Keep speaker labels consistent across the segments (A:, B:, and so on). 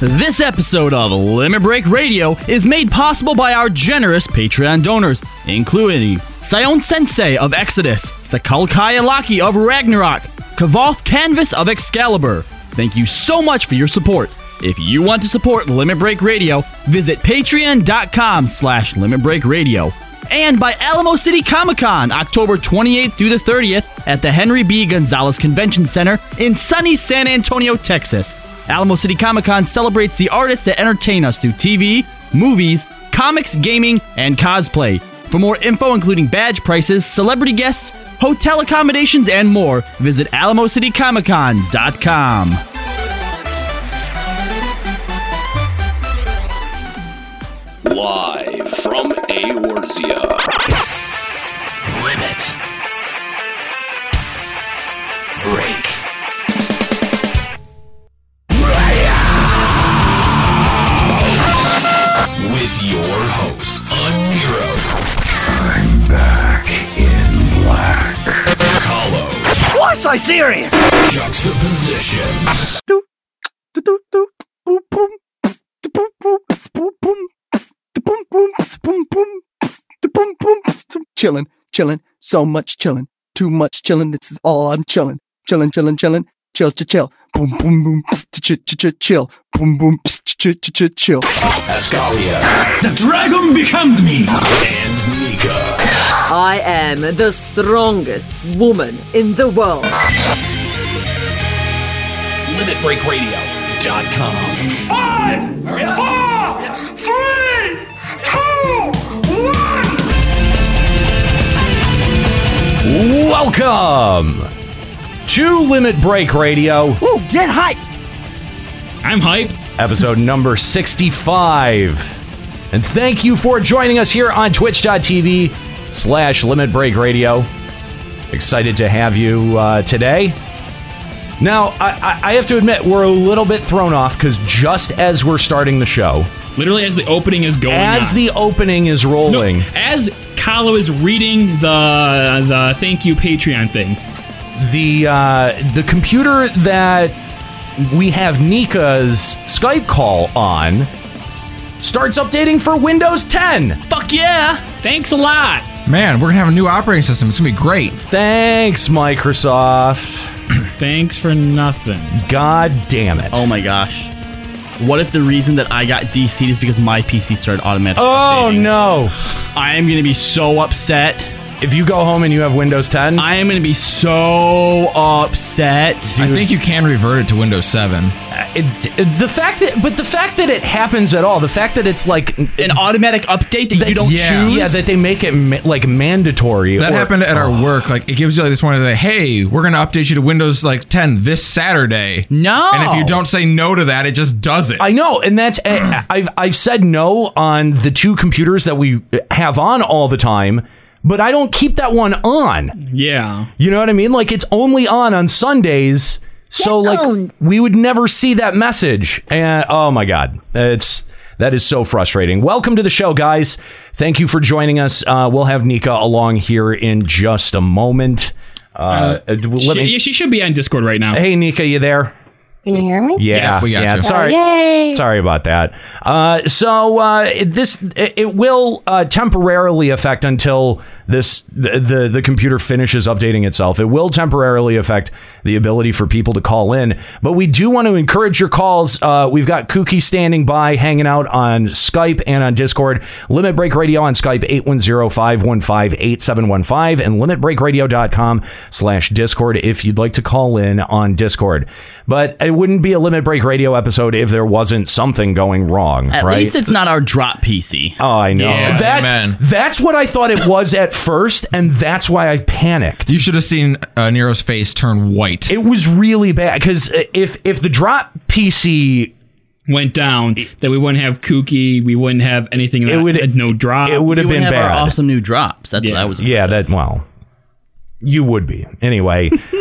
A: This episode of Limit Break Radio is made possible by our generous Patreon donors, including Sion Sensei of Exodus, Sakal Kayalaki of Ragnarok, Kavoth Canvas of Excalibur. Thank you so much for your support. If you want to support Limit Break Radio, visit patreon.com slash Limit Break Radio. And by Alamo City Comic Con, October 28th through the 30th at the Henry B. Gonzalez Convention Center in sunny San Antonio, Texas. Alamo City Comic Con celebrates the artists that entertain us through TV, movies, comics, gaming, and cosplay. For more info, including badge prices, celebrity guests, hotel accommodations, and more, visit AlamoCityComicCon.com.
B: Live from Aorzia.
C: Limit. Break. With your hosts, Unhero. I'm back in black. Hollow.
D: What's I Syrian?
C: Juxtaposition.
D: Chillin', chillin', so much chillin', too much chillin'. This is all I'm chillin', chillin', chillin', chillin', chill, chill, chill, boom, boom, boom, psst, chill, chill, chill, boom, boom, psst, chill, chill, chill.
C: Ascalia.
E: The dragon becomes me.
C: And Nika.
F: I am the strongest woman in the world.
C: LimitBreakRadio.com.
G: Five, four, three, two, one.
H: Welcome to Limit Break Radio,
D: Ooh, get hype!
E: I'm hyped.
H: episode number 65. And thank you for joining us here on twitch.tv slash Limit Break Radio. Excited to have you uh, today. Now, I, I, I have to admit, we're a little bit thrown off because just as we're starting the show,
E: Literally, as the opening is going
H: as
E: on.
H: the opening is
E: No,
H: rolling,
E: as Kalo is reading the the thank you Patreon thing,
H: the uh, the computer that we have Nika's Skype call on starts updating for Windows 10.
E: fuck yeah! Thanks a lot.
I: Man, we're gonna have a new operating system. It's gonna be great.
H: Thanks, Microsoft.
E: Thanks for nothing.
H: God damn it.
A: Oh my gosh. What if the reason that I got DC'd is because my PC started automatically?
H: Oh,
A: updating?
H: no.
A: I am gonna be so upset.
H: If you go home and you have Windows 10,
A: I am gonna be so upset.
I: I think you can revert it to Windows 7.
H: Uh, it- the fact that but the fact that it happens at all, the fact that it's like
A: An automatic update that, you don't
I: yeah.
A: choose.
H: yeah, that they make it ma- like mandatory.
I: That
H: or- oh.
I: happened at our work. Like it gives you like this one that hey, we're gonna update you to Windows like 10 this Saturday.
A: No.
I: And if you don't say no to that, it just does it.
H: I know, and that's I- I've I've said no on the two computers that we have on all the time, but I don't keep that one on.
E: Yeah,
H: You know what I mean? Like it's only on on Sundays. So like we would never see that message. And oh my god, it's that is so frustrating. Welcome to the show, guys. Thank you for joining us. Uh, we'll have Nika along here in just a moment. Uh, let
E: she,
H: me.
E: yeah, she should be on Discord right now.
H: Hey, Nika, you there?
J: Can you hear me?
H: Yeah,
I: Yes, we got
H: yeah.
I: you.
H: Sorry,
K: Oh,
J: Yay!
H: Sorry about that. Uh, so uh, it- this it it will uh, temporarily affect until this the, the the computer finishes updating itself. It will temporarily affect the ability for people to call in, but we do want to encourage your calls. Uh, we've got Kooky standing by, hanging out on Skype and on Discord. Limit Break Radio on Skype 810-515-8715 and limitbreakradio.com slash Discord if you'd like to call in on Discord. But it wouldn't be a Limit Break Radio episode if there wasn't something going wrong,
A: At
H: right?
A: least it's not our drop PC.
H: Oh, I know.
I: Yeah,
H: that's
I: amen.
H: that's what I thought it was at first, and that's why I panicked.
I: You should have seen uh, Nero's face turn white.
H: It was really bad because if if the drop PC,
E: Went down. That we wouldn't have Kooky. We wouldn't have anything. That,
H: would-
E: no drop.
H: it would
A: You
H: have
A: would
H: been
A: have
H: bad.
A: our awesome new drops. That's
E: Yeah.
A: what I was.
H: Yeah, that well. You would be. Anyway. uh,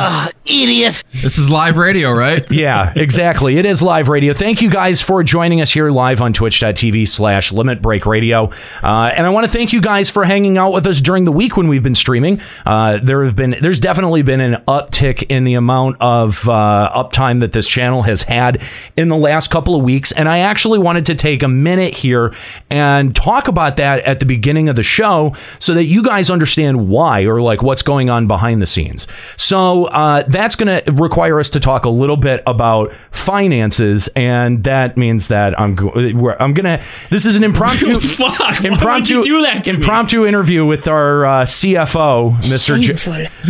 A: Ah,
I: This is live radio, right?
H: yeah, exactly. It is live radio. Thank you guys for joining us here live on twitch.tv slash limit break radio. Uh, and I want to thank you guys for hanging out with us during the week when we've been streaming. Uh, there have been there's definitely been an uptick in the amount of uh, uptime that this channel has had in the last couple of weeks. And I actually wanted to take a minute here and talk about that at the beginning of the show so that you guys understand why or like what's going on behind the scenes. So uh, that's going to require us to talk a little bit about finances, and that means that I'm go- we're- I'm gonna. This is an impromptu
E: Fuck, why would
H: impromptu
E: you do that to me?
H: impromptu interview with our uh, CFO, Mr. Ju-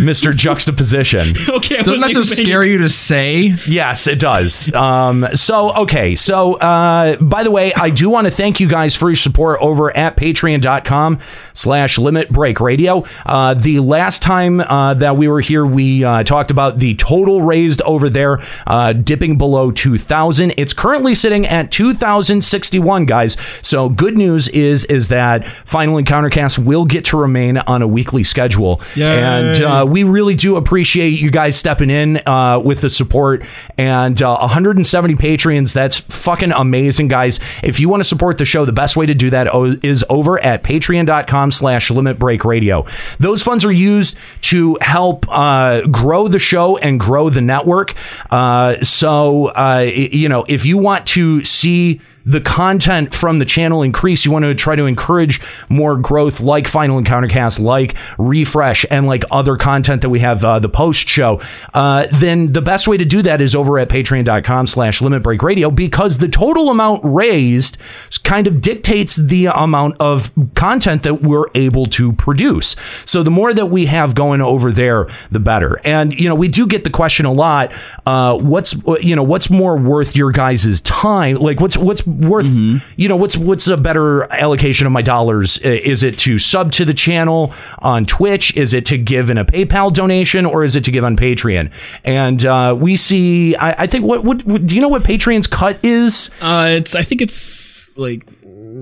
H: Mr. Juxtaposition.
E: Okay, I
I: Doesn't that
E: wasn't
I: just
E: expecting-
I: scare you to say?
H: Yes, it does. Um, so, okay. So, uh, by the way, I do want to thank you guys for your support over at patreon.com slash limit break radio. Uh, the last time uh, that we were here, we uh, talked about the total raised over there uh, dipping below 2,000. It's currently sitting at 2,061, guys. So, good news is is that Final Encountercast will get to remain on a weekly schedule. And uh, we really do appreciate you guys stepping in uh, with the support and uh, 170 patrons. That's fucking amazing, guys. If you want to support the show, the best way to do that o- is over at patreon.com slash limit break radio. Those funds are used to help uh, grow the show and grow the network. Uh, so, uh, y- you know, if you want to see the content from the channel increase. You want to try to encourage more growth, like Final Encounter Cast, like Refresh, and like other content that we have uh, the post show. Uh, then the best way to do that is over at Patreon.com/slash Limit Break Radio because the total amount raised kind of dictates the amount of content that we're able to produce. So the more that we have going over there, the better. And you know, we do get the question a lot: uh, what's you know what's more worth your guys' time? Like what's what's worth you know what's what's a better allocation of my dollars? I- Is it to sub to the channel on Twitch? Is it to give in a PayPal donation or is it to give on Patreon? And uh, we see, I, I think what, what what do you know what Patreon's cut is?
E: Uh, it's I think it's like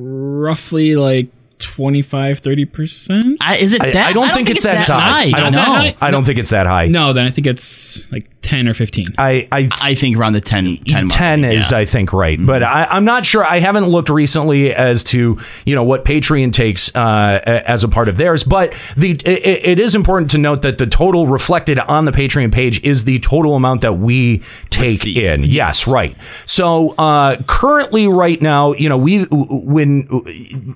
E: roughly like 25 30 percent.
A: I, is it
H: I,
A: that?
H: I don't think it's that, high. I don't
E: Not that
H: know.
E: high?
H: I don't think it's that high.
E: No, then I think it's like 10 or 15.
H: I, I
A: I think around the 10, 10 mark.
H: 10 is
A: Yeah.
H: i think right
E: Mm-hmm.
H: but I, i'm not sure i haven't looked recently as to you know what patreon takes uh, a- as a part of theirs but the i- i- it is important to note that the total reflected on the patreon page is the total amount that we take
A: Receive.
H: in yes right so uh, currently right now you know we when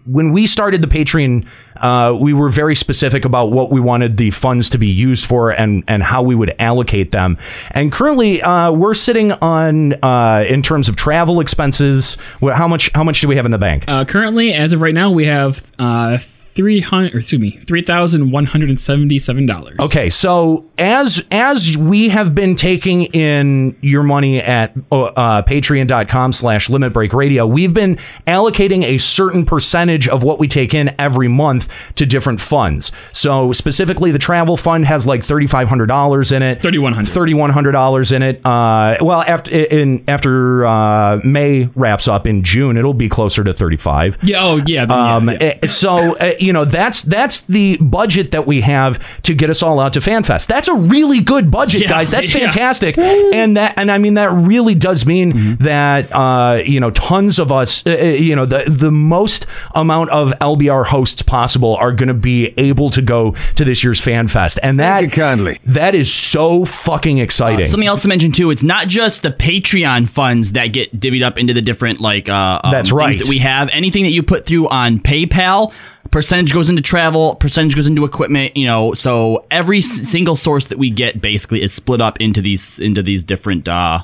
H: when we started the patreon uh, we were very specific about what we wanted the funds to be used for and and how we would allocate them. And currently, uh, we're sitting on uh, in terms of travel expenses. wh- How much how much do we have in the bank?
E: Uh, currently, as of right now, we have uh, 300, or excuse me, $3,177.
H: Okay, so as as we have been taking in your money at uh, uh, patreon.com slash limit break radio, we've been allocating a certain percentage of what we take in every month to different funds. So specifically, the travel fund has like $3,500 in it.
E: $3,100.
H: $3,100 in it. Uh, well, after in after uh, May wraps up in June, it'll be closer to 35.
E: Yeah, oh, yeah. then, yeah,
H: Um,
E: yeah.
H: eh, so uh, you know that's that's the budget that we have to get us all out to FanFest. That's a really good budget,
E: Yeah,
H: guys. That's
E: yeah.
H: fantastic, and that and I mean that really does mean
J: Mm-hmm.
H: that uh, you know tons of us, uh, uh, you know the the most amount of LBR hosts possible are going to be able to go to this year's FanFest, and that
J: Thank you kindly.
H: that is so fucking exciting.
A: Something else to mention too, it's not just the Patreon funds that get divvied up into the different like uh, um,
H: That's right.
A: things that we have. Anything that you put through on PayPal, percentage goes into travel, percentage goes into equipment. You know, so every s- single source that we get basically is split up into these into these different uh,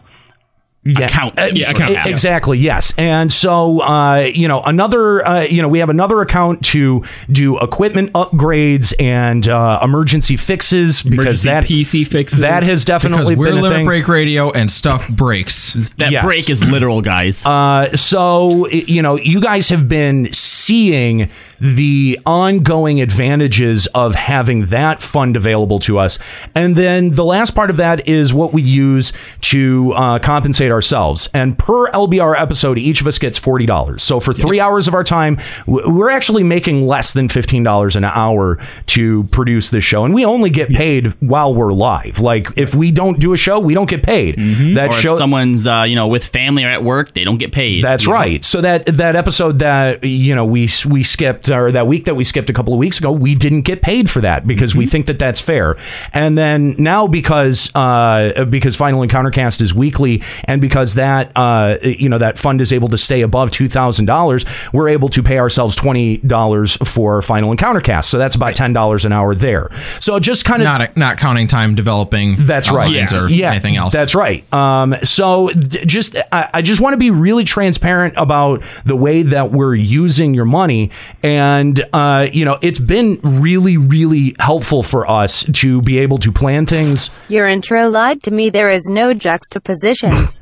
A: accounts. that we
E: yeah,
A: sort of
E: accounts,
A: have.
E: yeah.
H: Uh, e- Exactly. Yes. And so, uh, you know, another, uh, you know, we have another account to do equipment upgrades and uh, emergency fixes because
E: Emergency
H: that
E: PC fixes.
H: that
I: Because
H: has definitely
I: we're
H: been a
I: limit
H: thing.
I: break radio and stuff breaks.
A: That
H: Yes.
A: break is literal, guys.
H: Uh, so y- you know, you guys have been seeing the ongoing advantages of having that fund available to us. And then the last part of that is what we use to uh, compensate ourselves. And per LBR episode, each of us gets $40. So for three hours of our time, w- we're actually making less than $15 an hour to produce this show. And we only get paid while we're live. Like if we don't do a show, we don't get paid. That
A: Mm-hmm. Or if
H: show.
A: someone's uh, you know with family or at work, they don't get paid.
H: That's
A: You know?
H: right. So that that episode that you know we we skipped or that week that we skipped a couple of weeks ago, we didn't get paid for that because we think that that's fair. And then now because uh, because Final Encountercast is weekly, and because that uh, you know that fund is able to stay above two thousand dollars, we're able to pay ourselves twenty dollars for Final Encountercast. So that's about ten dollars an hour there. So just kind of
I: Not a, not counting time developing.
H: that's right.
I: outlines Or anything else.
H: That's right. Um, so d- just I, I just want to be really transparent about the way that we're using your money, and uh, you know it's been really really helpful for us to be able to plan things.
J: Your intro lied to me. There is no juxtapositions.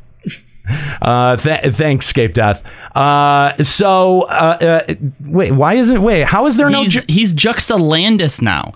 H: Uh, th- thanks, Scape Death. Uh, so uh, uh, wait, why isn't wait? How is there no?
A: He's,
H: ju-
A: he's Juxtalandis now.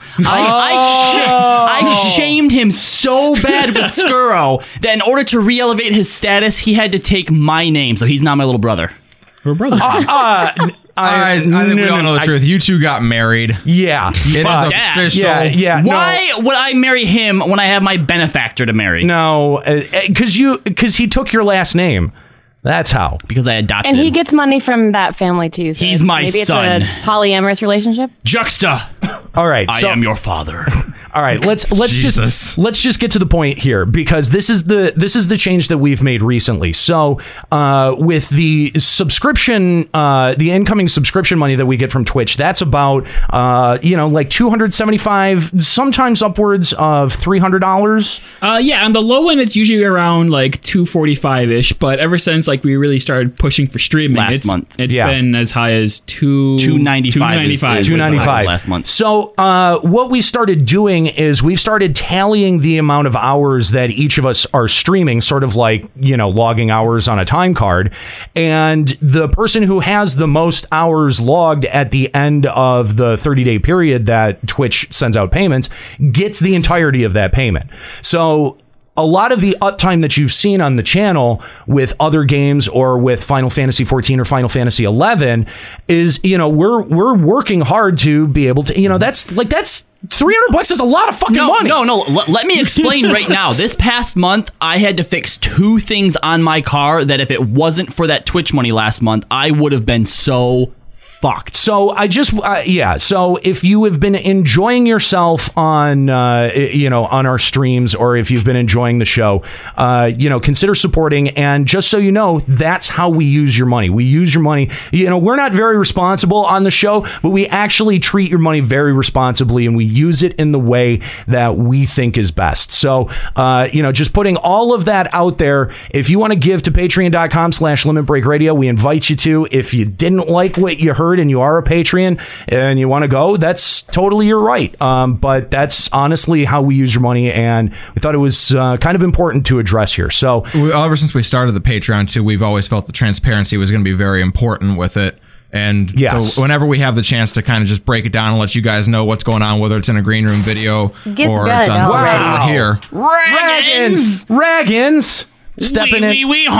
A: I, I, sh- I shamed him so bad with Skuro that in order to re elevate his status, he had to take my name. So he's not my little brother. Oh,
E: Her brother.
H: Uh,
I: I, I think we all know the truth. You two got married.
H: yeah,
I: It
H: fuck.
I: is
A: that.
I: official.
H: yeah, yeah. no.
A: Why would I marry him when I have my benefactor to marry?
H: No, because you because he took your last name. That's how.
A: Because I adopted
K: And he gets money from that family too. So
A: He's
K: it's-
A: my
K: maybe
A: son.
K: It's a polyamorous relationship.
A: Juxta.
H: All right,
A: I
H: so
A: am your father.
H: all right. Let's let's
I: Jesus.
H: just let's just get to the point here because this is the this is the change that we've made recently. So uh, with the subscription, uh, the incoming subscription money that we get from Twitch, that's about uh, you know like two hundred seventy five, sometimes upwards of three hundred dollars.
E: Uh, yeah, on the low end, it's usually around like two forty five ish. But ever since like we really started pushing for streaming,
A: Last
E: it's,
A: month.
E: it's
H: Yeah.
E: been as high as two
A: 295 is- is-
H: Two
A: was the
H: ninety five
A: highest last month.
H: So uh, what we started doing is we've started tallying the amount of hours that each of us are streaming, sort of like you know logging hours on a time card. And the person who has the most hours logged at the end of the thirty day period that Twitch sends out payments gets the entirety of that payment. So a lot of the uptime that you've seen on the channel with other games or with Final Fantasy 14 or Final Fantasy 11 is you know we're we're working hard to be able to you know that's like that's 300 bucks is a lot of fucking
A: No,
H: money.
A: no, no. Let, let me explain right now. This past month, I had to fix two things on my car that if it wasn't for that Twitch money last month, I would have been so fucked.
H: So I just uh, yeah. So if you have been enjoying yourself on uh, i- you know on our streams or if you've been enjoying the show, uh, you know consider supporting. And just so you know, that's how we use your money. We use your money. You know we're not very responsible on the show, but we actually treat your money very responsibly and we use it in the way that we think is best. So uh, you know just putting all of that out there. If you want to give to patreon.com slash limit break radio, we invite you to. If you didn't like what you heard and you are a Patreon and you want to go, that's totally your right. Um, but that's honestly how we use your money. And we thought it was uh, kind of important to address here. So
I: we, uh, ever since we started the Patreon too, we've always felt the transparency was going to be very important with it. And
H: Yes.
I: so whenever we have the chance to kind of just break it down and let you guys know what's going on, whether it's in a green room video
J: Get
I: or
J: that
I: it's on
J: out.
I: Push It
H: Wow.
I: Over here.
H: Raggins! Raggins! Stepping in.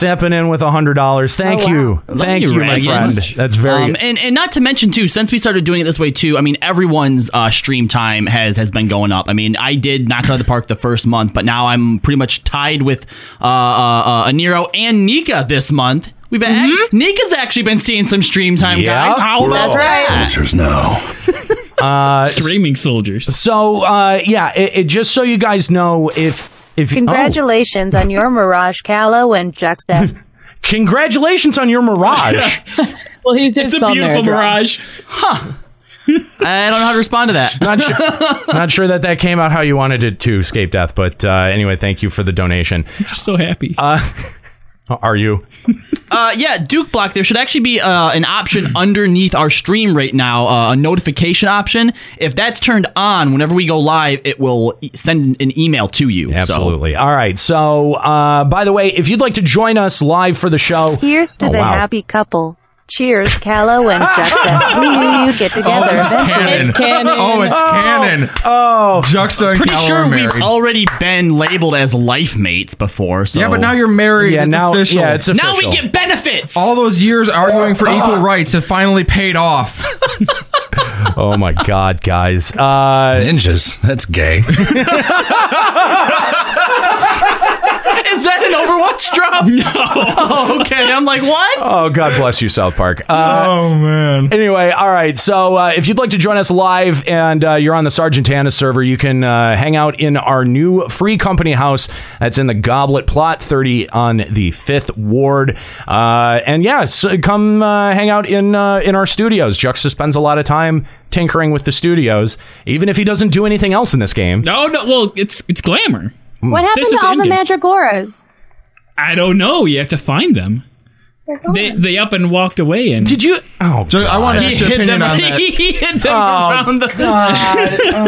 H: Stepping in with a hundred dollars. Thank
J: Oh,
H: you, thank you, my
A: Raggins.
H: friend. That's very
A: Um, and and not to mention too, since we started doing it this way too, I mean everyone's uh, stream time has has been going up. I mean I did knock it out of the park the first month, but now I'm pretty much tied with uh, uh, uh, Nero and Nika this month. We've been Nika's actually been seeing some stream time,
H: Yeah.
A: guys. How about that?
E: streaming soldiers.
H: Uh, so. Uh, yeah, it, it, just so you guys know, if if oh.
J: Congratulations on your Mirage Callow and Juxta.
H: Congratulations on your Mirage.
K: Well, he did
E: It's a beautiful mirage.
A: I don't know how to respond to that.
H: not, sure, not sure that that came out how you wanted it to, Scape Death, but uh, anyway, thank you for the donation. Uh,
E: Just so happy.
H: Are you?
A: Uh, yeah, Duke Block. There should actually be uh, an option underneath our stream right now, uh, a notification option. If that's turned on, whenever we go live, it will e- send an email to you. So-
H: Absolutely. All right. So, uh, by the way, if you'd like to join us live for the show,
J: Here's to
H: Oh,
J: the
H: wow.
J: happy couple. Cheers, Callow and Juxta. We knew you'd get together eventually.
I: Oh, it's canon.
H: Oh,
I: Juxta and
A: Pretty
I: Cal
A: sure
I: are married.
A: we've already been labeled as life mates before. So
I: Yeah, but now you're married. Yeah, It's now- official. yeah, it's
A: Now we
I: official.
A: get benefits.
I: All those years arguing for equal rights have finally paid off.
H: oh my god, guys. Uh
L: Ninjas. That's gay.
A: Is that an Overwatch drop? No. Oh, okay. I'm like, what?
H: Oh, God bless you, South Park. Uh,
I: oh, man.
H: Anyway, all right. So uh, if you'd like to join us live and uh, you're on the Sargentana server, you can uh, hang out in our new free company house that's in the Goblet Plot 30 on the 5th Ward. Uh, and yeah, so come uh, hang out in, uh, in our studios. Juxta spends a lot of time tinkering with the studios, even if he doesn't do anything else in this game.
E: No, no. Well, it's it's glamour.
K: What happened
E: This is
K: to all the
E: ending.
K: Mandragoras?
E: I don't know. You have to find them.
K: They're
E: They they up and walked away. And
H: did you? Oh,
I: I want an extra opinion on that.
E: he hit them
I: Oh,
E: around the.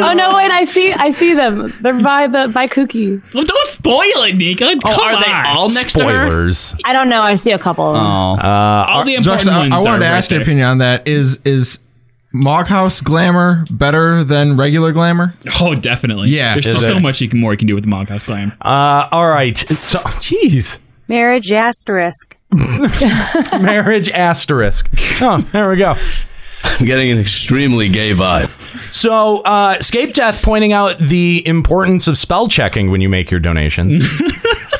K: oh no! Wait, I see. I see them. They're by the by Kookie.
E: Well, don't spoil it, Nika. Oh,
K: Come
E: are they
K: on.
E: all next to her?
H: Spoilers.
K: I don't know. I see a couple. Of them.
E: all the important
I: Justin, Uh, I-
E: ones
I: I,
E: are
I: wanted to
E: right
I: ask your
E: there.
I: opinion on that. Is is Moghouse glamour better than regular glamour?
E: Oh, definitely.
I: Yeah,
E: there's
I: is
E: so
I: it?
E: much you can, more you can do with the Moghouse Clan.
H: Uh, all right. So, jeez.
J: Marriage asterisk.
H: marriage asterisk. Oh, there we go.
L: I'm getting an extremely gay vibe.
H: So, uh, Scape Death pointing out the importance of spell checking when you make your donations.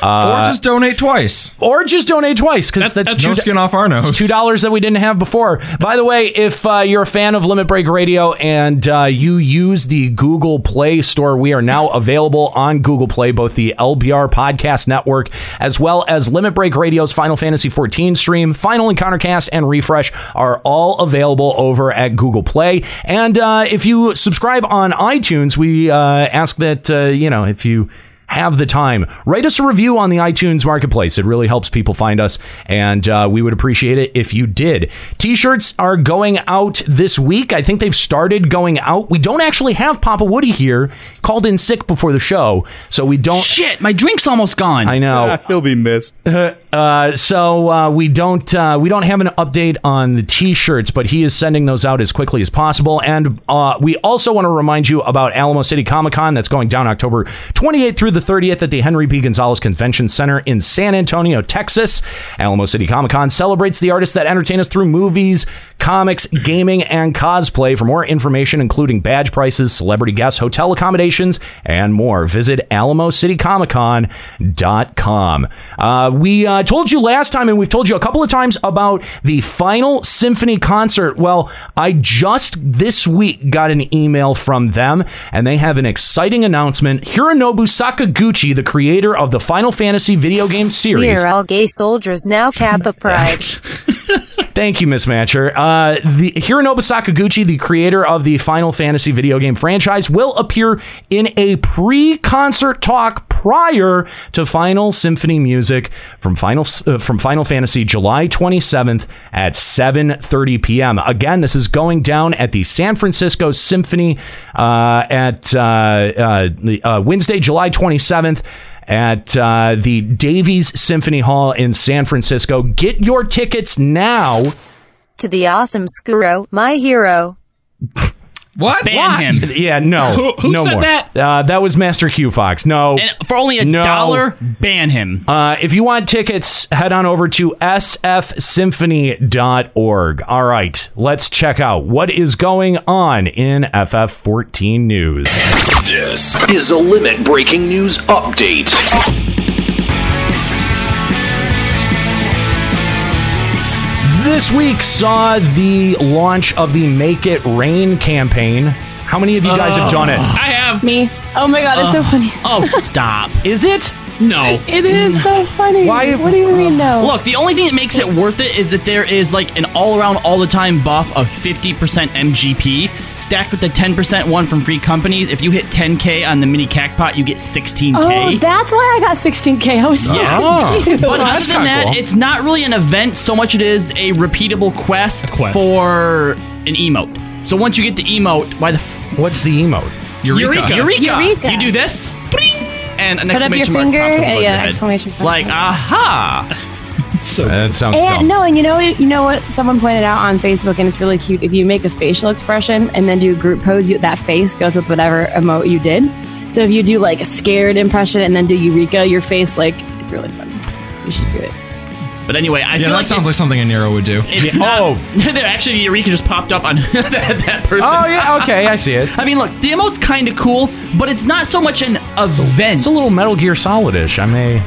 H: Uh,
I: or just donate twice.
H: Or just donate twice because that's,
I: that's no skin off our nose.
H: it's Two dollars that we didn't have before. By the way, if uh, you're a fan of Limit Break Radio and uh, you use the Google Play Store, we are now available on Google Play, both the LBR Podcast Network as well as Limit Break Radio's Final Fantasy 14 stream, Final Encounter Cast, and Refresh are all available over at Google Play. And uh, if you subscribe on iTunes, we uh, ask that uh, you know if you have the time, write us a review on the iTunes Marketplace. It really helps people find us, and uh, we would appreciate it if you did. T shirts are going out this week. I think they've started going out. We don't actually have Papa Woody here, called in sick before the show, so we don't.
A: Shit, my drink's almost gone.
H: I know.
L: He'll be missed.
H: Uh, so uh, we don't uh, we don't have an update on the t-shirts, but he is sending those out as quickly as possible. And uh, we also want to remind you about Alamo City Comic Con that's going down October 28th through the 30th at the Henry B. Gonzalez Convention Center in San Antonio, Texas. Alamo City Comic Con celebrates the artists that entertain us through movies, comics, gaming, and cosplay. For more information, including badge prices, celebrity guests, hotel accommodations, and more, visit AlamoCityComicCon.com. Uh, we uh, told you last time, and we've told you a couple of times about the Final Symphony concert. Well, I just this week got an email from them, and they have an exciting announcement. Hironobu Sakaguchi, the creator of the Final Fantasy video game
J: We
H: series.
J: are all gay soldiers now, Kappa Pride.
H: Thank you, Miss Matcher. Uh, the Hironobu Sakaguchi, the creator of the Final Fantasy video game franchise, will appear in a pre-concert talk prior to Final Symphony music from Final uh, from Final Fantasy, July 27th at 7:30 p.m. Again, this is going down at the San Francisco Symphony uh, at uh, uh, the, uh, Wednesday, July 27th at uh, the Davies Symphony Hall in San Francisco. Get your tickets now.
J: to the awesome Skuro, my hero.
I: What?
A: Ban him.
H: Yeah, no,
A: Who- who
H: no
A: said
H: more.
A: that?
H: Uh, that was Master Q Fox. No,
A: And for only a
H: No.
A: dollar, ban him.
H: Uh, if you want tickets, head on over to sfsymphony.org. All right, let's check out what is going on in FF14 news.
B: This is a limit breaking news update.
H: This week saw the launch of the Make It Rain campaign. How many of you guys have done it?
E: I have
K: me. Oh my god, it's so funny.
A: Oh, stop.
H: Is it?
E: No.
K: It is so funny.
A: Why- uh,
K: What do you mean no?
A: Look, the only thing that makes it worth it is that there is like an all around, all the time buff of 50% MGP stacked with the 10% one from free companies. If you hit 10K on the mini cacpot, you get 16K.
K: Oh, that's why I got 16k. I was so
A: Yeah.
K: confused.
A: But other than that, it's not really an event so much it is a repeatable quest,
E: quest.
A: for an emote. So once you get the emote, why the f-
H: What's the emote?
A: Eureka. Eureka.
K: Eureka.
A: You do this, bling, and an
K: Put up your
A: exclamation mark
K: finger.
A: pops up above
K: and-
A: your
K: yeah,
A: head.
K: exclamation mark.
A: Like aha.
E: so
H: that sounds
K: And
H: dumb.
K: no, and you know you know what someone pointed out on Facebook, and it's really cute. If you make a facial expression and then do a group pose, you, that face goes with whatever emote you did. So if you do like a scared impression and then do Eureka, your face like it's really fun. You should do it.
A: But anyway, I
I: yeah,
A: feel
I: that
A: like
I: sounds
A: it's,
I: like something a Nero would do.
A: It's not, oh, actually, Eureka just popped up on that, that person.
I: Oh, yeah,
H: okay, I see it.
A: I mean, look, the emote's kind of cool, but it's not so much an event. It's a
H: little Metal Gear Solid-ish. I may.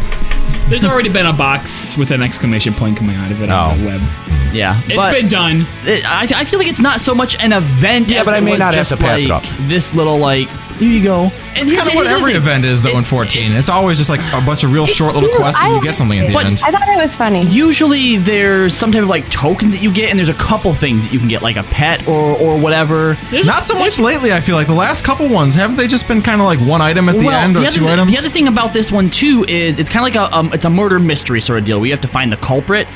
E: There's already been a box with an exclamation point coming out of it
H: Oh.
E: on the web.
A: Yeah,
E: it's
A: but-
E: been done.
A: It, I, I feel like it's not so much an event. Yeah,
E: but I may not have to pass it
A: like
E: up.
A: This little like here you go.
I: It's kind of what every event is though in 14. It's, always just like a bunch of real short little quests and you get something at the end.
K: I thought it was funny.
A: Usually there's some type of like tokens that you get, and there's a couple things that you can get, like a pet or or whatever.
I: Not so much lately, I feel like. The last couple ones, haven't they just been kind of like one item at the
A: well,
I: end or
A: the other,
I: two
A: thi-
I: items?
A: The other thing about this one too is it's kind of like a um, it's a murder mystery sort of deal. where you have to find the culprit,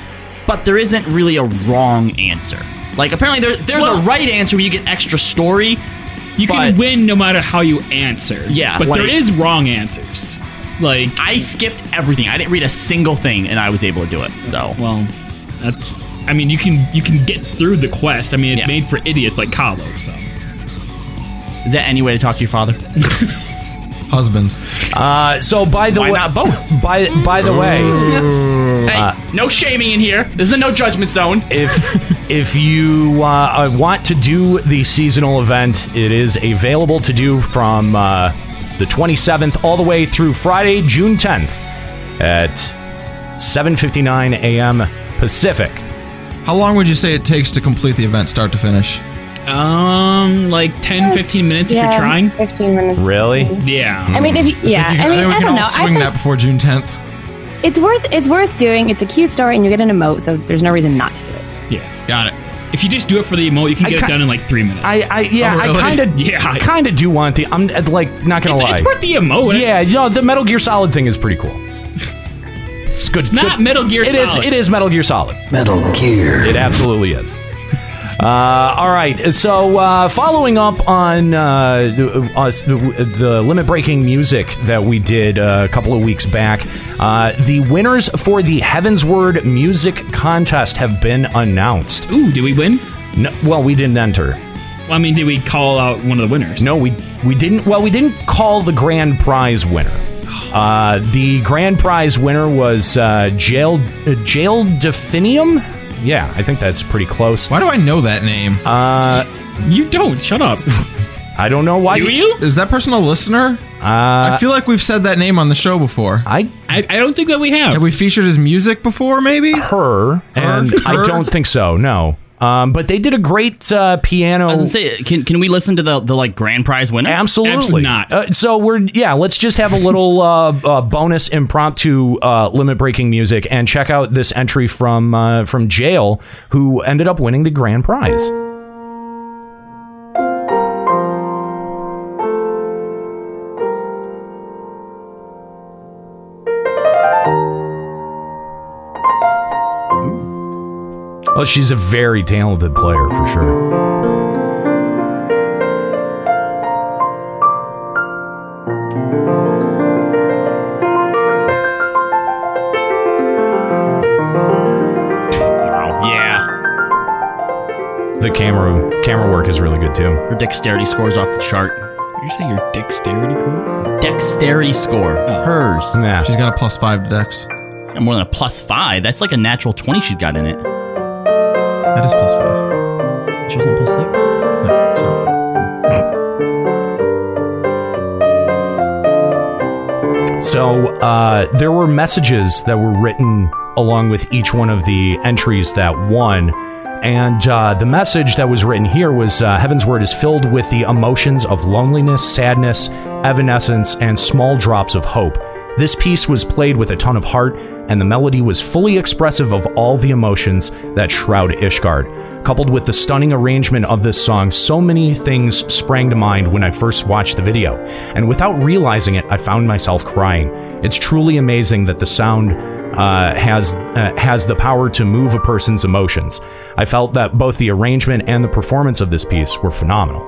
A: but there isn't really a wrong answer. Like apparently there, there's
E: Well-
A: a right answer where you get extra story.
E: You can win no matter how you answer.
A: Yeah,
E: but there
A: like-
E: is wrong answers. Like
A: I skipped everything. I didn't read a single thing, and I was able to do it. So
E: well, that's. I mean, you can you can get through the quest. I mean, it's made for idiots like Kahlo. So
A: Is that any way to talk to your father?
I: Husband.
H: Uh, so by the
A: Why
H: way,
A: not both?
H: By by the way,
A: Hey,
H: uh,
A: no shaming in here. This is a no judgment zone.
H: if if you uh, uh, want to do the seasonal event, it is available to do from uh, the 27th all the way through Friday, June 10th at 7:59 a.m. Pacific.
I: How long would you say it takes to complete the event start to finish?
E: Um, like 10, 15 minutes if
K: Yeah,
E: you're trying.
K: 15 minutes.
E: Yeah.
K: I mean, if you, yeah, I, mean, I don't know. I
I: swing
K: think
I: that before June 10th.
K: it's worth it's worth doing. It's a cute story, and you get an emote, so there's no reason not to do it.
E: Yeah.
I: Got it.
E: If you just do it for the emote, you can
H: I
E: get it
H: ki-
E: done in like three minutes.
H: I, I yeah,
E: Oh, really?
H: I kind of
E: Yeah.
H: yeah, kind of do want the. I'm uh, like not gonna
E: It's-
H: lie.
E: it's worth the emote.
H: Yeah, you know, the Metal Gear Solid thing is pretty cool. It's good.
E: not
H: good-
E: Metal Gear
H: It is-
E: Solid.
H: It is Metal Gear Solid.
L: Metal Gear.
H: It absolutely is. Uh, all right. So, uh, following up on uh, the- us, the, the limit breaking music that we did uh, a couple of weeks back, uh, the winners for the Heavensward Music Contest have been announced.
E: Ooh, did we win?
H: No, well, we didn't enter.
E: Well, I mean, did we call out one of the winners?
H: No, we we didn't. Well, we didn't call the grand prize winner. Uh, the grand prize winner was uh, Jail uh, Jail Definium. Yeah, I think that's pretty close. Why
I: do I know that name?
H: Uh,
E: you don't. Shut up.
H: I don't know why.
E: Do you?
I: Is that person a listener?
H: Uh,
I: I feel like we've said that name on the show before.
H: I
E: I, I don't think that we have.
I: Have we featured his music before? Maybe
H: her, and I don't think so. No. Um, but they did a great uh, piano.
A: I was gonna say, can can we listen to the the like grand prize winner?
H: Absolutely, Uh, so we're yeah. Let's just have a little uh, uh, bonus impromptu uh, limit breaking music and check out this entry from uh, from Jail, who ended up winning the grand prize. Well, she's a very talented player for sure.
A: Yeah,
H: The camera camera work is really good too.
A: her dexterity scores off the chart.
E: You say your dexterity score?
A: Dexterity score, Oh. hers.
H: Nah.
I: She's got a plus five dex.
A: More than a plus five. That's like a natural twenty she's got in it.
I: That is plus five.
A: She was on plus six.
H: So uh, there were messages that were written along with each one of the entries that won. And uh, the message that was written here was uh, Heaven's Word is filled with the emotions of loneliness, sadness, evanescence, and small drops of hope. This piece was played with a ton of heart, and the melody was fully expressive of all the emotions that shroud Ishgard. Coupled with the stunning arrangement of this song, so many things sprang to mind when I first watched the video, and without realizing it, I found myself crying. It's truly amazing that the sound uh, has uh, has the power to move a person's emotions. I felt that both the arrangement and the performance of this piece were phenomenal.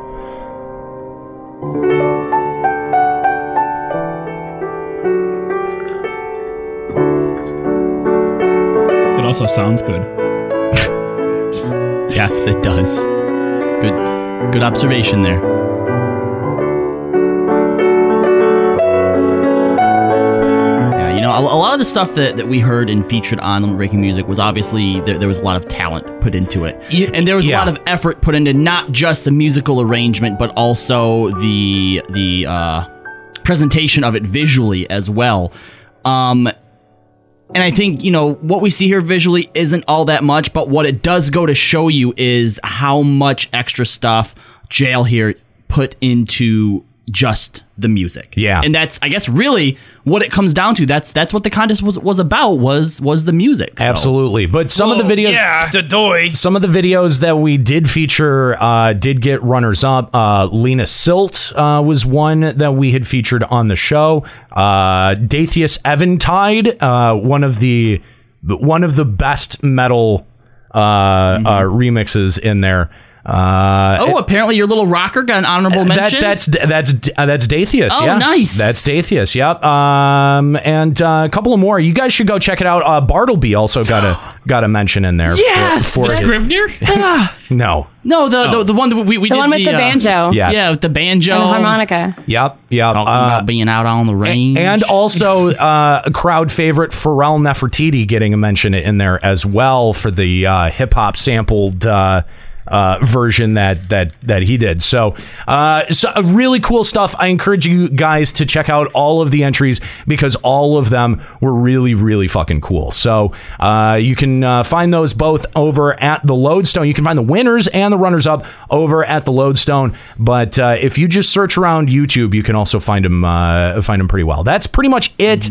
E: Good also sounds good.
A: Yes, it does. Good, good observation there. Yeah, you know, a, a lot of the stuff that, that we heard and featured on Breaking Music was obviously there, there was a lot of talent put into it, and there was a lot of effort put into not just the musical arrangement, but also the the uh, presentation of it visually as well. Um, and I think, you know, what we see here visually isn't all that much, but what it does go to show you is how much extra stuff Jail here put into just the music. Yeah. And that's I guess really what it comes down to. That's that's what the contest was was about was was the music. So-
H: Absolutely. But some of the videos
A: yeah,
H: Some of the videos that we did feature uh, did get runners up. Uh, Lena Silt uh, was one that we had featured on the show. Uh Dathius Eventide, uh, one of the one of the best metal uh, uh, remixes in there. Uh,
A: Oh, apparently your little rocker got an honorable
H: that,
A: mention.
H: that's that's uh, that's Dathius.
A: Oh,
H: yeah.
A: nice.
H: That's Dathius. Yep. Um, and uh, a couple of more. You guys should go check it out. Uh, Bartleby also got a got a mention in there. for- for his-
A: Yeah.
H: No.
A: No, the, the the one that we we
K: The
A: did
K: one with the
A: uh,
K: banjo.
H: Yes.
A: Yeah, with the banjo
K: And the harmonica.
H: Yep, yep. Talking
A: about being out on the range,
H: and also uh, a crowd favorite Pharrell Nefertiti getting a mention in there as well for the uh, hip hop sampled uh, uh, version that that that he did. So, uh, so uh, really cool stuff. I encourage you guys to check out all of the entries because all of them were really really fucking cool. So uh, you can uh, find those both over at the Lodestone. You can find the winners and the runners up over at the Lodestone. But uh, if you just search around YouTube, you can also find them uh, find them pretty well. That's pretty much it.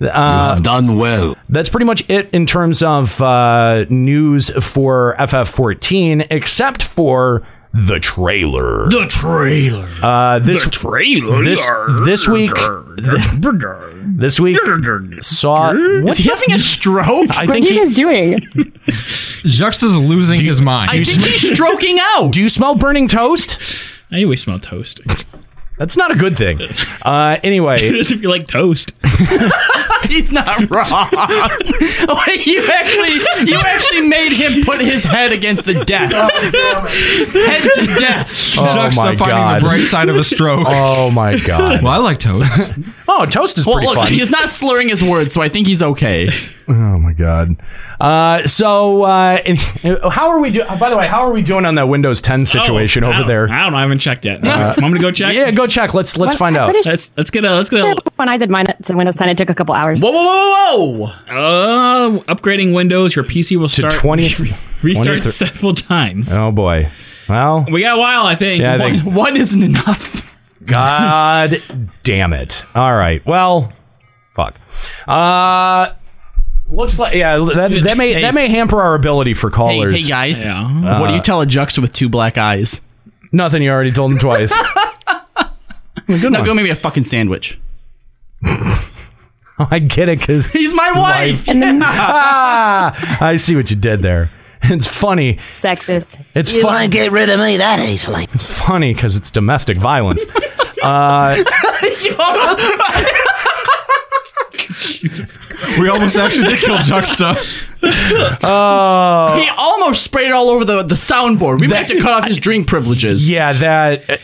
H: Uh, done well. That's pretty much it in terms of uh, news for FF14, except for the trailer. The
E: trailer.
H: Uh, this
E: The trailer.
H: This, this week. This week saw. What
A: he having a stroke?
H: I think he-
K: doing?
H: Juxta's losing his mind.
A: I think he's stroking out.
H: Do you smell burning toast?
E: I always smell toast.
H: That's not a good thing. Uh, anyway,
E: It is if you like toast.
A: He's not
H: Oh
A: wrong. Wait, you actually you actually made him put his head against the desk. head to desk.
H: Oh
I: Juxta
H: my
I: finding
H: God.
I: the bright side of a stroke.
H: Oh my god.
I: Well, I like toast.
H: oh, toast is
A: Well,
H: pretty
A: look,
H: fun.
A: he's not slurring his words, so I think he's okay.
H: Oh my god. Uh, so uh, and- how are we doing? By the way, how are we doing on that Windows 10 situation
E: Oh, I
H: over
E: don't-
H: there?
E: I don't know. I haven't checked yet. Uh, I'm gonna go check.
H: Yeah, go check. Let's let's
K: Well,
H: find
K: I'm
H: out.
K: pretty
E: Let's let's get a let's get a
K: When I did mine at Windows 10, it took a couple hours.
A: Whoa, whoa,
H: Oh!
A: whoa,
E: whoa! Uh, upgrading Windows, your PC will start
H: 20th
E: restart
H: 20th
E: several times.
H: Oh boy. Well,
E: We got a while, I think.
H: Yeah, I
E: One-
H: think-
A: one isn't enough.
H: God damn it. All right. Well, fuck. Uh looks like yeah, that, that may
A: Hey.
H: that may hamper our ability for
A: Hey,
H: callers.
A: hey guys, what do
H: Uh,
A: you tell a juxta with two black eyes?
H: Nothing. You already told him twice.
A: now go make me a fucking sandwich.
H: I get it cuz
A: He's my wife. Uh,
H: ah, I see what you did there. It's funny.
K: Sexist.
H: It's fun. It's funny because it's domestic violence. uh,
I: we almost actually did kill Juxta.
H: oh,
A: he almost sprayed all over the, the soundboard. We have to cut off his drink privileges.
H: yeah, that uh,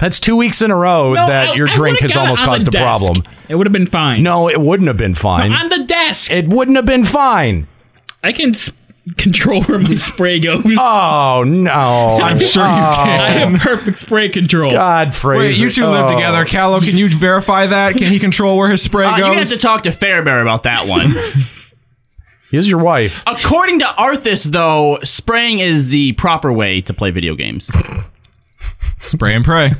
H: that's two weeks in a row
E: No,
H: that
E: I-
H: your
E: I
H: drink
E: would've
H: has
E: got it
H: almost
E: on the
H: caused a
E: desk.
H: problem.
E: It would have been fine.
H: No, it wouldn't have been fine.
E: on the desk.
H: it wouldn't have been fine.
E: I can s- control where my spray goes.
H: Oh no! Oh.
E: I'm sure you
H: can.
E: I have perfect spray control.
H: God, Fraser.
I: Wait, you two live
H: Oh.
I: together. Callow, can you verify that? Can he control where his spray
A: Uh, you have
I: goes?
A: to talk to Fairbear about that one.
H: Here's your wife.
A: According to Arthas, though, spraying is the proper way to play video games.
I: Spray and pray.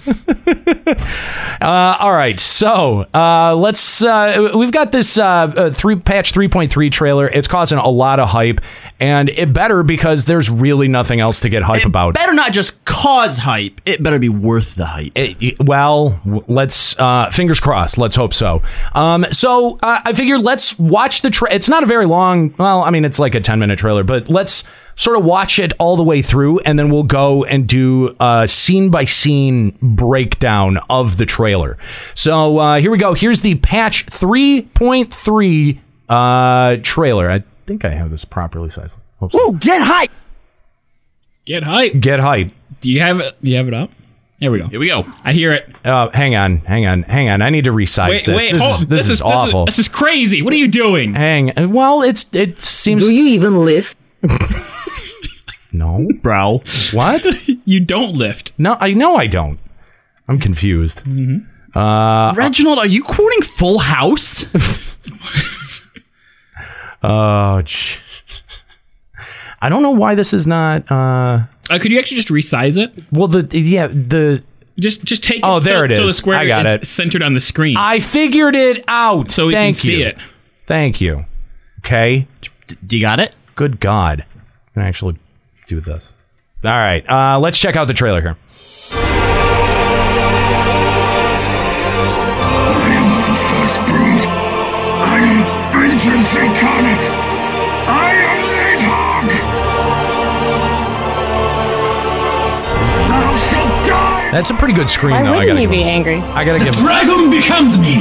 H: Uh, all right, so uh, let's. Uh, we've got this uh, uh, three patch three point three trailer. It's causing a lot of hype, and it better because there's really nothing else to get hype about.
A: Better not just cause hype. It better be worth the hype.
H: It- well, w- let's uh, fingers crossed. Let's hope so. Um, so uh, I figure let's watch the. Tra- it's not a very long. Well, I mean it's like a ten minute trailer, but let's sort of watch it all the way through, and then we'll go and do a scene by scene breakdown of the trailer. So uh, here we go. Here's the patch three point three uh, trailer. I think I have this properly sized. Oops.
D: Woo, get hype!
E: Get hype.
H: Get hype.
E: Do you have it? You have it up. There we go. Here
A: we go.
E: I hear it.
H: Uh, hang on, hang on, hang on. I need to resize
E: Wait,
H: this.
E: wait,
H: this,
E: hold-
H: is, this, is, awful.
E: This is, crazy. What are you doing?
H: Hang. Well, it's it seems.
E: Do
F: you even lift?
H: no,
A: bro.
H: What?
E: you don't lift.
H: No, I know I don't. I'm confused.
E: Mm-hmm.
H: Uh,
A: Reginald, are you quoting Full House?
H: Oh, j- I don't know why this is not. Uh,
E: Uh, could you actually just resize it?
H: Well, the yeah the
E: just just take.
H: Oh,
E: it
H: there
E: so,
H: it is.
E: So the square
H: I got
E: is
H: it.
E: centered on the screen.
H: I figured it out.
E: So we
H: Thank
E: can see
H: you.
E: it.
H: Thank you. Okay.
A: Do you got it?
H: Good God. I can actually do this. All right. Uh, let's check out the trailer here.
G: I am of the first brood. I am vengeance incarnate. I am Nidhogg. Thou shalt die.
H: That's a pretty good screen,
K: Why
H: though. I
K: wouldn't
H: gotta
K: you
H: give
K: be
H: it-
K: angry?
H: I gotta give
G: Dragon becomes me.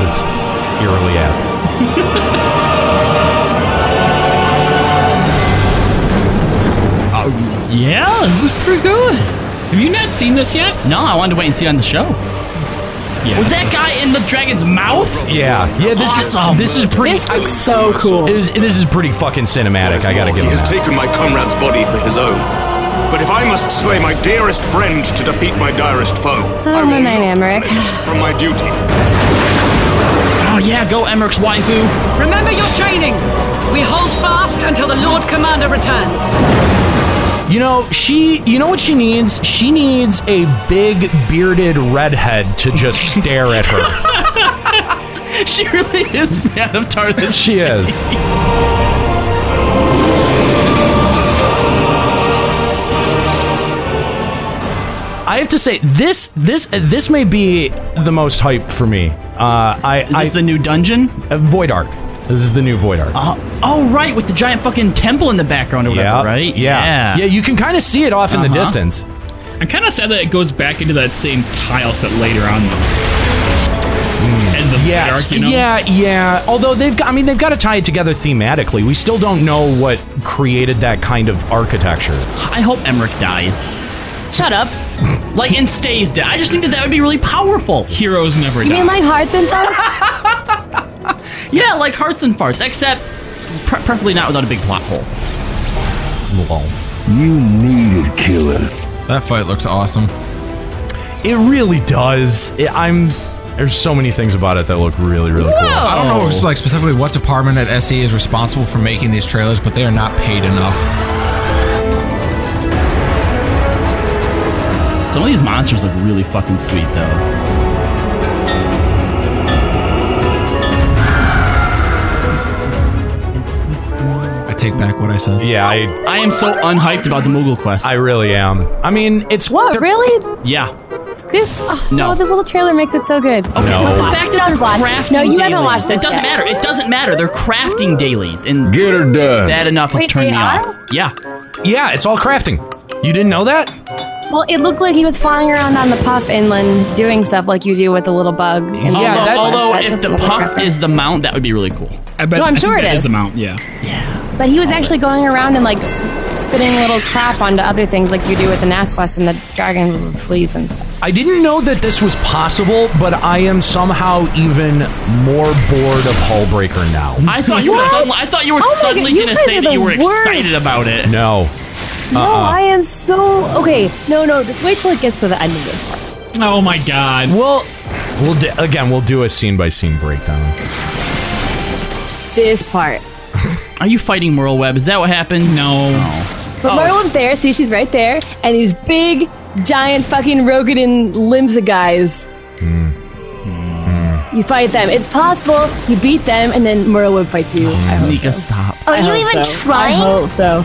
H: this eerily app.
E: Oh, yeah, this is pretty good. Have you not seen this yet?
A: No, I wanted to wait and see it on the show. Was that guy in the dragon's mouth?
H: Yeah, yeah. This
A: Awesome.
H: is this is pretty. This looks so cool. This, this is pretty fucking cinematic. I gotta
M: He
H: give it.
M: has taken my comrade's body for his own. But if I must slay my dearest friend to defeat my direst foe, I
K: Oh,
M: will
K: my name, Emmerich.
M: from my duty.
A: Oh yeah, go Emmerich's waifu.
F: Remember your training. We hold fast until the Lord Commander returns.
H: You know, she. You know what she needs? She needs a big bearded redhead to just stare at her.
A: she really is mad of Tarzan.
H: She is. I have to say this this uh, this may be the most hype for me. Uh, I is
A: this the new dungeon?
H: Uh, Void Arc. This is the new Void Arc.
A: Uh, oh right, with the giant fucking temple in the background or whatever,
H: yeah.
A: right?
H: Yeah.
A: Yeah.
H: You can kind of see it off in the
E: Uh-huh.
H: distance.
E: I'm kind of sad that it goes back into that same tile set later on, though.
K: Hmm.
E: As the
H: Yes.
E: Ark, you know?
H: Yeah, yeah. Although they've got, I mean, they've got to tie it together thematically. We still don't know what created that kind of architecture.
A: I hope Emmerich dies. Shut up. Like and stays dead. I just think that that would be really powerful.
E: Heroes never
K: You mean like hearts and stuff?
A: yeah, like hearts and farts, except pre- preferably not without a big plot hole.
I: You needed killing. That fight looks awesome.
H: It really does. I- I'm. There's so many things about it that look really, really cool.
I: I don't know like specifically what department at SE is responsible for making these trailers, but they are not paid enough.
A: Some of these monsters look really fucking sweet though.
I: I take back what I said.
H: Yeah, I.
A: I am so unhyped about the Moogle Quest. I
H: really am. I mean, it's
K: what really?
A: Yeah.
K: This oh,
A: No.
K: oh, this little trailer makes it so good. Okay,
A: No. the fact that they're crafting
K: No, Oh, you
A: dailies.
K: haven't watched this.
A: It doesn't
K: yet.
A: matter. It doesn't matter. They're crafting dailies, and
L: get her done.
A: That enough has
K: Wait,
A: turned
K: they
A: me off. Yeah.
H: Yeah, it's all crafting. You didn't know that?
K: Well, it looked like he was flying around on the puff inland doing stuff like you do with the little bug. in the
A: although,
K: Lost Quest.
A: although
K: That
A: if
K: doesn't
A: the
K: look
A: puff
K: interesting.
A: is the mount, that would be really cool.
E: I bet.
K: No, I'm
E: I
K: sure
E: think
K: it
E: that
K: is.
E: is the mount. Yeah.
K: But he was actually going around and like spitting little crap onto other things like you do with the Nath Quest and the dragons with fleas and stuff.
H: I didn't know that this was possible, but I am somehow even more bored of Hallbreaker now.
A: I thought you were.
K: What?
A: Suddenly, I thought you were
K: Oh my
A: suddenly
K: God, you
A: gonna
K: guys
A: say
K: are
A: that you
K: the
A: were
K: worst.
A: excited about it.
H: No. Uh-uh.
K: No, Oh, I am so okay. No, no, just wait till it gets to the end of this part.
E: Oh my god.
H: Well, we'll d- again, we'll do a scene by scene breakdown.
K: This part.
A: Are you fighting Whirlweb? Is that what happens?
E: No.
K: But Marvel's there. See, she's right there, and these big, giant, fucking Rogadin limbs of guys. Hmm. You fight them. It's possible you beat them, and then Merlin fights you. I hope
A: Nika, stop.
K: Are Oh, you even trying? I hope so.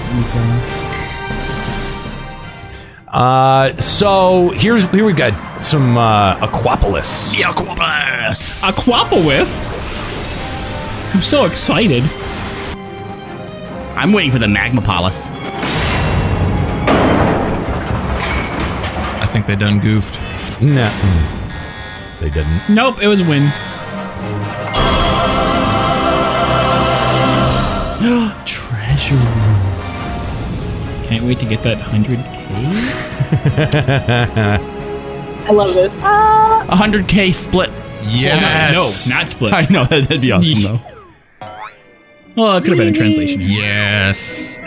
H: Uh, so here's here we've got some uh, Aquapolis.
A: Aquapolis.
E: A quapple with. I'm so excited.
A: I'm waiting for the Magmapolis.
I: I think they done goofed.
H: No, they didn't.
E: Nope, it was a win. Can't wait to get that 100k.
K: I love this. Ah!
A: 100k split.
E: Yes. no, not split.
A: I know that, that'd be awesome though.
E: Well, it could have been a translation.
A: Yes.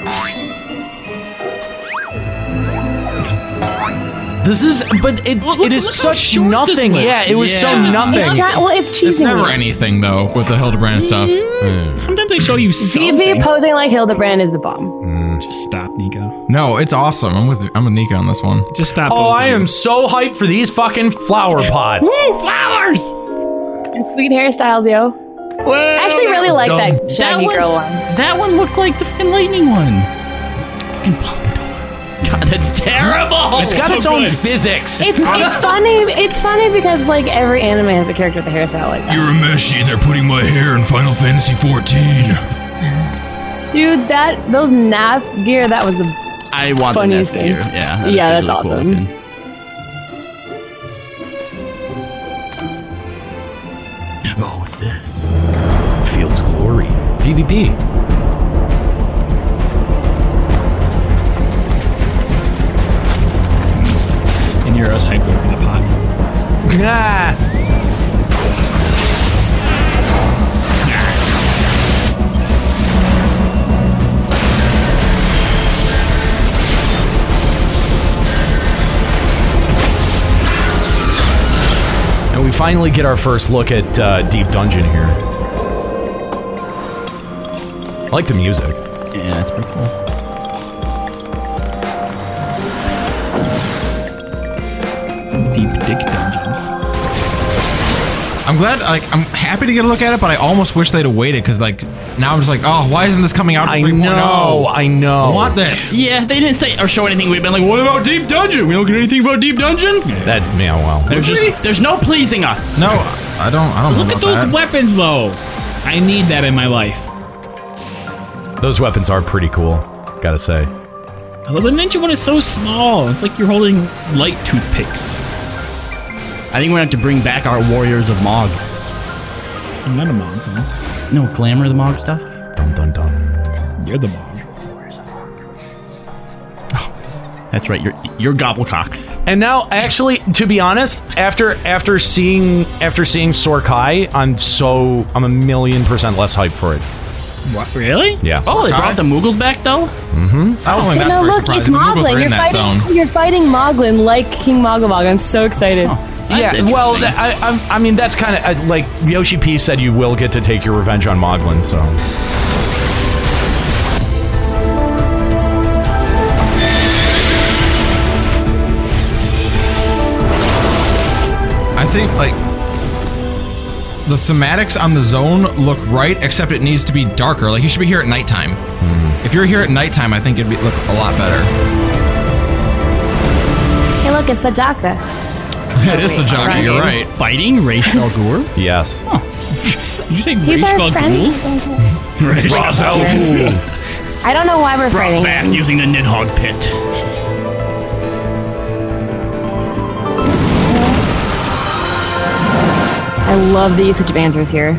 H: This is, but it, it is such nothing. Yeah, it was so nothing.
K: It's not- well, it's Mm-hmm. cheesy.
I: It's never anything though with the Hildebrand stuff.
H: Mm.
E: Sometimes they show you
K: CV posing like Hildebrand is the bomb.
E: Just stop, Nico.
I: No, it's awesome. I'm with I'm with Nika on this one.
E: Just stop.
H: Oh, I am so hyped for these fucking flower pots.
E: Woo, flowers!
K: And sweet hairstyles, yo. I actually really like that shaggy
A: one,
K: girl one.
A: That one looked like the fucking lightning one. Fucking Pompadour. God, that's terrible.
H: It's got its own physics.
K: It's it's funny. It's funny because like every anime has a character with a hairstyle like that.
C: Urameshi, they're putting my hair in Final Fantasy 14.
K: Dude, that those nav gear that was the
A: I want the
K: funniest
A: next
K: thing.
A: year. Yeah. that
K: yeah,
A: is
K: that's
A: really cool
K: awesome.
A: looking. Oh, what's this?
H: Fields Glory. PvP.
E: And you're us hyped over the pot.
H: Ah. And we finally get our first look at uh, Deep Dungeon here. I like the music.
A: Yeah, it's pretty cool.
E: Deep dick dungeon.
I: I'm glad. Like I'm happy to get a look at it, but I almost wish they'd have waited because like now I'm just like, oh, why isn't this coming out?
H: I
I: 3.0?
H: know, I know.
I: I oh? want this.
A: Yeah, they didn't say or show anything. We've been like, what about Deep Dungeon? We don't get anything about Deep Dungeon.
H: That yeah, well.
A: There's just there's no pleasing us.
I: No, I don't. I don't
E: Look
I: know
E: at
I: about
E: those
I: that.
E: weapons, though. I need that in my life.
H: Those weapons are pretty cool, gotta say.
E: I love the ninja one is so small. It's like you're holding light toothpicks.
A: I think we have to bring back our Warriors of Mog.
E: I'm not a mog. though.
A: No glamour of the Mog stuff.
H: Dun dun dun.
E: You're the mog.
A: That's right. You're you're gobblecocks.
H: And now, actually, to be honest, after after seeing after seeing Sorkai, I'm so I'm a million percent less hyped for it.
E: What? Really?
H: Yeah. Mm-hmm.
A: Oh, they brought the Moogles back though.
I: I don't think
K: Hey,
I: that's
K: no,
I: very
K: look, it's
I: surprising. The Moogles were
K: Moglin.
I: in
K: You're
I: that
K: fighting.
I: zone.
K: You're fighting Moglin like King Mogawog. I'm so excited.
A: That's
H: yeah, well,
A: interesting.
H: th- I, I'm- I, mean, that's kind of uh, like Yoshi P said you will get to take your revenge on Moglin, so.
I: I think like the thematics on the zone look right, except it needs to be darker. Like you should be here at nighttime.
H: Hmm.
I: If you're here at nighttime, I think it'd be, look a lot better.
K: Hey, look, it's Sajaka.
I: it is a jockey. You're right.
A: Fighting Ra's al Ghul.
H: Yes.
E: Did you say
K: He's
E: Rage
K: our
E: Bug
K: friend.
E: Ghoul?
H: Ra's al Ghul.
K: I don't know why we're fighting.
A: Back using the Nidhogg pit.
K: I love the usage of answers here.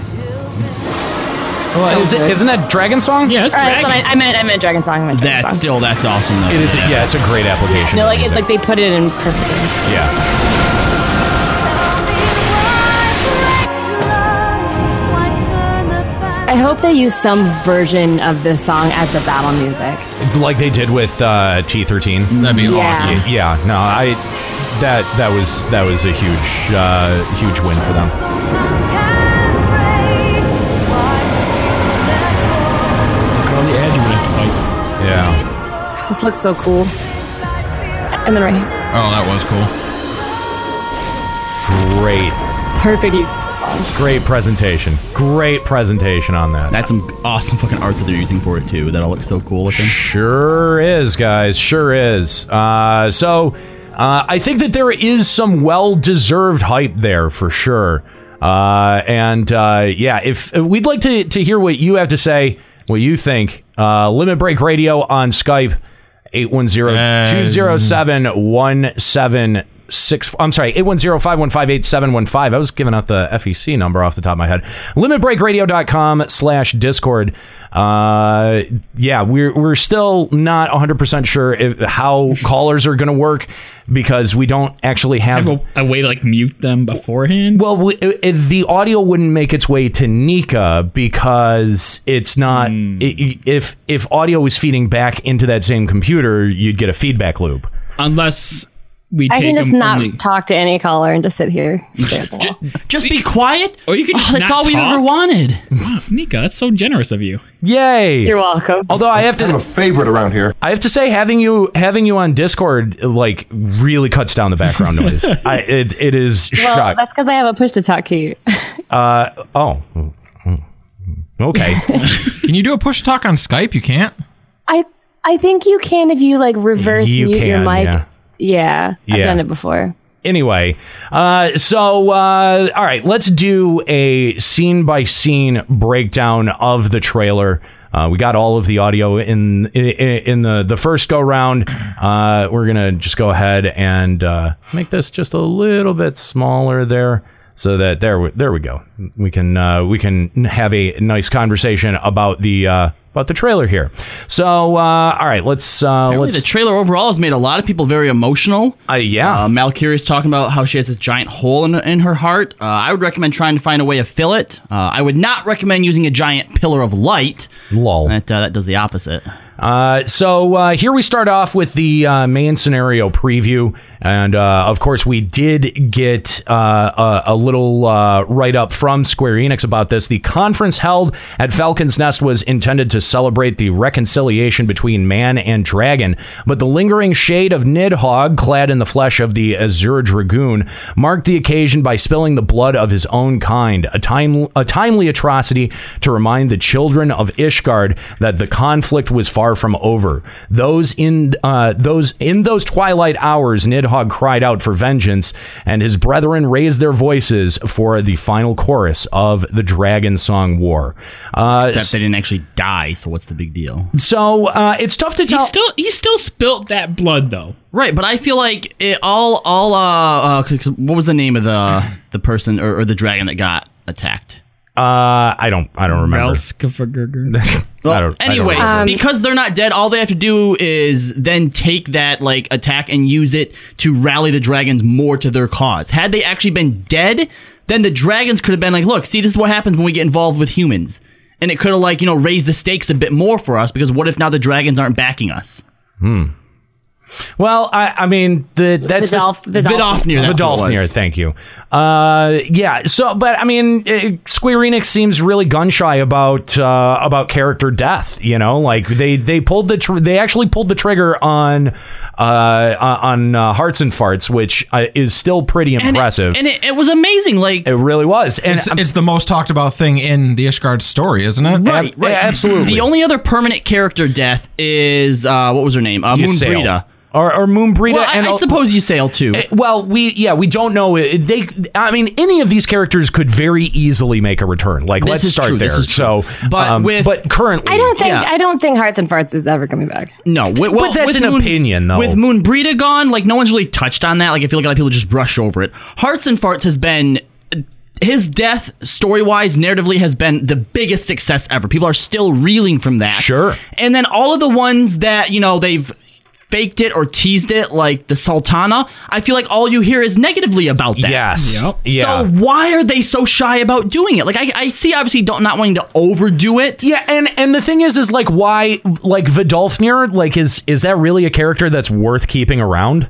H: Well, is it, isn't that Dragon Song?
E: Yeah, that's
K: All right,
E: dragon.
K: so I, I meant I meant Dragon Song. I meant Dragon
A: That's
K: Song.
A: still that's awesome though.
H: It is. Yeah, it's a great application.
K: No,
H: of
K: like it,
H: music.
K: like they put it in perfectly.
H: Yeah.
K: I hope they use some version of this song as the battle music.
H: Like they did with uh, T13.
I: That'd be
K: Yeah.
I: awesome.
H: Yeah. No, I. That that was that was a huge uh, huge win for them.
E: Look at all the ads you would have to fight.
H: Yeah.
K: This looks so cool. And then right here,
I: Oh, that was cool.
H: Great.
K: perfect use of the song.
H: Great presentation. Great presentation on that.
A: That's some awesome fucking art that they're using for it too. That all looks so cool looking.
H: Sure is, guys. Sure is. Uh, so uh, I think that there is some well deserved hype there for sure. Uh, and uh, yeah, if we'd like to, to hear what you have to say, what you think, uh, Limit Break Radio on Skype, 810 207 17. six. I'm sorry, eight one zero five one five eight seven one five. I was giving out the FEC number off the top of my head. Limitbreakradio.com slash Discord. Uh, yeah, we're we're still not 100 percent sure if, how callers are going to work because we don't actually have,
E: a, way to like mute them beforehand.
H: Well, we, it, it- the audio wouldn't make its way to Nika because it's not.
E: Hmm.
H: i- i- if if audio was feeding back into that same computer, you'd get a feedback loop.
E: Unless we
K: I can just not talk to any caller and just sit here.
A: Just be quiet.
E: Or you could
A: Oh,
E: just
A: that's
E: not
A: all we
E: talk.
A: ever wanted.
E: Wow, Nika, that's so generous of you.
H: Yay!
K: You're welcome.
H: Although I have to
E: Kind
H: a favorite around here. I have to say having you having you on Discord like really cuts down the background noise. I it, it is
K: well,
H: shock.
K: that's because I have a push to talk key.
H: Uh oh. Okay.
I: Can you do a push talk on Skype? You can't.
K: I I think you can if you like reverse
H: You
K: mute your
H: can,
K: mic.
H: yeah.
K: Yeah, I've
H: Yeah.
K: done it before.
H: Anyway, uh, so uh, all right, let's do a scene by scene breakdown of the trailer. Uh, we got all of the audio in in, in the the first go round. Uh, we're gonna just go ahead and uh, make this just a little bit smaller there, so that there we- there we go. We can uh, we can have a nice conversation about the uh, about the trailer here. So uh, all right, let's uh,
A: Apparently
H: let's
A: the trailer overall has made a lot of people very emotional.
H: Uh, yeah.
A: Uh, Malkiri's talking about how she has this giant hole in, in her heart. Uh, I would recommend trying to find a way to fill it. Uh, I would not recommend using a giant pillar of light.
H: Lol.
A: That, uh, that does the opposite.
H: Uh, so uh, here we start off with the uh, main scenario preview, and uh, of course we did get uh, a, a little uh, write up from Square Enix about this. The conference held at Falcon's Nest was intended to celebrate the reconciliation between man and dragon, but the lingering shade of Nidhogg, clad in the flesh of the Azure Dragoon, marked the occasion by spilling the blood of his own kind, a, time, a timely atrocity to remind the children of Ishgard that the conflict was far from over. Those in uh, those in those twilight hours, Nidhogg cried out for vengeance, and his brethren raised their voices for the final chorus of the Dragon Song War. Uh,
A: Except they didn't actually die, so what's the big deal?
H: so uh, it's tough to tell.
E: He still he still spilt that blood though.
A: Right, but I feel like it all all uh, uh 'cause what was the name of the the person or, or the dragon that got attacked?
H: Uh, I don't I don't remember.
E: Relskavagerger.
H: I don't- I don't
A: Anyway,
H: remember.
A: because they're not dead, all they have to do is then take that like attack and use it to rally the dragons more to their cause. Had they actually been dead, then the dragons could have been like, "Look, see, this is what happens when we get involved with humans," and it could have like you know raised the stakes a bit more for us. Because what if now the dragons aren't backing us?
H: Hmm. Well, I, I mean the that's
A: Vidolf-
H: the,
A: Vidolf- Vidolfnir, that's what it
H: Vidolfnir,
A: was.
H: thank you. Uh, yeah. So, but I mean, eh, Square Enix seems really gun shy about uh, about character death. You know, like they they pulled the tr- they actually pulled the trigger on uh, on uh, Hearts and Farts, which uh, is still pretty impressive.
A: And it, it was amazing. Like
H: it really was, and
I: it's, it's the most talked about thing in the Ishgard story, isn't it?
A: Right, right. The only other permanent character death is uh, what was her name? Uh,
H: Ysel.
A: Moonbrita.
H: Or, or Moonbrita.
A: Well, I-
H: and
A: I, suppose you sail too.
H: Eh, Well, we yeah, we don't know. Eh, They, I mean, any of these characters could very easily make a return. Like,
A: This
H: let's
A: is
H: start
A: true,
H: there.
A: this is true.
H: So, um,
A: But with-
H: but currently,
K: I don't think
A: Yeah.
K: I don't think Hearts and Farts is ever coming back.
A: No, wi- well,
H: but that's
A: with
H: an
A: Moon-
H: opinion, though.
A: With Moonbrita gone, like no one's really touched on that. Like I feel like a lot of people just brush over it. Hearts and Farts has been his death story wise, narratively has been the biggest success ever. People are still reeling from that. Sure. And then all of the ones that you know they've faked it or teased it, like the Sultana. I feel like all you hear is negatively about that.
H: Yes. Yep. Yeah.
A: So why are they so shy about doing it? Like I, I see, obviously, don't not wanting to overdo it.
H: Yeah, and and the thing is, is like why like Vidolfnir? Like, is is that really a character that's worth keeping around?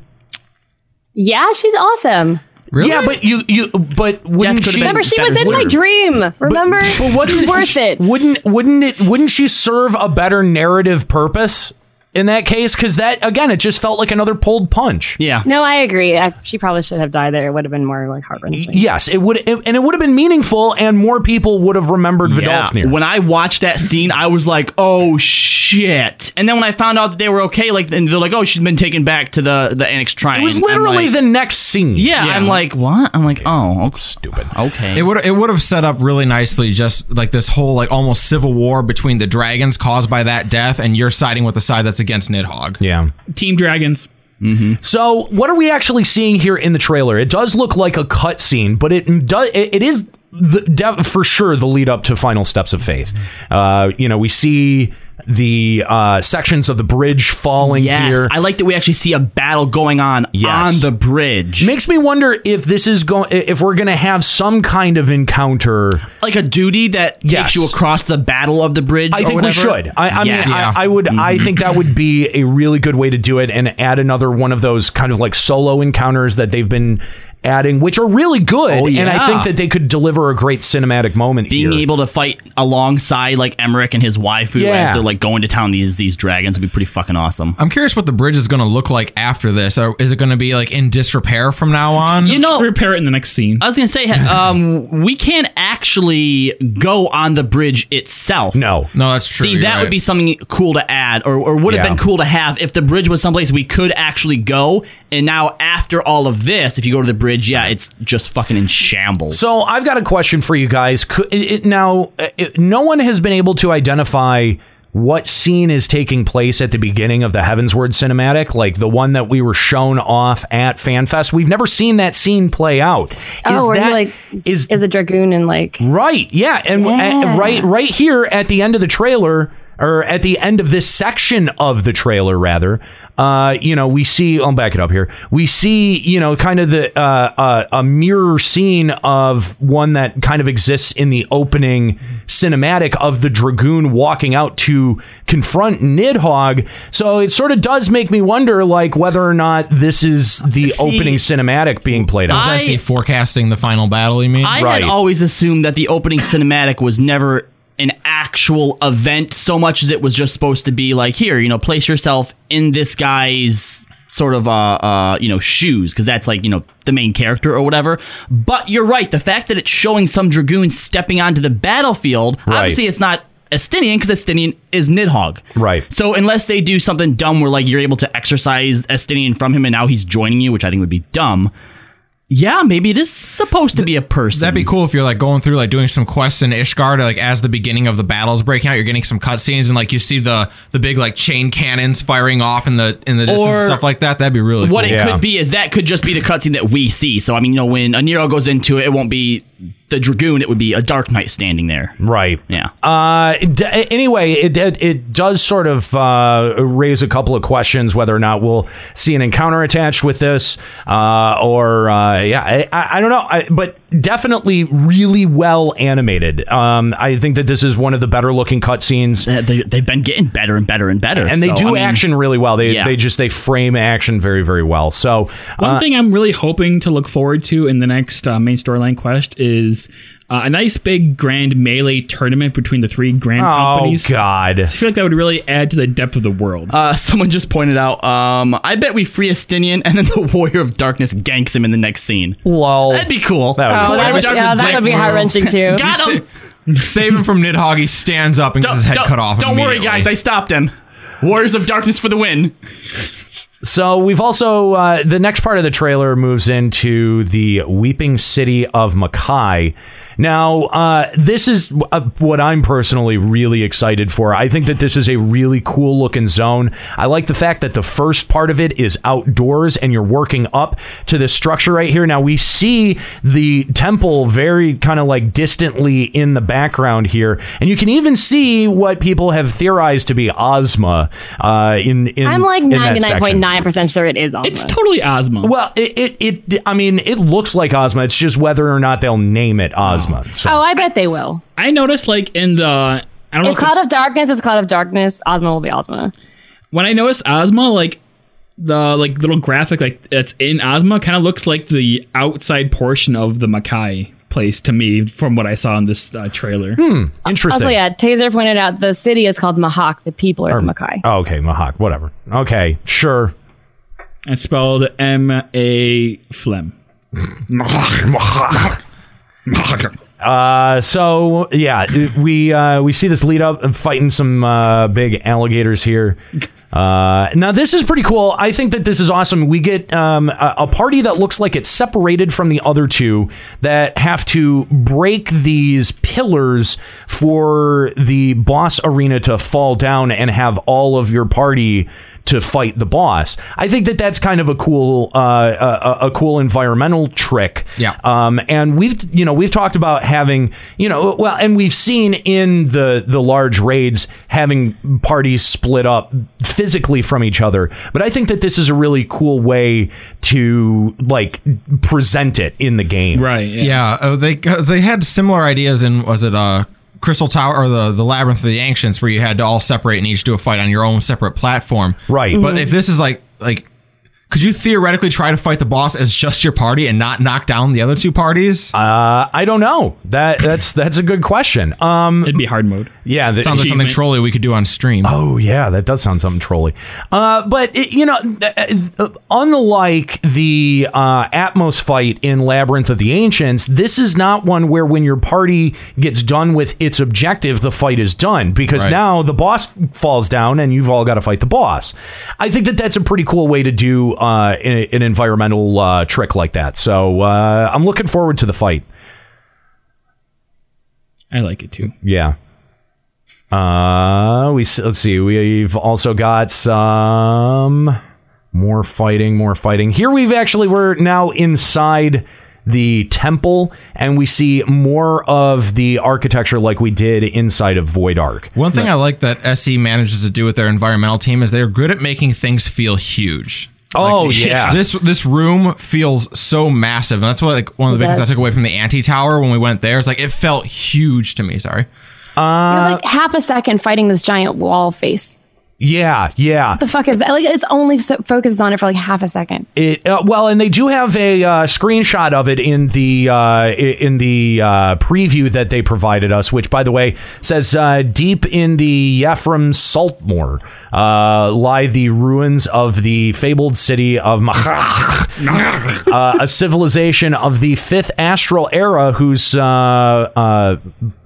K: Yeah, she's awesome.
H: Yeah, but you you but wouldn't she?
K: Remember, she was in my dream. Remember,
H: But wasn't
K: She's worth it.
H: Wouldn't wouldn't it wouldn't she serve a better narrative purpose in that case? Because that again, it just felt like another pulled punch.
A: Yeah.
K: No, I agree. I, she probably should have died there. It would have been more like heartbreaking.
H: Yes, it would, it, and it would have been meaningful, and more people would have remembered
A: Yeah.
H: Vidolfnir.
A: When I watched that scene, I was like, "Oh shit!" And then when I found out that they were okay, like, and they're like, "Oh, she's been taken back to the the annex triangle."
H: It was literally the next scene.
A: Yeah, I'm like, what? I'm like, oh,
H: stupid.
A: Okay.
I: It would it would have set up really nicely, just like this whole like almost civil war between the dragons caused by that death, and you're siding with the side that's against Nidhogg.
H: Yeah,
E: Team Dragons.
A: Mm-hmm.
H: So, what are we actually seeing here in the trailer? It does look like a cutscene, but it does it, it is the, de- for sure the lead up to Final Steps of Faith. Uh, you know, we see the uh, sections of the bridge falling
A: Yes,
H: here.
A: I like that we actually see a battle going on on the bridge.
H: Makes me wonder if this is going if we're going to have some kind of encounter
A: like a duty that
H: Yes.
A: takes you across the battle of the bridge.
H: I
A: or
H: think we
A: whatever. Mm-hmm.
H: should. I, I
A: Yes.
H: mean, I, I would. I think that would be a really good way to do it, and add another one of those kind of like solo encounters that they've been adding, which are really good.
A: Oh,
H: And I
A: yeah.
H: think that they could deliver a great cinematic moment
A: being
H: here.
A: able to fight alongside like Emmerich and his waifu
H: Yeah.
A: as they're like going to town these these dragons would be pretty fucking awesome.
I: I'm curious what the bridge is going to look like after this. Or Is it going to be like in disrepair from now on? You
A: know,
E: repair it in the next scene.
A: I was gonna say, ha- um, we can't actually go on the bridge itself.
H: No,
I: no, that's true.
A: See,
I: you're
A: that
I: right.
A: would be something cool to add, or, or would have
I: Yeah.
A: been cool to have if the bridge was someplace we could actually go. And now, after all of this, if you go to the bridge, yeah, it's just fucking in shambles.
H: So I've got a question for you guys. Could, it, it, now, uh, it- no one has been able to identify what scene is taking place at the beginning of the Heavensward cinematic, like the one that we were shown off at FanFest. We've never seen that scene play out.
K: Oh,
H: is
K: where
H: that
K: he like is is a dragoon and like
H: Right. Yeah, and
K: Yeah.
H: and right right here at the end of the trailer or at the end of this section of the trailer rather, uh, you know, we see I'll back it up here. We see, you know, kind of the uh, uh, a mirror scene of one that kind of exists in the opening cinematic of the dragoon walking out to confront Nidhogg. So it sort of does make me wonder like whether or not this is the
A: See,
H: opening cinematic being played out.
A: I-
I: I see forecasting the final battle. You mean?
A: I had always assumed that the opening cinematic was never an actual event so much as it was just supposed to be like here, you know, place yourself in this guy's sort of uh uh you know shoes because that's like you know the main character or whatever but you're right the fact that it's showing some dragoon stepping onto the battlefield obviously it's not Estinian because Estinian is Nidhogg
H: right
A: so unless they do something dumb where like you're able to exercise Estinian from him and now he's joining you which I think would be dumb yeah maybe it is supposed to be a person
I: That'd be cool if you're like going through like doing some quests in Ishgard, like as the beginning of the battles breaking out, you're getting some cutscenes and like you see the the big like chain cannons firing off in the in the distance
A: Or-
I: stuff like that. That'd be really
A: what
I: cool.
A: it could be is that could just be the cutscene that we see. So I mean, you know, when a Nero goes into it, it won't be the dragoon; it would be a Dark Knight standing there.
H: Right.
A: Yeah.
H: Uh, d- anyway, it, it it does sort of uh, raise a couple of questions whether or not we'll see an encounter attached with this, uh, or uh, yeah, I- I, I don't know, I, but definitely really well animated. Um, I think that this is one of the better looking cutscenes.
A: They, they've been getting better and better and better,
H: and they
A: so,
H: do
A: I mean-
H: action really well. They
A: Yeah.
H: they just they frame action very very well. So
E: One
H: uh,
E: thing I'm really hoping to look forward to in the next uh, main storyline quest is uh, a nice big grand melee tournament between the three grand
A: Oh,
E: companies.
H: God. I
E: feel like that would really add to the depth of the world.
A: Uh, someone just pointed out. Um, I bet we free Estinian, and then the Warrior of Darkness ganks him in the next scene.
H: Lol,
A: that'd be cool.
K: would be Oh, cool. that would- yeah, that would be heart-wrenching too.
A: Got him.
I: Save him from Nidhogg. He stands up and gets his head
A: don't,
I: cut off.
A: Don't worry,
I: immediately.
A: guys. I stopped him. Warriors of Darkness for the win.
H: So we've also uh, the next part of the trailer moves into the weeping city of Makai. Now, uh, this is uh, what I'm personally really excited for. I think that this is a really cool looking zone. I like the fact that the first part of it is outdoors and you're working up to this structure right here. Now we see the temple very kind of like distantly in the background here, and you can even see what people have theorized to be Ozma uh, in in.
K: I'm like
H: in that
K: ninety nine
H: section.
K: point nine percent sure it is Ozma.
E: It's totally Ozma.
H: Well, it, it it I mean, it looks like Ozma. It's just whether or not they'll name it Ozma. So-
K: Oh, I bet they will.
E: I noticed like in the I don't know
K: If
E: if it's-
K: Cloud of Darkness is Cloud of Darkness, Ozma will be Ozma.
E: when I noticed Ozma, like the like little graphic like that's in Ozma kind of looks like the outside portion of the Makai place to me from what I saw in this uh, trailer.
H: Hmm,
K: Also,
H: interesting.
K: yeah, Taser pointed out the city is called Mahak. The people are
H: Or-
K: Makai.
H: Oh, okay, Mahak, whatever. Okay, sure.
E: It's spelled M A Flem.
H: Uh, so yeah, we uh, we see this lead up and fighting some uh, big alligators here. Uh, now this is pretty cool. I think that this is awesome. We get um, a, a party that looks like it's separated from the other two that have to break these pillars for the boss arena to fall down and have all of your party to fight the boss. I think that that's kind of a cool, uh, a, a cool environmental trick. Yeah. Um, and we've, you know, we've talked about having, you know, well, and we've seen in the the large raids having parties split up physically from each other. But I think that this is a really cool way to like present it in the game.
E: Right.
I: Yeah, uh, they 'cause they had similar ideas in was it uh Crystal Tower or the the Labyrinth of the Ancients where you had to all separate and each do a fight on your own separate platform.
H: Right.
I: But
H: Mhm.
I: if this is like like could you theoretically try to fight the boss as just your party and not knock down the other two parties?
H: Uh, I don't know. That that's that's a good question. Um,
E: it'd be hard mode.
H: Yeah, the
I: sounds like something
H: achievement.
I: trolly we could do on stream.
H: Oh yeah, that does sound something trolly. Uh, but it, you know, th- uh, unlike the uh, Atmos fight in Labyrinth of the Ancients, this is not one where when your party gets done with its objective, the fight is done because
N: Right.
H: now the boss falls down and you've all got to fight the boss. I think that that's a pretty cool way to do uh, an, an environmental uh, trick like that. So uh, I'm looking forward to the fight.
E: I like it too.
H: Yeah. Uh, we s- let's see. We've also got some more fighting, more fighting. Here we've actually we're now inside the temple, and we see more of the architecture like we did inside of Void Arc.
I: One thing I like that SE manages to do with their environmental team is they're good at making things feel huge.
H: Oh, yeah.
I: This this room feels so massive. And that's what like one of
K: It
I: the big things I
K: does.
I: took away from the anti tower when we went there. It's like it felt huge to me, sorry.
K: You're like half a second fighting this giant wall face.
H: Yeah, yeah.
K: What the fuck is that? Like it's only so- focused on it for like half a second.
H: It uh, well, and they do have a uh, screenshot of it in the uh, i- in the uh, preview that they provided us, which, by the way, says uh, deep in the Ephraim Saltmoor uh, lie the ruins of the fabled city of Machach, uh, a civilization of the fifth astral era, whose uh, uh,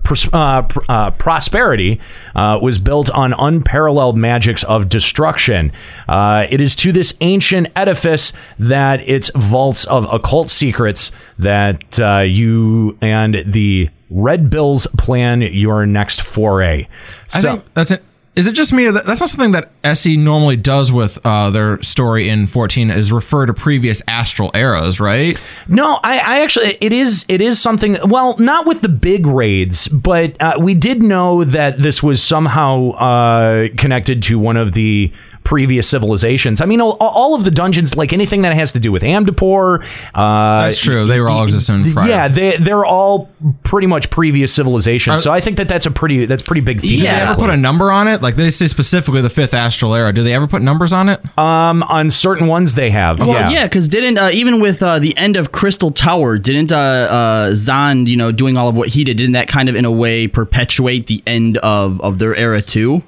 H: pros- uh, pr- uh, prosperity uh, was built on unparalleled magics of destruction. Uh, it is to this ancient edifice that its vaults of occult secrets that uh, you and the Red Bills plan your next foray.
I: I think that's it. Is it just me? or that- That's not something that SE normally does with uh, their story in 14 is refer to previous astral eras, right?
H: No, I, I actually it is it is something. Well, not with the big raids, but uh, we did know that this was somehow uh, connected to one of the previous civilizations. I mean, all, all of the dungeons, like anything that has to do with Amdapur. Uh,
I: That's true. They were all existing prior.
H: Yeah, they they're all pretty much previous civilizations.
I: Are-
H: so I think that that's a pretty that's a pretty big.
I: Do
H: Theme
I: they ever put a number on it? Like they say specifically the fifth astral era. Do they ever put numbers on it?
H: Um, on certain ones they have.
A: Well, yeah, because didn't uh, even with uh, the end of Crystal Tower, didn't uh, uh, Zahn, you know, doing all of what he did, didn't that kind of in a way perpetuate the end of of their era too?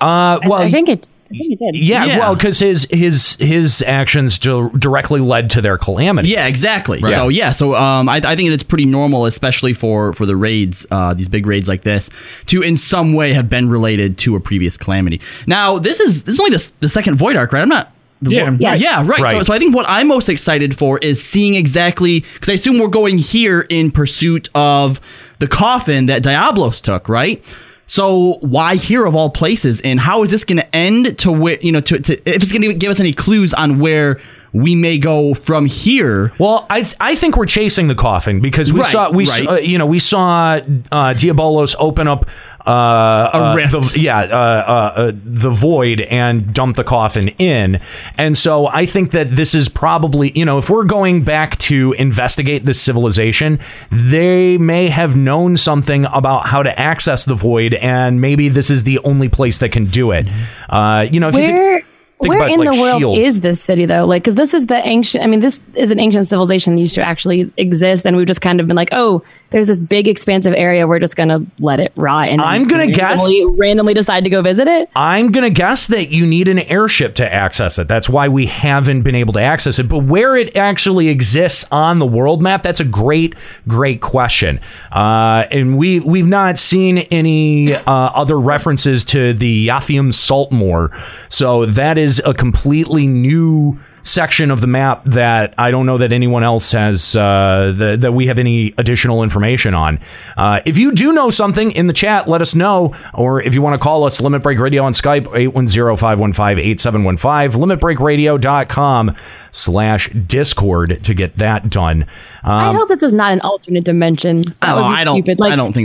H: Uh, well,
K: I think it. I think it did.
H: Yeah, well, because his his his actions di- directly led to their calamity.
A: Yeah, exactly. So yeah, so um, I, I think it's pretty normal, especially for for the raids, uh, these big raids like this, to in some way have been related to a previous calamity. Now this is this is only the, s- the second void arc, right? I'm not. the
E: Yeah,
A: Vo-
E: Yes.
A: yeah, right. So,
E: Right.
A: so I think what I'm most excited for is seeing exactly because I assume we're going here in pursuit of the coffin that Diablos took, right? So why here of all places, and how is this going to end? To where you know, to, to if it's going to give us any clues on where we may go from here.
H: Well, I th- I think we're chasing the coffin because we
A: Right,
H: saw we
A: right.
H: saw, you know we saw uh, Diabolos open up uh, uh,
A: rift.
H: The, yeah, uh, uh, uh, the void and dump the coffin in, and so I think that this is probably you know if we're going back to investigate this civilization, they may have known something about how to access the void, and maybe this is the only place that can do it.
A: Mm-hmm.
H: Uh, you know, if you
K: where
H: think, think
K: where
H: about,
K: in
H: like,
K: the world
H: Shield.
K: is this city though? Like, because this is the ancient. I mean, this is an ancient civilization that used to actually exist, and we've just kind of been like, oh, there's this big expansive area. We're just gonna let it rot, and then
H: I'm gonna guess-
K: randomly- randomly decide to go visit it.
H: I'm going to guess that you need an airship to access it. That's why we haven't been able to access it. But where it actually exists on the world map, that's a great, great question. Uh, and we, we've not seen any uh, other references to the Yathium Saltmore. So that is a completely new section of the map that I don't know that anyone else has uh, that, that we have any additional information on. Uh, if you do know something in the chat, let us know. Or if you want to call us, Limit Break Radio on Skype, 810-515-8715, limitbreakradio.com slash Discord to get that done.
K: I
H: Um,
K: hope this is not an alternate dimension. That
H: Oh,
K: would be stupid. Like,
H: yeah, no, that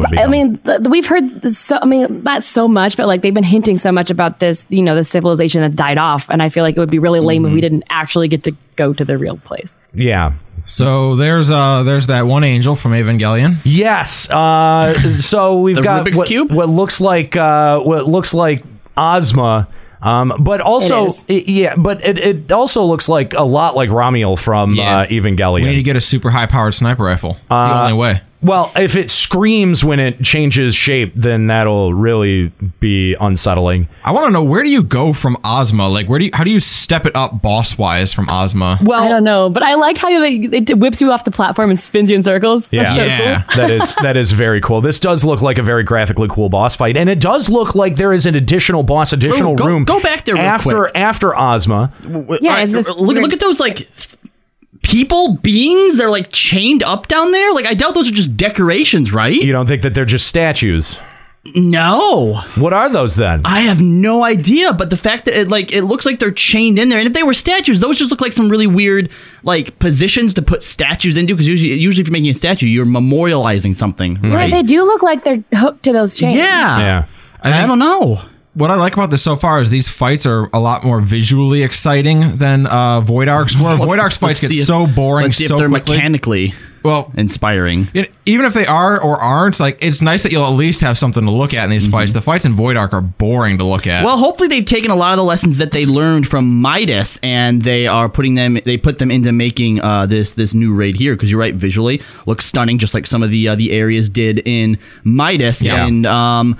H: would be
K: I
H: dumb.
K: mean, th- we've heard th- so. I mean, not so much, but like they've been hinting so much about this. You know, the civilization that died off, and I feel like it would be really lame
H: Mm-hmm.
K: if we didn't actually get to go to the real place.
H: yeah.
I: So there's uh there's that one angel from Evangelion.
H: Yes. Uh, so we've got what, what looks like uh, what looks like Ozma, um, but also
I: is.
H: i- yeah, but it, it also looks like a lot like Ramiel from uh, Evangelion.
I: We need to get a super high powered sniper rifle. It's the
H: Uh,
I: only way.
H: Well, if it screams when it changes shape, then that'll really be unsettling.
I: I want to know where do you go from Ozma? Like where do you how do you step it up boss wise from Ozma?
H: Well,
K: I don't know, but I like how they, it whips you off the platform and spins you in circles.
H: Yeah,
K: That's so cool.
H: that is that is very cool. This does look like a very graphically cool boss fight, and it does look like there is an additional boss, additional
A: Oh, go-
H: room.
A: go back there real
H: after
A: quick.
H: after Ozma.
A: yeah,
K: Yeah, is this
A: look, look at those like th- people beings. They're like chained up down there. Like I doubt those are just decorations, right? You
H: don't think that they're just statues?
A: No.
H: What are those then?
A: I have no idea. But the fact that it like it looks like they're chained in there, and if they were statues, those just look like some really weird like positions to put statues into. Because usually, usually if you're making a statue, you're memorializing something,
H: Hmm.
K: Yeah,
A: right?
K: they do look like they're hooked to those chains.
A: Yeah.
I: I
A: don't know.
I: What I like about this so far is these fights are a lot more visually exciting than uh, Void Arcs were. Void Arcs fights get
A: Let's see if-
I: so boring
A: Let's see
I: so
A: if they're
I: quickly.
A: mechanically
I: well
A: inspiring.
I: You know, even if they are or aren't, like it's nice that you'll at least have something to look at in these fights. The fights in Void Arc are boring to look at.
A: Mm-hmm. Well, hopefully they've taken a lot of the lessons that they learned from Midas, and they are putting them. They put them into making uh, this this new raid here. Because you're right, visually looks stunning, just like some of the uh, the areas did in Midas.
N: Yeah.
A: And um,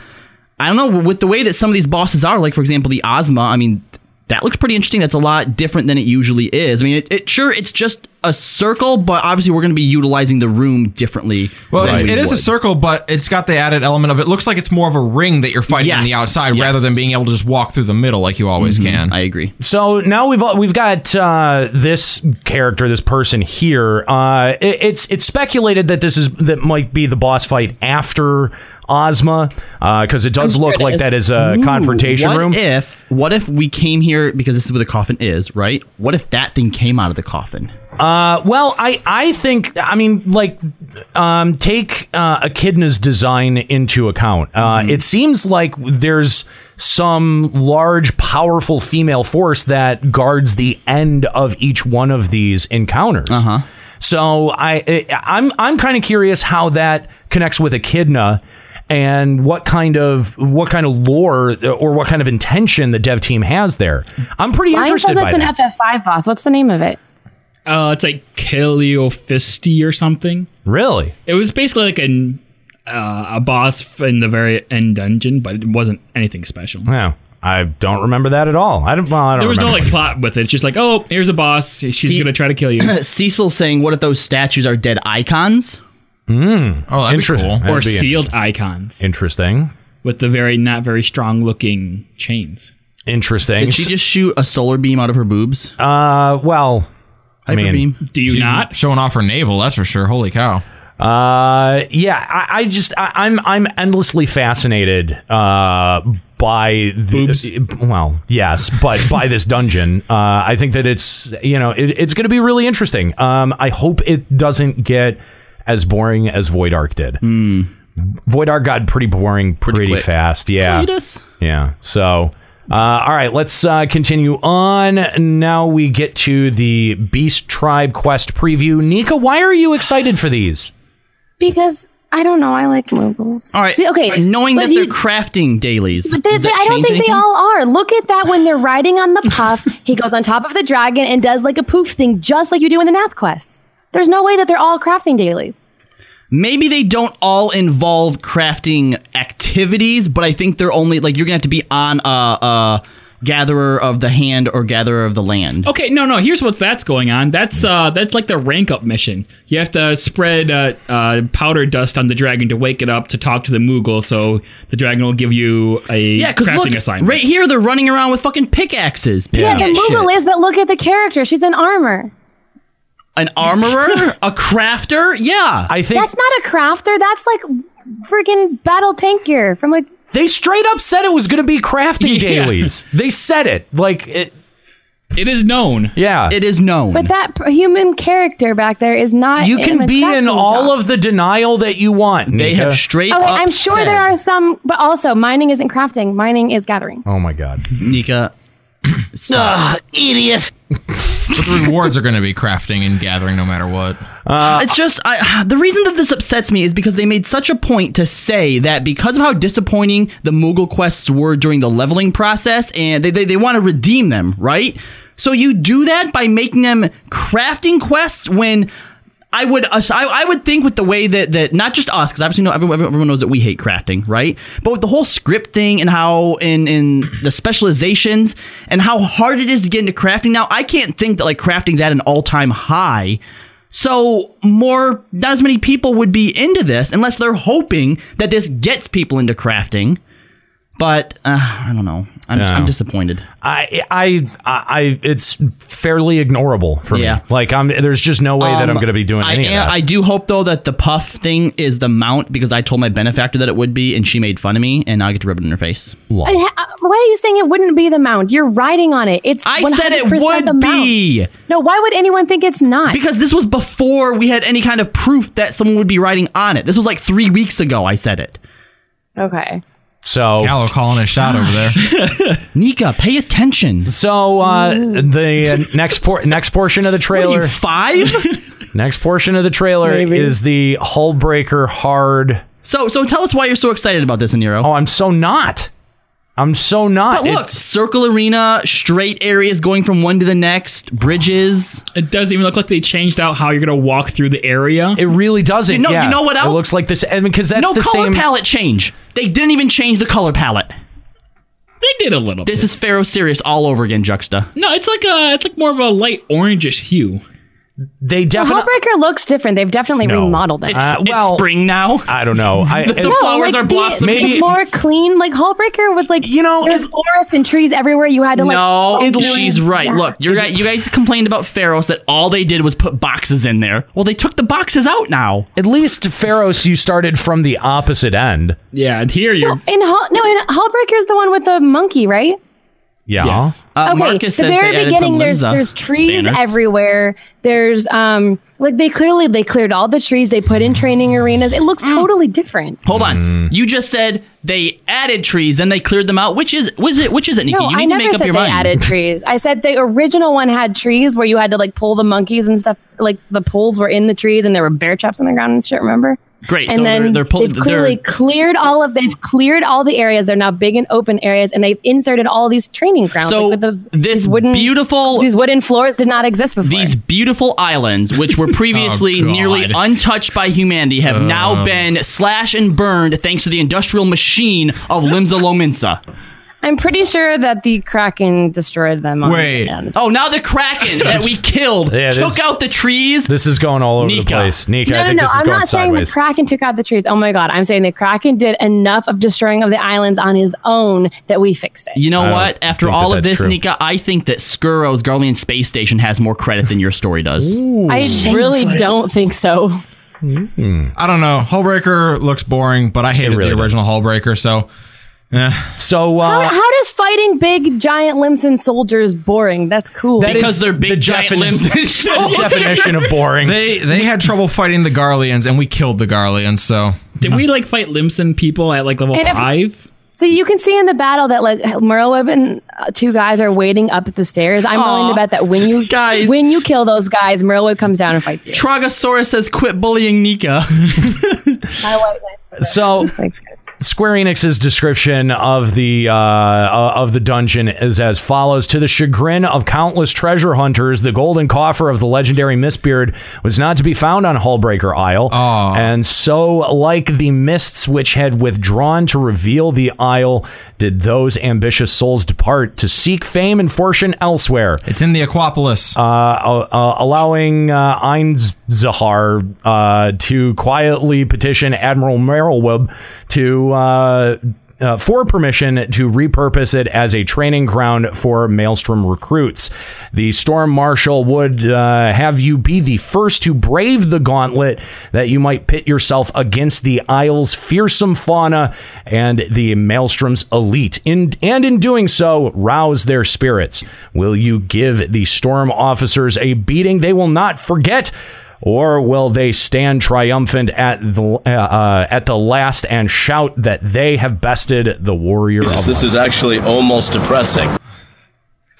A: I don't know with the way that some of these bosses are. Like for example, the Ozma. I mean. th- That looks pretty interesting. That's a lot different than it usually is. I mean, it, it sure it's just a circle, but obviously we're going to be utilizing the room differently.
I: Well,
A: than
I: it-
A: we
I: it is a
A: would.
I: circle, but it's got the added element of it looks like it's more of a ring that you're fighting on the
H: Yes,
I: outside rather than being able to just walk through the middle like you always can.
A: Mm-hmm. I agree.
H: So now we've we've got uh, this character, this person here. Uh, it- it's it's speculated that this is that might be the boss fight after Ozma because Uh, it does look like that is a
A: Ooh,
H: confrontation
A: what
H: room.
A: If what if we came here because this is where the coffin is, right? What if that thing came out of the coffin?
H: Uh, well, I, I think I mean like um, take uh, Echidna's design into account. Uh, It seems like there's some large, powerful female force that guards the end of each one of these encounters. Uh-huh. So I I- I'm I'm kind of curious how that connects with Echidna. And what kind of what kind of lore or what kind of intention the dev team has there? I'm pretty
K: Ryan
H: interested
K: says
H: by
K: it's
H: that.
K: an FF5 boss. What's the name of it?
E: Uh, it's like Calliophiste or something.
H: Really?
E: It was basically like an uh, a boss in the very end dungeon, but it wasn't anything special.
H: Yeah, I don't remember that at all. I don't. Well, I don't.
E: There was
H: remember.
E: no like plot with it. It's just like, oh, here's a boss. She's gonna try to kill you.
A: Cecil saying, "What if those statues are dead icons?"
H: Mm.
I: Oh,
H: interesting.
E: Or
H: That'd be
E: sealed icons
H: Interesting.
E: with the very not very strong looking chains.
H: Interesting.
A: Did she just shoot a solar beam out of her boobs?
H: Uh,
K: e-
H: well, I mean-
E: Do you not
I: showing off her navel? That's for sure. Holy cow!
H: Uh, yeah. I, I just I, I'm I'm endlessly fascinated uh by the, Well, yes, but by this dungeon. Uh, I think that it's you know it, it's going to be really interesting. Um, I hope it doesn't get as boring as Void Arc did.
E: Hmm.
H: Void Arc got pretty boring pretty,
A: quick.
H: fast. Yeah.
A: Cletus?
H: Yeah. So, uh, all right, let's uh, continue on. Now we get to the Beast Tribe quest preview. Nika, why are you excited for these?
K: Because I don't know. I like moguls.
A: All right.
K: See, okay.
A: but Knowing
K: but
A: that
K: you-
A: they're crafting dailies.
K: But, they,
A: does
K: but
A: that
K: I don't
A: change
K: think they
A: anything?
K: all are. Look at that when they're riding on the puff. he goes on top of the dragon and does like a poof thing, just like you do in the Nath quests. There's no way that they're all crafting dailies.
A: Maybe they don't all involve crafting activities, but I think they're only like you're gonna have to be on a, a gatherer of the hand or gatherer of the land.
E: Okay, no, no. Here's what's that's going on. That's uh, that's like the rank up mission. You have to spread uh, uh, powder dust on the dragon to wake it up to talk to the Moogle, so the dragon will give you a
A: Yeah, because
E: crafting
A: look,
E: assignment.
A: right here they're running around with fucking pickaxes.
K: Yeah,
A: Picking
K: the
A: at shit.
K: Moogle is, but look at the character. She's in armor.
A: An armorer, a crafter. Yeah,
H: I
K: That's not a crafter. That's like freaking battle tank gear from like.
H: They straight up said it was going to be crafting dailies. They said it like it.
E: It is known.
H: Yeah,
A: it is known.
K: But that p- human character back there is not.
H: you can
K: a
H: be in
K: crafting
H: all of the denial that you want.
A: They have
H: Nika.
A: straight
K: Okay,
A: up.
K: Oh, I'm sure
A: said-
K: there are some, but also mining isn't crafting. Mining is gathering.
H: Oh my god,
A: Nika.
K: Ugh, Ah, idiot.
I: But the rewards are going to be crafting and gathering no matter what.
A: Uh, it's just I, the reason that this upsets me is because they made such a point to say that because of how disappointing the Moogle quests were during the leveling process, and they they, they want to redeem them, right? So you do that by making them crafting quests when. I would ass- I, I would think with the way that that not just us because obviously no everyone, everyone knows that we hate crafting right but with the whole script thing and how in in the specializations and how hard it is to get into crafting now I can't think that like crafting's at an all time high so more, not as many people would be into this unless they're hoping that this gets people into crafting. But uh, I don't know. I'm, just, I'm
H: Yeah.
A: disappointed.
H: I, I, I, it's fairly ignorable for
A: Yeah.
H: me. Like I'm, there's just no way that I'm
A: Um,
H: going to be doing
A: I,
H: any
A: am-
H: of that.
A: I do hope though that the puff thing is the mount because I told my benefactor that it would be, and she made fun of me, and now I get to rub it in her face.
K: I ha- uh, why are you saying it wouldn't be the mound? You're riding on it. It's
A: I said it
K: 100% the
A: would
K: mound.
A: be
K: No, why would anyone think it's not?
A: because this was before we had any kind of proof that someone would be riding on it. This was like three weeks ago. I said it.
K: okay.
H: So
I: Gallo calling a shot over there.
A: Nika, pay attention.
H: So uh, the uh, next por- next portion of the
A: What are
H: trailer,
A: you five?
H: next portion of the trailer
A: Maybe.
H: is the Hullbreaker hard.
A: so so tell us why you're so excited about this, Nero.
H: Oh, I'm so not. I'm so not.
A: But look,
H: It's-
A: circle arena, straight areas going from one to the next, bridges.
E: It doesn't even look like they changed out how you're gonna walk through the area.
H: It really doesn't.
A: You know- you know what
H: It
A: else?
H: looks like this, and because that's
A: no
H: the
A: color
H: same.
A: palette change. They didn't even change the color palette.
E: They did a little.
A: This is Pharaoh Sirius all over again, Juxta.
E: No, it's like a, it's like more of a light orangish hue.
H: They
K: The
H: definitely.
K: Hellbreaker looks different. They've definitely
H: No.
K: remodeled it.
H: Uh, well,
A: spring now.
H: I don't know. I,
A: The
H: it-
A: flowers
K: like
A: are
K: the-
A: blossoming.
K: It's
H: Maybe-
K: more clean. Like Hallbreaker was like you know, there's forests and trees everywhere. You had to like Oh,
A: No,
K: go through
A: she's
K: and-
A: right.
K: Yeah.
A: Look, you guys, you guys complained about Pharos that all they did was put boxes in there. Well, they took the boxes out now.
H: At least Pharos, you started from the opposite end.
E: Yeah, and here you're.
K: in Hall, no, in Hallbreaker's the one with the monkey, right?
H: Yeah.
A: Uh,
K: okay,
A: Marcus
K: the
A: says they
K: very
A: added
K: beginning
A: some
K: there's
A: Limsa
K: there's trees
A: banners.
K: everywhere. There's um like they clearly they cleared all the trees. They put in training arenas. It looks
A: Mm.
K: totally different.
A: Hold on.
H: Hmm.
A: You just said they added trees, then they cleared them out. Which is was it? Which is it, Nikki?
K: no,
A: you
K: I
A: need
K: never
A: to make up
K: said
A: your
K: they
A: mind.
K: added trees. I said the original one had trees where you had to like pull the monkeys and stuff. Like the poles were in the trees and there were bear traps on the ground and shit. Remember?
A: Great.
K: And
A: so
K: then
A: they're, they're pulling.
K: they've clearly cleared all of they've cleared all the areas. They're now big and open areas, and they've inserted all these training grounds.
A: So
K: like, with the,
A: this
K: these wooden
A: beautiful
K: these wooden floors did not exist before.
A: These beautiful islands, which were previously
H: Oh,
E: God.
A: nearly untouched by humanity, have now
E: Um.
A: been slashed and burned thanks to the industrial machine of Limsa Lominsa.
K: I'm pretty sure that the Kraken destroyed them. On
A: Wait. Oh, now the Kraken that we killed
H: Yeah,
A: took
H: this-
A: out the trees.
H: This is going all over the place. Nika,
K: No,
H: I
K: no,
H: think
K: no!
H: this is
K: I'm
H: going
K: not saying
H: sideways.
K: the Kraken took out the trees. Oh my God! I'm saying the Kraken did enough of destroying of the islands on his own that we fixed it.
A: You know
H: Oh, I don't
A: what? After
H: think that
A: all of
H: that's
A: this,
H: true.
A: Nika, I think that Skuro's Garlean space station has more credit than your story does.
K: I really don't think so.
H: Hmm.
I: I don't know. Hullbreaker looks boring, but I hated the original Hullbreaker, so. eh.
H: So
K: How, how does fighting big giant limbs and soldiers boring? That's cool.
A: because they're big giant limbs and shoulders.
H: of boring.
I: They they had trouble fighting the Garleans, and we killed the Garleans. So
E: Did we like fight Limson people at like level
K: And if-
E: five?
K: So you can see in the battle that like Merlweb and uh, two guys are waiting up at the stairs. I'm willing to bet that when you guys when you kill those guys, Merlweb comes down and fights you.
A: Tragosaurus says, "Quit bullying Nika."
K: My white knight.
H: So Square Enix's description of the uh, uh, of the dungeon is as follows: To the chagrin of countless treasure hunters, the golden coffer of the legendary Mistbeard was not to be found on Hullbreaker Isle, and so, like the mists which had withdrawn to reveal the isle, did those ambitious souls depart to seek fame and fortune elsewhere.
I: It's in the Aquapolis,
H: uh, uh, uh, allowing uh, Ein Zahar uh, to quietly petition Admiral Merrillweb to. Uh, uh, for permission to repurpose it as a training ground for Maelstrom recruits. The Storm Marshal would uh, have you be the first to brave the gauntlet that you might pit yourself against the Isle's fearsome fauna and the Maelstrom's elite. In, and in doing so, rouse their spirits. Will you give the Storm officers a beating they will not forget? or will they stand triumphant at the uh, uh, at the last and shout that they have bested the warrior?
L: This,
H: of
L: this
H: light?
L: is actually almost depressing.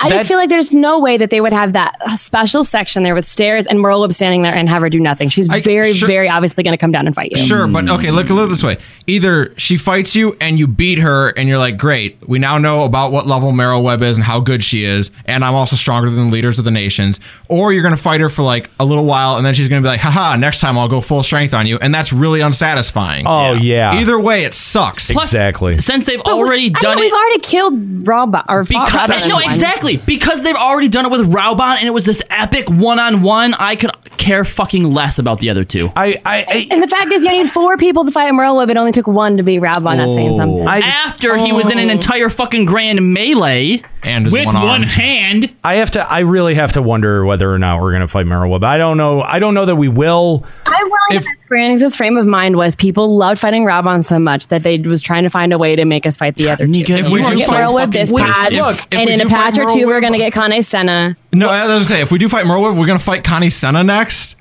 K: I just feel like there's no way that they would have that uh, special section there with stairs and Merlib standing there and have her do nothing. She's very, very obviously going to come down and fight you.
I: Sure, but
H: Mm.
I: okay, look, look this way. Either she fights you and you beat her and you're like, great, we now know about what level Meryl Webb is and how good she is, and I'm also stronger than the leaders of the nations. Or you're going to fight her for like a little while and then she's going to be like, haha, next time I'll go full strength on you. And that's really unsatisfying.
H: Oh, yeah.
I: Either way, it sucks.
A: Plus, Exactly. Since they've already
K: I
A: done
K: know
A: it.
K: We've already killed Robot or fought
A: Because,
K: Raubot
A: no,
K: and one.
A: exactly. Because they've already done it with Raubon and it was this epic one on one, I could care fucking less about the other two.
H: I, I,
K: And the fact is, you need four people to fight Merlib. It only took one to be Raubot. Not
A: Oh.
K: saying something.
A: After he was in
K: Oh.
A: an entire fucking grand melee.
I: And
E: With one, hand.
H: I have to. I really have to wonder whether or not we're going to fight Merrill I don't know. I don't know that we will.
K: I'm willing
H: If-
K: to bet Square Enix's frame of mind was people loved fighting Raubon so much that they was trying to find a way to make us fight the other two.
I: if we
K: we're
I: do
K: gonna get
I: fight
K: Merlweb this
I: fucking-
K: patch,
I: if- look, if
K: and
I: we
K: in a
I: do fight
K: patch or two, we're
I: Merlweb-
K: going to get Kane Senna.
I: No, as I was gonna say, if we do fight Meryl Webb, we're going to fight Connie Senna next.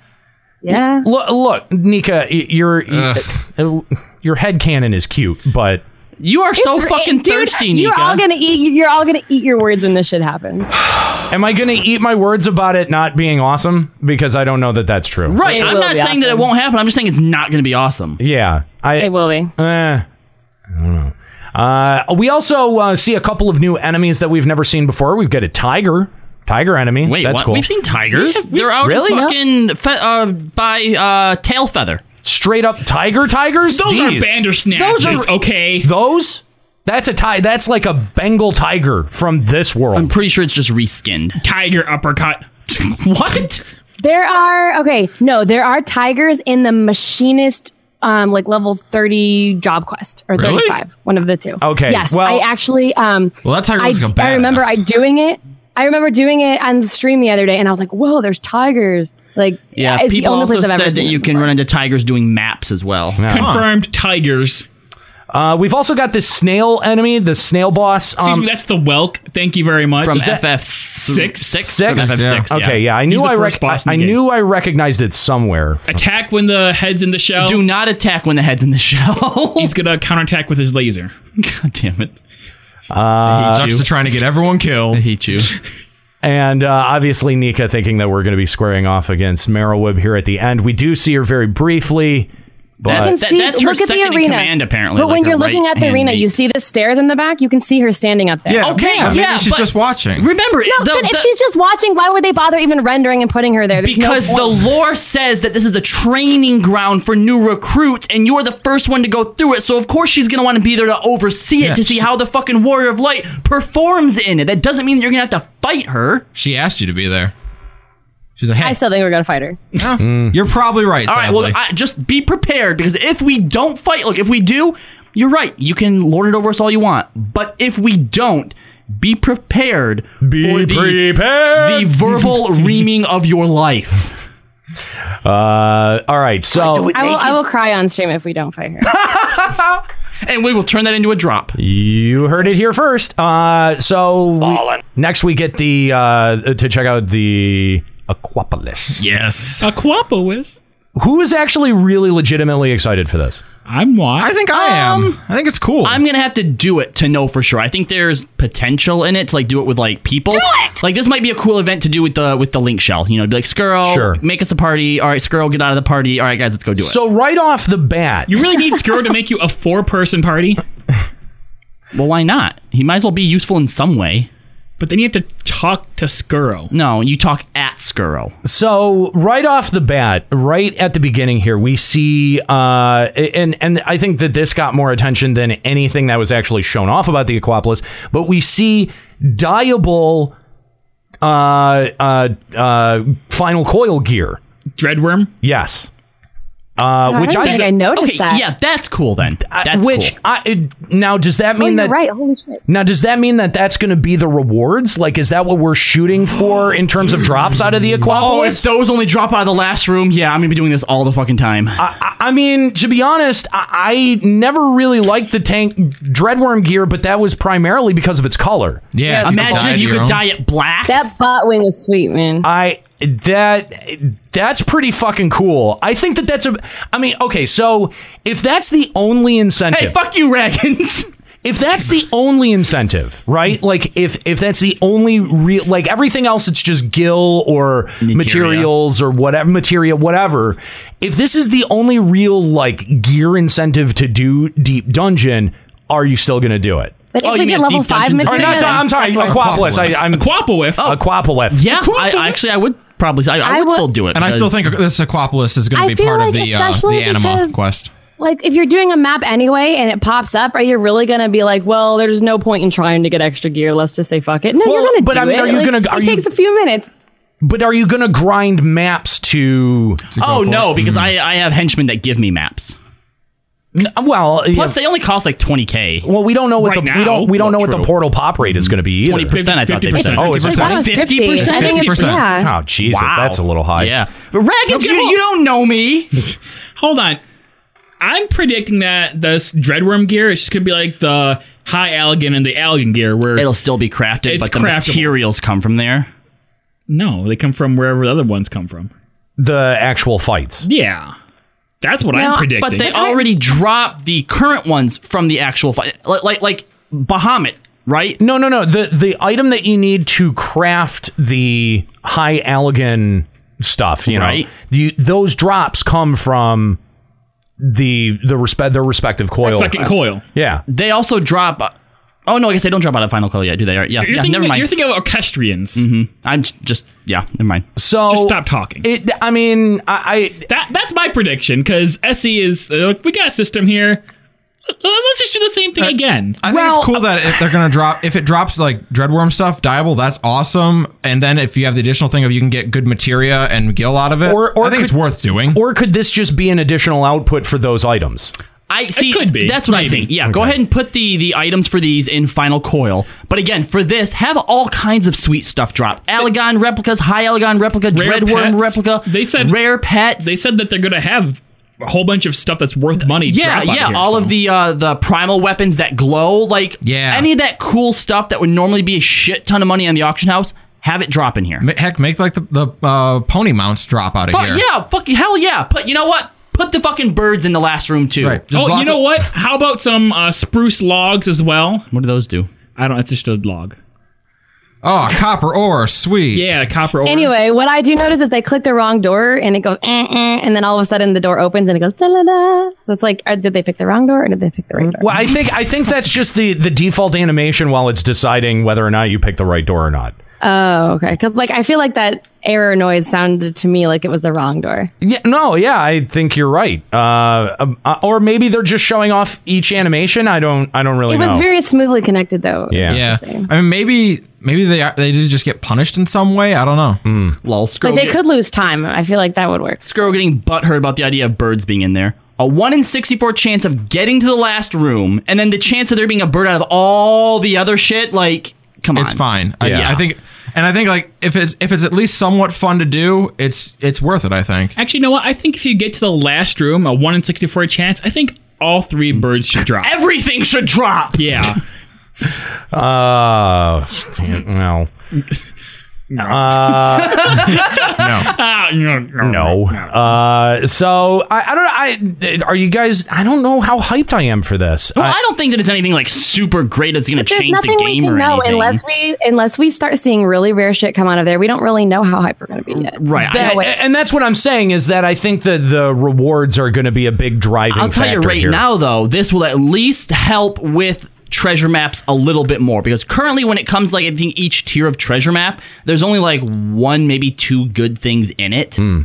K: Yeah.
H: Look, look Nika, y- your your head cannon is cute, but
A: you are
K: It's re- dude, You're all gonna eat. You're all gonna eat your words when this shit happens.
H: Am I going to eat my words about it not being awesome? Because I don't know that that's true.
A: Right. I'm
K: will
A: not
K: be
A: saying that it
K: awesome.
A: won't happen. I'm just saying it's not going to be awesome.
H: Yeah. I, it
K: will be.
H: Eh, I don't know. Uh, we also uh, see a couple of new enemies that we've never seen before. We've got a tiger, tiger enemy.
A: Wait,
H: that's
A: what?
H: cool.
A: We've seen tigers. They're out
H: really?
A: fucking fe- uh, by uh, tail feather.
H: Straight up tiger tigers.
E: Those are bandersnatches,
H: Those are
E: okay.
H: Those. That's a tie. That's like a Bengal tiger from this world. I'm
A: pretty sure it's just reskinned.
E: Tiger uppercut.
A: what?
K: There are okay. No, there are tigers in the machinist, um, like level thirty job quest or
I: Really?
K: thirty-five. One of the two.
I: Okay,
K: Yes,
I: well-
K: I actually. Um,
I: Well, that tiger
K: I,
I: looks like a
K: I remember
I: badass.
K: I doing it. I remember doing it on the stream the other day, and I was like, "Whoa, there's tigers!" Like,
A: Yeah,
K: it's the
A: people
K: only
A: also
K: place I've ever
A: said that
K: seen.
A: you can run into tigers doing maps as well.
E: Confirmed tigers.
H: Uh, we've also got this snail enemy, the snail boss.
E: Excuse
H: um,
E: me, that's the Welk. Thank you very much.
A: From
E: Is that-
A: FF
E: six,
A: six?
H: Six.
E: FF six.
H: Okay, yeah. I knew
E: He's the
H: I,
E: first
H: rec- I,
E: boss in
H: I
E: the game.
H: knew I recognized it somewhere.
E: Attack when the head's in the shell.
A: Do not attack when the head's in the shell.
E: He's gonna counterattack with his laser.
A: God damn it.
H: Uh,
I: Juxta trying to get everyone killed. I
A: hate you.
H: And uh, obviously, Nika thinking that we're going to be squaring off against Merrowib here at the end. We do see her very briefly, but
A: That's- that- that's her second in command, apparently,
K: But
A: like
K: when
A: her
K: you're looking at the
A: right-hand
K: arena, you see the stairs in the back. You can see her standing up there.
A: okay, yeah, but Remember,
K: No,
A: the-
K: but
A: the-
K: if she's just watching, why would they bother even rendering and putting her there? There's no
A: because
K: point.
A: the lore says that this is a training ground for new recruits, and you're the first one to go through it. So of course she's gonna want to be there to oversee it
I: Yeah,
A: to see
I: she-
A: how the fucking Warrior of Light performs in it. That doesn't mean that you're gonna have to fight her.
I: She asked you to be there. She's like, hey,
K: I still think we're gonna fight her.
H: Mm.
I: you're probably right.
A: All right,
I: sadly.
A: well, I, just be prepared because if we don't fight, look, if we do, you're right. You can lord it over us all you want, but if we don't, be prepared be for the,
H: prepared.
A: the verbal reaming of your life.
H: Uh, all right, so
K: I will. I will cry on stream if we don't fight her.
A: and we will turn that into a drop.
H: you heard it here first. Uh, so we- next we get the uh, to check out the Aquapolis.
I: Yes,
E: Aquapolis.
H: Who is actually really legitimately excited for this?
E: I'm not.
A: I think I am. I think it's cool. I'm gonna have to do it to know for sure. I think there's potential in it to like do it with like people. Do it. Like this might be a cool event to do with the with the link shell. You know, be like Skrull,
H: Sure.
A: make us a party. All right, Skrull, get out of the party. All right, guys, let's go do it.
H: So right off the bat,
E: You really need Skrull to make you a four person party?
A: well, why not? He might as well be useful in some way.
E: But then you have to talk to Skrull.
A: No, you talk at Skrull.
H: So right off the bat, right at the beginning here, we see, uh, and and I think that this got more attention than anything that was actually shown off about the Aquapolis. But we see diable, uh, uh, uh, final coil gear,
E: dreadworm.
H: Yes, uh, which
K: don't
H: I,
K: think Oh, I noticed that.
A: that's cool then.
K: That's
H: Uh, which
K: cool.
H: I it- now does that mean that
K: Oh, right? Holy shit!
H: Now, does that mean that that's going to be the rewards? Like, is that what we're shooting for in terms of drops out of the Aquapolis?
A: Oh, if those only drop out of the last room, yeah, I'm gonna be doing this all the fucking time.
H: I, I mean, to be honest, I, I never really liked the tank dreadworm gear, but that was primarily because of its color.
I: Yeah,
A: imagine if you could dye it black.
K: That bot wing was sweet, man.
H: I that that's pretty fucking cool. I think that that's a. I mean, okay, so if that's the only incentive,
A: Hey, fuck you, Raggins.
H: If that's the only incentive, right? Like if if that's the only real, like everything else, it's just gill or materials or whatever material, whatever. If this is the only real like gear incentive to do deep dungeon, are you still going to do it?
K: But
A: oh,
K: if we get level five
H: Or
K: material,
H: not, I'm sorry, Aquapolis. I, I'm
E: Aquapolis.
H: Aquapolis.
A: Yeah, I, I actually I would probably I, I,
K: I
A: would,
K: would-
A: still do it.
I: And I still
A: because-
I: think this Aquapolis is going
K: I
I: to be
K: feel
I: part
K: like
I: of the uh, the
K: especially
I: anima
K: because-
I: quest.
K: like if you're doing a map anyway and it pops up, are you really gonna be like, well, there's no point in trying to get extra gear. Let's just say fuck it. No,
H: Well,
K: you're gonna
H: but
K: do
H: I mean,
K: it.
H: are you
K: Like,
H: gonna- are
K: it
H: you-
K: takes a few minutes.
H: But are you going to grind maps to?
A: Oh no, because I I have henchmen that give me maps.
H: Mm-hmm. well, uh,
A: plus they only cost like 20k.
H: Well, we don't know what the we don't we don't know
A: Well,
H: what the
A: true.
H: portal pop rate is going to be either.
A: 20%, I thought they 50%. said.
H: Oh, is
A: I
H: it
A: thought it was
H: 50%?
A: 50%. I think it's- yeah.
H: Oh, Jesus,
A: Wow.
H: that's a little high.
A: Yeah. But Raggins, you, you don't know me.
E: Hold on. I'm predicting that this dreadworm gear is just gonna be like the high Allegan and the Allegan gear, where
A: it'll still be crafted,
E: It's
A: but the
E: craftable.
A: materials come from there.
E: no, Oh, they come from wherever the other ones come from.
H: The actual fights.
E: Yeah, that's what
A: No,
E: I'm predicting.
A: But they already dropped the current ones from the actual fight. Like like, like Bahamut, right?
H: No, no, no. The the item that you need to craft the high Allegan stuff, you
A: Right.
H: know, you, those drops come from the the respect their respective coil.
E: Second coil.
H: Yeah.
A: They also drop. Oh no, I guess they don't drop out of Final Call yet, do they? Yeah,
E: You're
A: yeah
E: thinking-
A: never mind.
E: you're thinking of Orchestrians.
A: Mm-hmm. I'm j- just yeah, never mind.
H: So
E: just stop talking.
H: It, I mean, I,
E: that that's my prediction because SE is they're like, we got a system here. Uh, Let's just do the same thing again.
I: Uh, I think it's
A: uh,
K: uh,
I: cool that if they're gonna drop, if it drops like dreadworm stuff, diable, that's awesome. And then if you have the additional thing of you can get good materia and gill out of it,
H: Or- or
I: I think
H: could-
I: it's worth doing.
H: Or could this just be an additional output for those items?
A: I see.
E: could be,
A: That's what I
E: maybe.
A: think. Yeah, go ahead and put the the items for these in Final Coil. But again, for this, have all kinds of sweet stuff drop. Allegon replicas, high Allegon replica,
E: Rare
A: Dreadworm
E: pets.
A: replica.
E: They said
A: rare pets.
E: They said that they're gonna have a whole bunch of stuff that's worth money.
A: Yeah,
E: drop out
A: yeah.
E: here,
A: all
E: so.
A: of the uh the primal weapons that glow, like
I: Yeah.
A: any of that cool stuff that would normally be a shit ton of money on the auction house, have it drop in here.
I: Ma- Heck, make like the, the uh, pony mounts drop out of
A: But
I: here.
A: yeah, fucking hell yeah. Put you know what? Put the fucking birds in the last room too.
I: Right. Just
E: Oh,
I: lots
E: you know
I: of-
E: what? How about some uh, spruce logs as well?
A: What do those do?
E: I don't. It's just a log.
I: Oh, copper ore, sweet.
E: Yeah, copper ore.
K: Anyway, what I do notice is they click the wrong door and it goes, eh, eh, and then all of a sudden the door opens and it goes, da la la. So it's like, are, did they pick the wrong door or did they pick the right door?
H: Well, I think I think that's just the the default animation while it's deciding whether or not you pick the right door or not.
K: Oh, okay. Because like I feel like that error noise sounded to me like it was the wrong door.
H: Yeah, no, yeah, I think you're right. Uh, um, uh, or maybe they're just showing off each animation. I don't, I don't really
K: it was
H: know.
K: very smoothly connected though.
H: Yeah.
I: yeah. I mean, maybe maybe they they did just get punished in some way. I don't know.
A: Lol
K: Like
A: scroll.
K: they could lose time. I feel like that would work.
A: Skrull getting butthurt about the idea of birds being in there. A 1 in 64 chance of getting to the last room, and then the chance of there being a bird out of all the other shit, like, come on.
I: It's fine. I,
A: Yeah.
I: I think, and I think like if it's if it's at least somewhat fun to do, it's it's worth it. I think.
E: Actually, you know what? I think if you get to the last room, a one in sixty-four chance, I think all three birds should drop.
A: Everything should drop.
E: yeah.
H: Uh, no. Uh,
E: no.
H: No. Uh, so I, I don't know. I are you guys? I don't know how hyped I am for this.
A: Well, I, don't think that it's anything like super great that's going to
K: There's
A: change the
K: nothing we
A: game
K: can
A: or
K: know
A: anything.
K: unless we unless we start seeing really rare shit come out of there. We don't really know how hype we're going to be yet.
H: Right, That- and that's what I'm saying is that I think that the rewards are going to be a big driving.
A: I'll tell you
H: factor
A: right
H: here.
A: now, though, this will at least help with treasure maps a little bit more because currently, when it comes like I think each tier of treasure map, there's only like one, maybe two good things in it.
I: Hmm.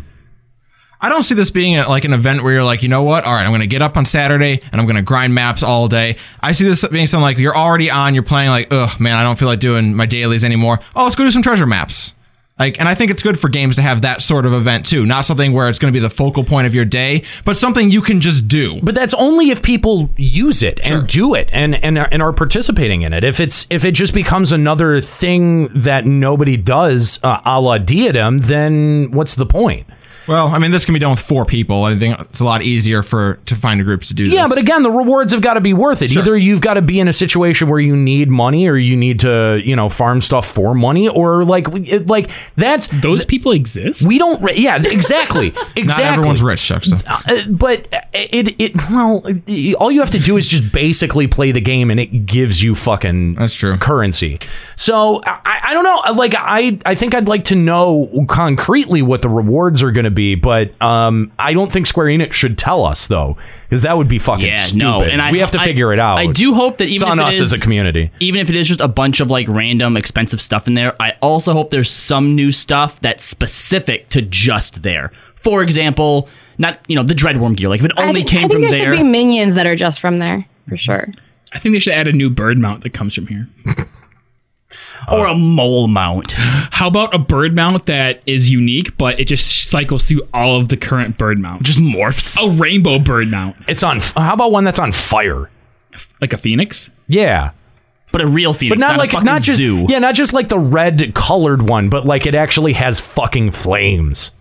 I: I don't see this being a, like an event where you're like, you know what? All right, I'm going to get up on Saturday and I'm going to grind maps all day. I see this being something like you're already on, you're playing like, ugh, man, I don't feel like doing my dailies anymore. Oh, let's go do some treasure maps. Like, and I think it's good for games to have that sort of event too, not something where it's going to be the focal point of your day, but something you can just do.
H: But that's only if people use it and do it and and are- and are participating in it. If it's if it just becomes another thing that nobody does, uh, a la Diadem, then what's the point?
I: Well, I mean, this can be done with four people. I think it's a lot easier for to find groups to do.
H: Yeah,
I: this.
H: but again, the rewards have got to be worth it. Either you've got to be in a situation where you need money, or you need to, you know, farm stuff for money, or like, we- it- like that's those
E: people exist.
H: We don't. re- Yeah, exactly. exactly.
I: not everyone's rich, Shucksta.
H: Uh, but it it well, it- all you have to do is just basically play the game, and it gives you fucking that's
I: true
H: currency. So I, I don't know. uh, Like I I think I'd like to know concretely what the rewards are going to be, but um I don't think Square Enix should tell us though, because that would be fucking
A: Yeah,
H: stupid.
A: no, and I-
H: we have to
A: I-
H: figure it out.
A: I do hope that even
H: it's on
A: if it
H: us as
A: is-
H: a community.
A: Even if it is just a bunch of like random expensive stuff in there, I also hope there's some new stuff that's specific to just there. For example, not you know the dreadworm gear. Like if it
K: I
A: only
K: think,
A: came
K: I think
A: from
K: there,
A: there,
K: should be minions that are just from there for sure.
E: I think they should add a new bird mount that comes from here.
A: or a mole mount.
E: How about a bird mount that is unique, but it just cycles through all of the current bird mount?
A: Just morphs.
E: A rainbow bird mount.
H: It's on. How about one that's on fire?
E: Like a phoenix?
H: Yeah.
A: but a real phoenix,
H: but not,
A: a
H: like
A: fucking
H: not just
A: zoo.
H: yeah, not just like the red colored one, but like it actually has fucking flames.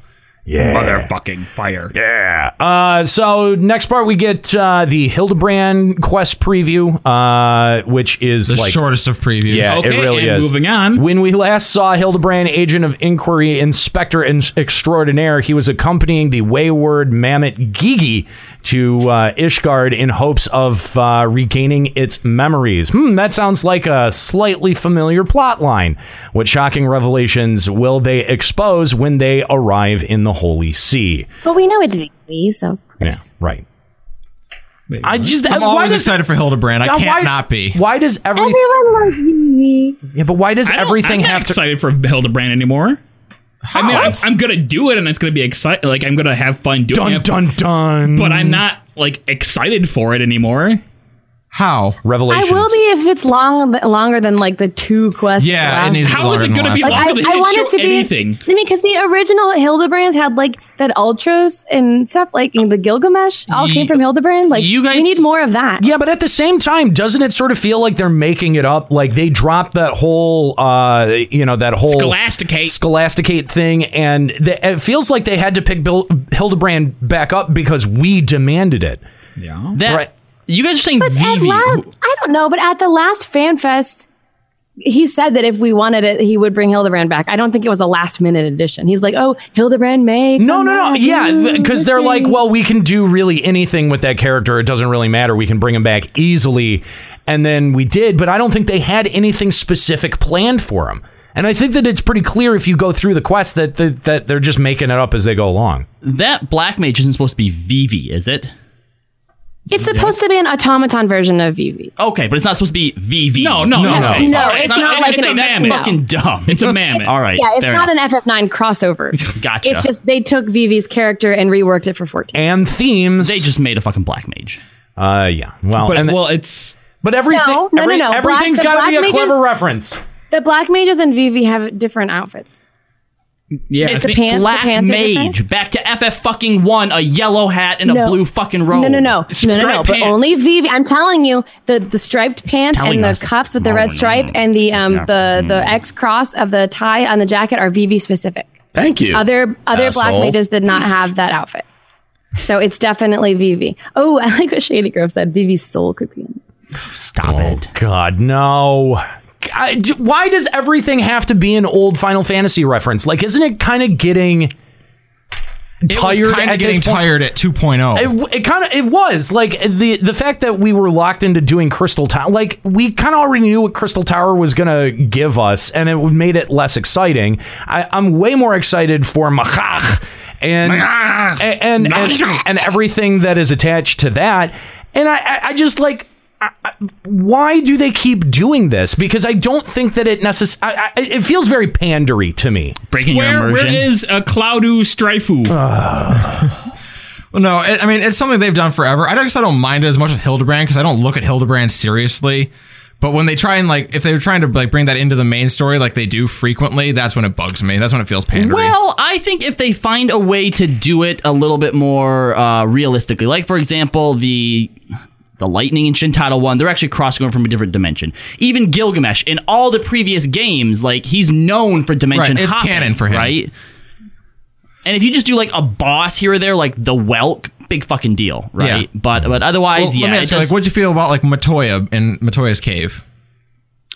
H: Yeah,
E: Motherfucking fire.
H: Yeah. Uh, so next part we get uh, the Hildebrand quest preview, uh, which is
I: the
H: like
I: shortest of previews.
H: Yeah, it really
E: and
H: is.
E: moving on.
H: When we last saw Hildebrand, agent of inquiry, inspector in- extraordinaire, he was accompanying the wayward mammoth Gigi to uh, Ishgard in hopes of uh, regaining its memories. Hmm, that sounds like a slightly familiar plot line. What shocking revelations will they expose when they arrive in the Holy See?
K: But we know it's Vicky, so
H: Yeah, right. I just
I: I'm
H: why
I: always
H: does-
I: excited for Hildebrand. I
H: God,
I: can't
H: why-
I: not be.
H: Why does everything?
K: Everyone loves Vicky.
H: Yeah, but why does
E: I don't-
H: everything
E: I'm not
H: have to?
E: excited for Hildebrand anymore? I mean, I'm,
H: What?
E: I'm gonna do it, and it's gonna be exciting. Like I'm gonna have fun doing
H: Dun
E: it.
H: dun dun.
E: But I'm not like excited for it anymore.
I: How
K: I
H: Revelations?
K: will be if it's long longer than like the two quests.
H: Yeah,
K: left.
H: it needs to be How is longer it than gonna the last
K: I,
H: be one. longer? They
K: I
H: didn't
K: want
H: show
K: it to be.
H: anything.
K: I mean, because the original Hildebrands had like that ultras and stuff, like and the Gilgamesh all came from Hildebrand. Like you guys, we need more of that.
H: Yeah, but at the same time, doesn't it sort of feel like they're making it up? Like they dropped that whole, uh, you know, that whole
E: Scholasticate.
H: scholasticate thing, and th- it feels like they had to pick Bill- Hildebrand back up because we demanded it.
E: Yeah,
A: that you guys are saying
K: But at
A: Vivi.
K: last, I don't know. But at the last fan fest, he said that if we wanted it, he would bring Hildebrand back. I don't think it was a last minute addition. He's like, oh, Hildebrand may.
H: No, no, no. Uh,
K: mm,
H: Yeah, because they're like, well, we can do really anything with that character. It doesn't really matter. We can bring him back easily. And then we did, but I don't think they had anything specific planned for him. And I think that it's pretty clear if you go through the quest that that, that they're just making it up as they go along.
A: that black mage isn't supposed to be Vivi, is it?
K: It's supposed to be an automaton version of Vivi.
A: Okay, but it's not supposed to be VV.
E: No, no,
K: No, no. no, it's not like an
A: that's
K: mammoth.
A: fucking dumb. It's
E: a mammoth.
A: All right,
K: yeah, it's
A: fair
K: not
A: enough.
K: an FF9 crossover.
A: Gotcha.
K: It's just they took Vivi's character and reworked it for 14.
H: and themes.
A: They just made a fucking black mage.
H: Uh, yeah. Well,
E: But
H: and
E: well, it's
H: but everything,
K: No, no,
H: every,
K: no, no.
H: everything's
K: Black- the
H: got to be a
K: Black Mages-
H: clever reference.
K: The black mages and Vivi have different outfits.
E: Yeah,
K: It's I a think- pan- the
A: black
K: pants are
A: mage.
K: different?
A: Back to FF fucking one. A yellow hat and a
K: No.
A: blue fucking robe.
K: No, no, no, no, no, no.
A: Striped
K: But
A: pants.
K: only Vivi. I'm telling you, the the striped pants
A: Telling
K: and the
A: us.
K: cuffs with the red stripe and the um
A: Yeah. Mm.
K: the the X cross of the tie on the jacket are Vivi specific.
L: Thank you,
K: Other other black
L: asshole.
K: mages did not have that outfit, so it's definitely Vivi. Oh, I like what Shady Grove said. Vivi's soul could be in. it.
A: Stop
H: it. God, Oh, no. I j why does everything have to be an old Final Fantasy reference? Like, isn't it kind of getting
I: It was
H: tired
I: kind
H: at
I: of getting
H: this point?
I: tired at oh. 2.0.
G: Oh.
H: It, w- it kind of it was like the the fact that we were locked into doing Crystal Tower. Like we kind of already knew what Crystal Tower was gonna give us, and it made it less exciting. I, I'm way more excited for Machach and
G: Machach.
H: and and, and
G: Machach.
H: and everything that is attached to that. And I I, I just like. I, I, why do they keep doing this? Because I don't think that it necess- I, I, It feels very pandery to me. Breaking
E: Where- Where is a Cloudu Strifu?
I: Well, no, it, I mean it's something they've done forever. I don't- I guess I don't mind it as much with Hildebrand because I don't look at Hildebrand seriously. But when they try and like, if they were trying to like bring that into the main story, like they do frequently, that's when it bugs me. That's when it feels pandering.
A: Well, I think if they find a way to do it a little bit more uh, realistically, like for example, the the lightning and Shintata one, they're actually crossing over from a different dimension. Even Gilgamesh in all the previous games, like he's known for dimension.
I: Right, it's
A: hopping,
I: canon for him.
A: right? And if you just do like a boss here or there, like the Welk, big fucking deal, right?
I: Yeah.
A: But but otherwise,
I: Well,
A: yeah,
I: let me
A: it
I: ask you, like,
A: does-
I: what'd you feel about like Matoya in Matoya's cave?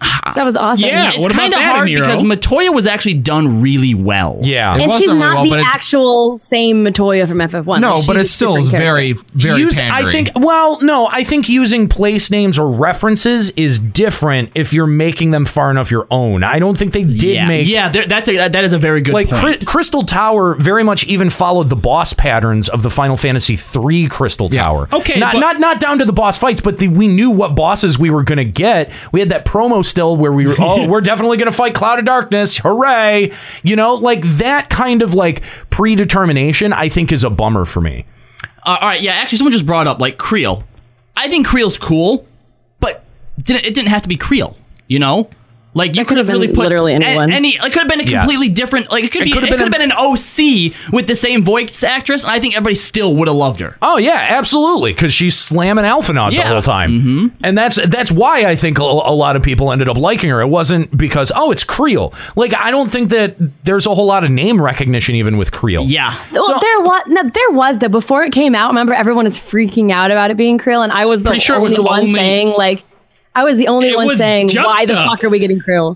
A: Ah.
K: That was awesome.
A: it's kind of hard because Matoya was actually done really well.
H: Yeah,
K: and she's not the actual same Matoya from FF1. Like, she's a different character.
H: Use- I think. Well, no, I think using place names or references is different if you're making them far enough your own. I don't think they did
A: yeah,
H: make.
A: yeah, there- that's a, that, that is a very good
H: Like
A: point.
H: Cry- Crystal Tower, very much even followed the boss patterns of the Final Fantasy III Crystal Tower.
E: Okay,
H: not
E: but-
H: not not down to the boss fights, but the, we knew what bosses we were going to get. We had that promo still where we were, oh, we're definitely going to fight Cloud of Darkness, hooray! You know, like that kind of like predetermination, I think is a bummer for me.
A: Uh, all right, yeah. Actually, someone just brought up like Creel. I think Creel's cool, but didn't it didn't have to be Creel? You know, like you could have
K: been
A: really put
K: literally
A: a-
K: anyone.
A: Any, it could have been a
K: Yes.
A: completely different. Like it could
K: It
A: be. It
K: could
A: could
K: have
A: have
K: been
A: been, an OC with the same voice actress. And I think everybody still would have loved her.
H: Oh yeah, absolutely, because she's slamming Alphanaut
A: Yeah.
H: the whole time, mm-hmm. and that's that's why I think a, a lot of people ended up liking her. It wasn't because oh, it's Creel. Like I don't think that there's a whole lot of name recognition even with Creel.
A: Yeah,
K: Well, there was no, there was though before it came out. Remember, everyone was freaking out about it being Krill, and I was the
A: Pretty sure it
K: only
A: was the
K: one
A: only-
K: saying like, I was the only
A: It
K: one
A: was
K: saying why the
A: Juxta.
K: fuck are we getting Krill?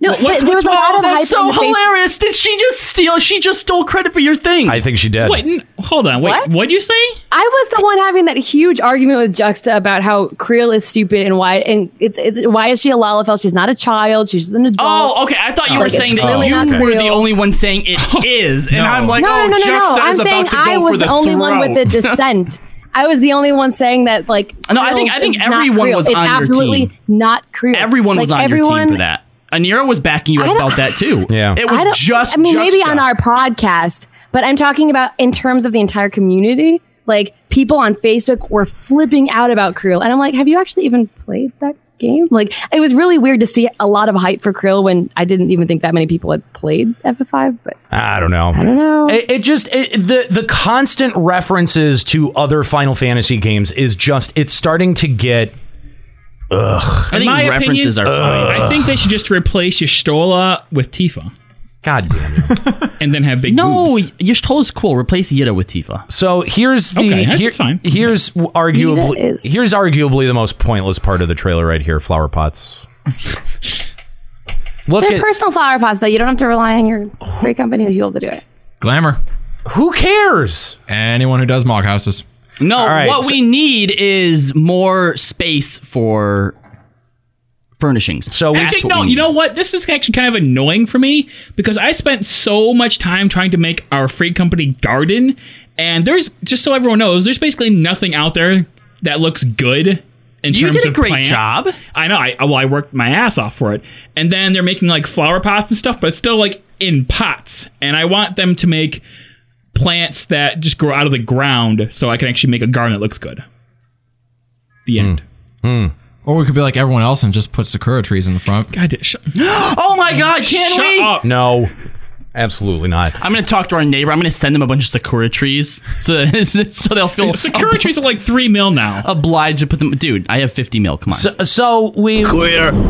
K: No,
A: What-
K: but there was a
A: what's-
K: lot
A: oh,
K: of hype.
A: that's so
K: on the face-
A: hilarious. Did she just steal? She just stole credit for your thing.
H: I think she did.
E: Wait, n- hold on. Wait,
K: What?
E: what? would you say?
K: I was the one having that huge argument with Juxta about how Krill is stupid and why and it's it's why is she a Lalafell? She's not a child. She's an adult.
A: Oh, okay. I thought you
K: Like,
A: were
K: it's
A: saying that
K: clearly
A: you
K: not
A: were
K: Krill.
A: the only one saying it is, and I'm like,
K: no,
A: oh,
K: no, no, no,
A: Juxta
K: no.
A: is
K: I'm
A: about
K: saying
A: to go
K: I
A: for
K: was the, only one with the
A: throat.
K: dissent. I was the only one saying that, like,
A: No, I think-
K: Krill
A: I think
K: is not
A: everyone
K: Krill.
A: was
K: it's
A: on your
K: absolutely
A: team.
K: not Krill.
A: Everyone was
K: Like,
A: on your
K: everyone-
A: team for that. Anira was backing you
K: I
A: up
K: don't-
A: about that too.
H: Yeah.
A: It
K: I
A: was
K: don't-
A: just
K: I mean, maybe
A: Juxta.
K: on our podcast, but I'm talking about in terms of the entire community. Like, people on Facebook were flipping out about Krill, and I'm like, have you actually even played that game? Like, it was really weird to see a lot of hype for Krill when I didn't even think that many people had played FF5. But
H: I don't know. I
K: don't know.
H: It, it just it, the the constant references to other Final Fantasy games is just it's starting to get. Ugh.
E: In my opinion, I think they should just replace Yestola with Tifa.
H: God damn
E: it. and then have big
A: No, Yashtola's cool. Replace Yida with Tifa.
H: So here's the
E: Okay, that's
H: here-
E: fine.
H: here's w-
A: Nita
H: arguably
A: is-
H: here's arguably the most pointless part of the trailer right here. Flower pots. Look
K: they're
H: at
K: personal flower pots, though. You don't have to rely on your great company to be able to do it.
I: Glamour.
H: Who cares?
I: Anyone who does mock houses.
A: No,
I: All right,
A: what
I: so-
A: we need is more space for furnishings.
H: So
E: Actually, no, you know what? This is actually kind of annoying for me because I spent so much time trying to make our free company garden, and there's just so everyone knows, there's basically nothing out there that looks good in
A: You
E: terms
A: did a
E: of
A: great
E: plants.
A: job.
E: I know. I well, I worked my ass off for it, and then they're making like flower pots and stuff, but it's still like in pots, and I want them to make plants that just grow out of the ground, so I can actually make a garden that looks good. The end.
I: Or we could be like everyone else and just put sakura trees in the front.
E: God, shut-
A: oh my god, can
E: Shut
A: we?
E: up.
H: No. Absolutely not.
A: I'm gonna talk to our neighbor. I'm gonna send them a bunch of sakura trees, so so they'll feel
E: sakura trees are like three mil now.
A: Obliged to put them, dude. I have fifty mil. Come on.
H: So, so we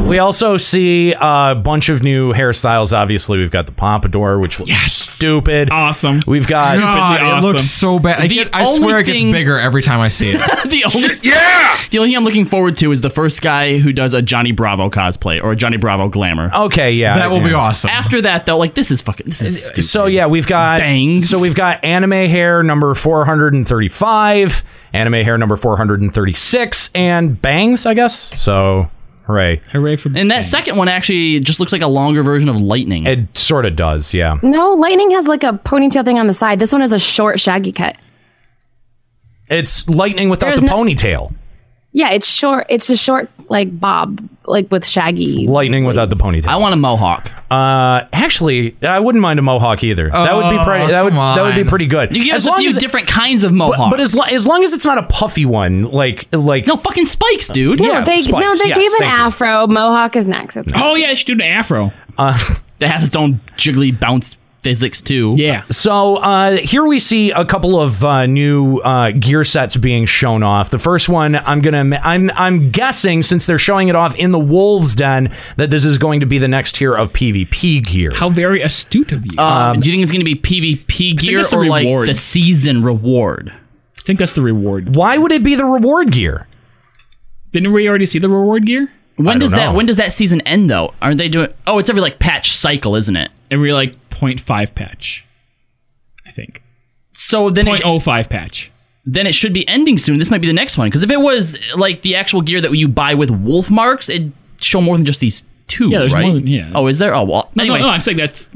H: we also see a bunch of new hairstyles. Obviously, we've got the pompadour, which looks stupid,
E: awesome.
H: We've got
I: God, it looks so bad. I, get- I swear it gets bigger every time I see it.
A: the only yeah. The only thing I'm looking forward to is the first guy who does a Johnny Bravo cosplay or a Johnny Bravo glamour.
H: Okay, yeah,
I: That will be yeah. awesome.
A: After that, though, like this is fucking this is stupid.
H: So yeah, we've got
A: Bangs.
H: So we've got anime hair number four hundred and thirty-five, anime hair number four hundred and thirty-six, and bangs. I guess so. Hooray!
E: Hooray for
A: and that second one actually just looks like a longer version of Lightning.
H: It sort of does, yeah.
K: No, Lightning has like a ponytail thing on the side. This one is a short, shaggy cut.
H: It's lightning without
K: There's
H: the
K: no-
H: ponytail.
K: Yeah, it's short. It's a short, like bob, like with shaggy.
H: Lightning without the ponytail. I
A: want a mohawk.
H: Uh, actually, I wouldn't mind a mohawk either. that would be
A: Oh,
H: pretty. That would
A: come
H: that would be
A: on.
H: pretty good.
A: You give
H: as
A: us a
H: long
A: few
H: as it-
A: different kinds of
H: but-
A: mohawks.
H: But, as, lo- as long as it's not a puffy one, like like
A: no fucking spikes, dude.
K: No, they
H: spikes,
K: no, they
H: yes,
K: gave an
H: thank you.
K: afro. Mohawk is next. It's
E: Oh yeah, she did an afro.
H: Uh,
A: that has its own jiggly bounce physics too.
E: Yeah.
H: So uh, here we see a couple of uh, new uh, gear sets being shown off. The first one, I'm gonna, I'm, I'm guessing since they're showing it off in the Wolves Den, that this is going to be the next tier of PvP gear.
E: How very astute of you.
A: Um, do you think it's going to be PvP gear
E: that's the
A: or like
E: rewards.
A: the season reward?
E: I think that's the reward.
H: Why would it be the reward gear?
E: Didn't we already see the reward gear?
A: When does that
E: know.
A: when does that season end though? Aren't they doing Oh, it's every like patch cycle, isn't it?
E: Every like 0.5 patch. I think.
A: So then it,
E: 0.05 patch.
A: then it should be ending soon. This might be the next one because if it was like the actual gear that you buy with wolf marks, it'd show more than just these two,
E: Yeah, there's
A: right?
E: more than- yeah.
A: Oh, is there? Oh, well,
E: No,
A: anyway,
E: no, no, I'm saying that's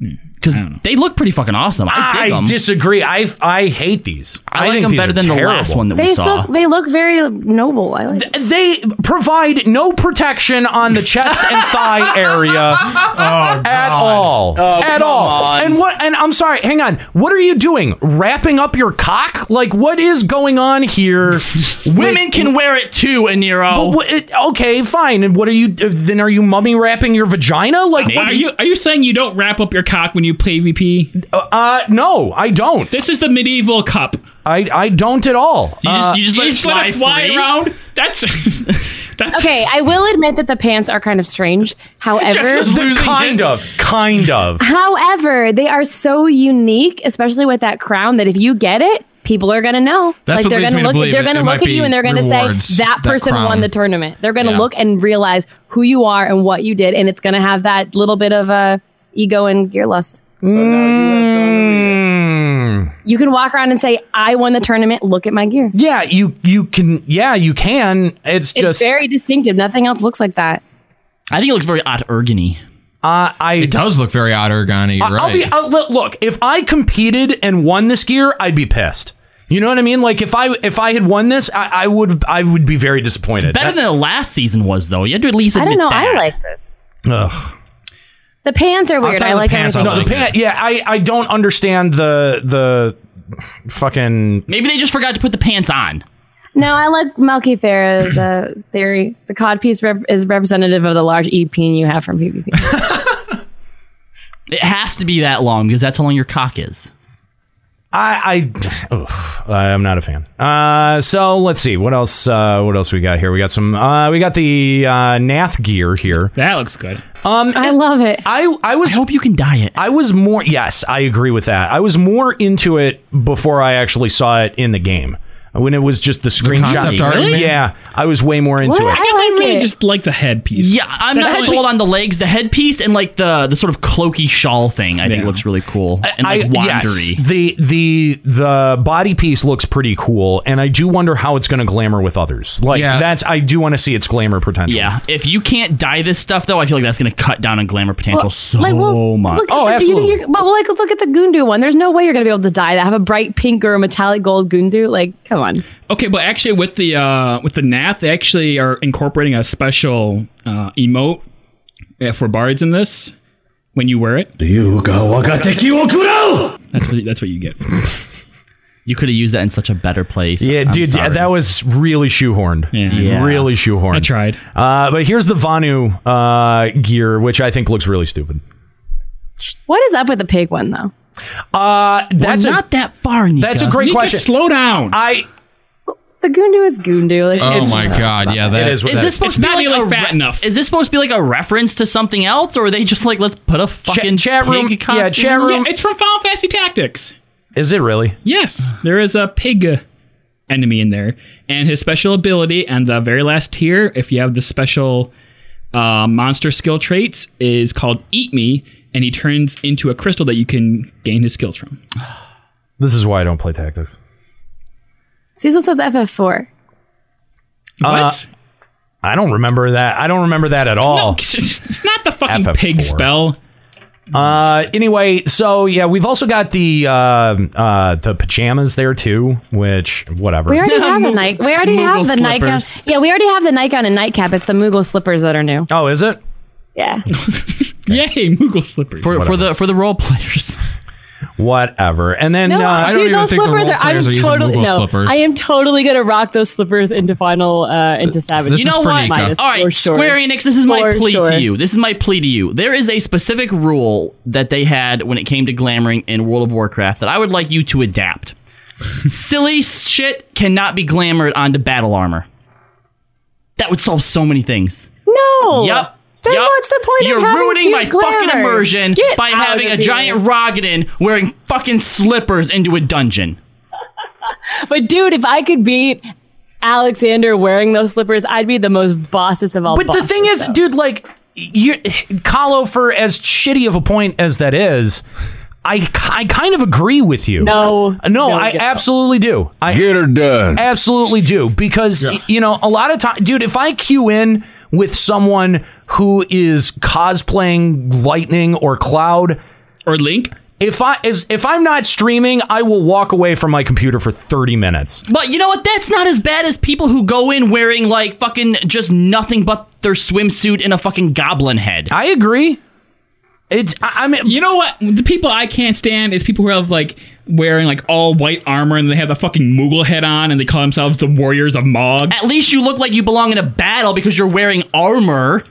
E: hmm,
A: cuz they look pretty fucking awesome. I dig
H: I,
A: 'em.
H: disagree. I I hate these.
A: I like
H: think
A: 'em
H: these
A: better
H: are
A: than the
H: terrible.
A: last one that
K: They look, they look very noble. I like.
H: They provide no protection on the chest and thigh area at all.
G: Oh,
H: at
G: come
H: all.
G: on.
H: And what and I'm sorry, hang on. What are you doing? Wrapping up your cock? Like what is going on here? with-
A: Women can wear it too,
H: But
A: Aniro.
H: what, it, okay, fine. And what are you uh, then are you mummy wrapping your vagina? Like
E: Are
H: what's
E: you are you saying you don't wrap up your cock when you play VP?
H: uh no, I don't.
E: This is the medieval cup.
H: I I don't at all. Uh,
A: You just, Uh, you just
E: You
A: let
E: just
A: it fly,
E: let it fly
A: free?
E: around. That's
K: Okay, I will admit that the pants are kind of strange. However,
H: Just kind of, kind of.
K: however, they are so unique, especially with that crown, that if you get it, people are gonna know.
I: That's what
K: like they're
I: leads me
K: gonna
I: to
K: look,
I: believe
K: they're
I: it-
K: gonna
I: it
K: look
I: might
K: at you
I: be
K: and they're gonna
I: rewards,
K: say that
I: that
K: person
I: crown."
K: won the tournament. They're gonna
I: Yeah.
K: look and realize who you are and what you did, and it's gonna have that little bit of uh, ego and gear lust.
H: Oh, Mm.
K: You can walk around and say, "I won the tournament. Look at my gear."
H: Yeah, you you can. Yeah, you can. It's
K: It's
H: just
K: very distinctive. Nothing else looks like that.
A: I think it looks very odd ergony.
H: uh, I.
I: It does look very odd, Organi. You're
H: I'll
I: right.
H: be I'll, look- look. If I competed and won this gear, I'd be pissed. You know what I mean? Like if I if I had won this, I, I would I would be very disappointed.
A: Better than the last season was though. You had to at least
K: I
A: admit
K: don't know. I
A: that.
K: like this.
H: Ugh.
K: The pants are weird.
I: Outside
K: I
I: of the
K: like
I: pants, I
K: everything.
H: No, the
I: like
H: pan, yeah, I, I don't understand the the fucking
A: Maybe they just forgot to put the pants on.
K: No, I like Melky Farah's uh, theory. The codpiece rep- is representative of the large EP you have from PvP.
A: It has to be that long because that's how long your cock is.
H: I I ugh, I'm not a fan. Uh, so let's see what else uh, what else we got here. We got some uh, we got the uh, Nath gear here.
E: that looks good.
H: Um,
K: I love it.
H: I I was
A: I hope you can diet.
H: I was more yes, I agree with that. I was more into it before I actually saw it in the game. When it was just the screenshot.
I: concept art, Really? man.
H: Yeah, I was way more into
K: What?
H: it.
E: I
K: I like
E: really
K: it.
E: just like the headpiece.
A: Yeah, I'm
E: That's
A: not
E: only-
A: sold on the legs, the headpiece, and like the the sort of cloaky shawl thing. I think
E: Yeah.
A: looks really cool and like
H: I-
A: wandery.
H: yes, the the the body piece looks pretty cool, and I do wonder how it's going to glamour with others. Like
I: Yeah.
H: that's I do want to see its glamour potential.
A: Yeah, if you can't dye this stuff though, I feel like that's going to cut down on glamour potential so
K: well,
A: much.
K: Look,
H: Oh,
K: at the- you think
H: absolutely.
K: you're- But well, like, look at the Gundu one. There's no way you're gonna be able to dye that. Have a bright pink or a metallic gold Gundu. Like, come on.
E: Okay, but actually with the uh with the Nath, they actually are incorporating a special uh emote uh, for bards in this when you wear it. That's what that's what you get.
A: You could have used that in such a better place.
H: Yeah,
A: I'm
H: dude, yeah,
A: sorry.
H: that was really shoehorned.
E: Yeah.
A: Yeah.
H: Really shoehorned.
E: I tried.
H: Uh, but here's the Vanu uh, gear, which I think looks really stupid.
K: What is up with the pig one though?
H: Uh, that's
K: not that far.
H: That's a great question.
E: down.
H: I.
K: The Goondu is Goondu. Like,
I: Oh
K: it's-
I: my god, yeah, that
A: Is this supposed to be like, a re- Is this supposed to be like a reference to something else, or are they just like let's put a fucking
H: chat
A: pig
H: room- yeah,
A: costume in?
H: chat room-
E: it's from Final Fantasy Tactics.
H: Is it really?
E: Yes, there is a pig enemy in there, and his special ability and the very last tier, if you have the special uh, monster skill traits, is called Eat Me, and he turns into a crystal that you can gain his skills from.
H: This is why I don't play tactics.
K: Cecil says FF4.
H: What? Uh, I don't remember that. I don't remember that at all.
E: it's not the fucking pig spell.
H: Uh, anyway, so yeah, we've also got the uh, uh, the pajamas there too, which whatever.
K: We already have a night. We already have the nightgown. Yeah, we already have the nightgown and nightcap. It's the Moogle slippers that are new.
H: Oh, is it?
K: Yeah.
E: Yay, Moogle slippers
A: for, for
H: Whatever.
A: the for the role players.
H: Whatever. And then
K: No,
H: uh,
K: dude, those slippers are. I'm totally no. I am totally gonna rock those slippers into final uh, into savage.
A: you know what?
K: Minus,
A: All right,
K: for sure.
A: Square Enix, this is my
K: For
A: plea
K: sure.
A: to you. This is my plea to you. There is a specific rule that they had when it came to glamoring in World of Warcraft that I would like you to adapt. Silly shit cannot be glamored onto battle armor. That would solve so many things.
K: No.
A: Yep.
K: Then
A: Yep.
K: what's the point
A: You're
K: of having
A: ruining
K: cute
A: my fucking
K: glamour?
A: immersion
K: Get
A: by
K: out
A: having
K: of
A: a
K: here.
A: giant Rogadin wearing fucking slippers into a dungeon.
K: But dude, if I could beat Alexander wearing those slippers, I'd be the most bossest of all.
H: But the thing is, dude, like you, Kahlo, for as shitty of a point as that is, I, I kind of agree with you.
K: No,
H: no, I
N: get-
H: absolutely do. I get her done. Absolutely do because y- you know a lot of time, dude. If I queue in with someone who is cosplaying Lightning or Cloud
E: or Link.
H: If I is if I'm not streaming, I will walk away from my computer for 30 minutes.
A: But you know what? That's not as bad as people who go in wearing like fucking just nothing but their swimsuit and a fucking goblin head.
H: I agree. It's I, I mean,
E: you know what? The people I can't stand is people who have like wearing like all white armor and they have the fucking Moogle head on and they call themselves the Warriors of Mog.
A: At least you look like you belong in a battle because you're wearing armor.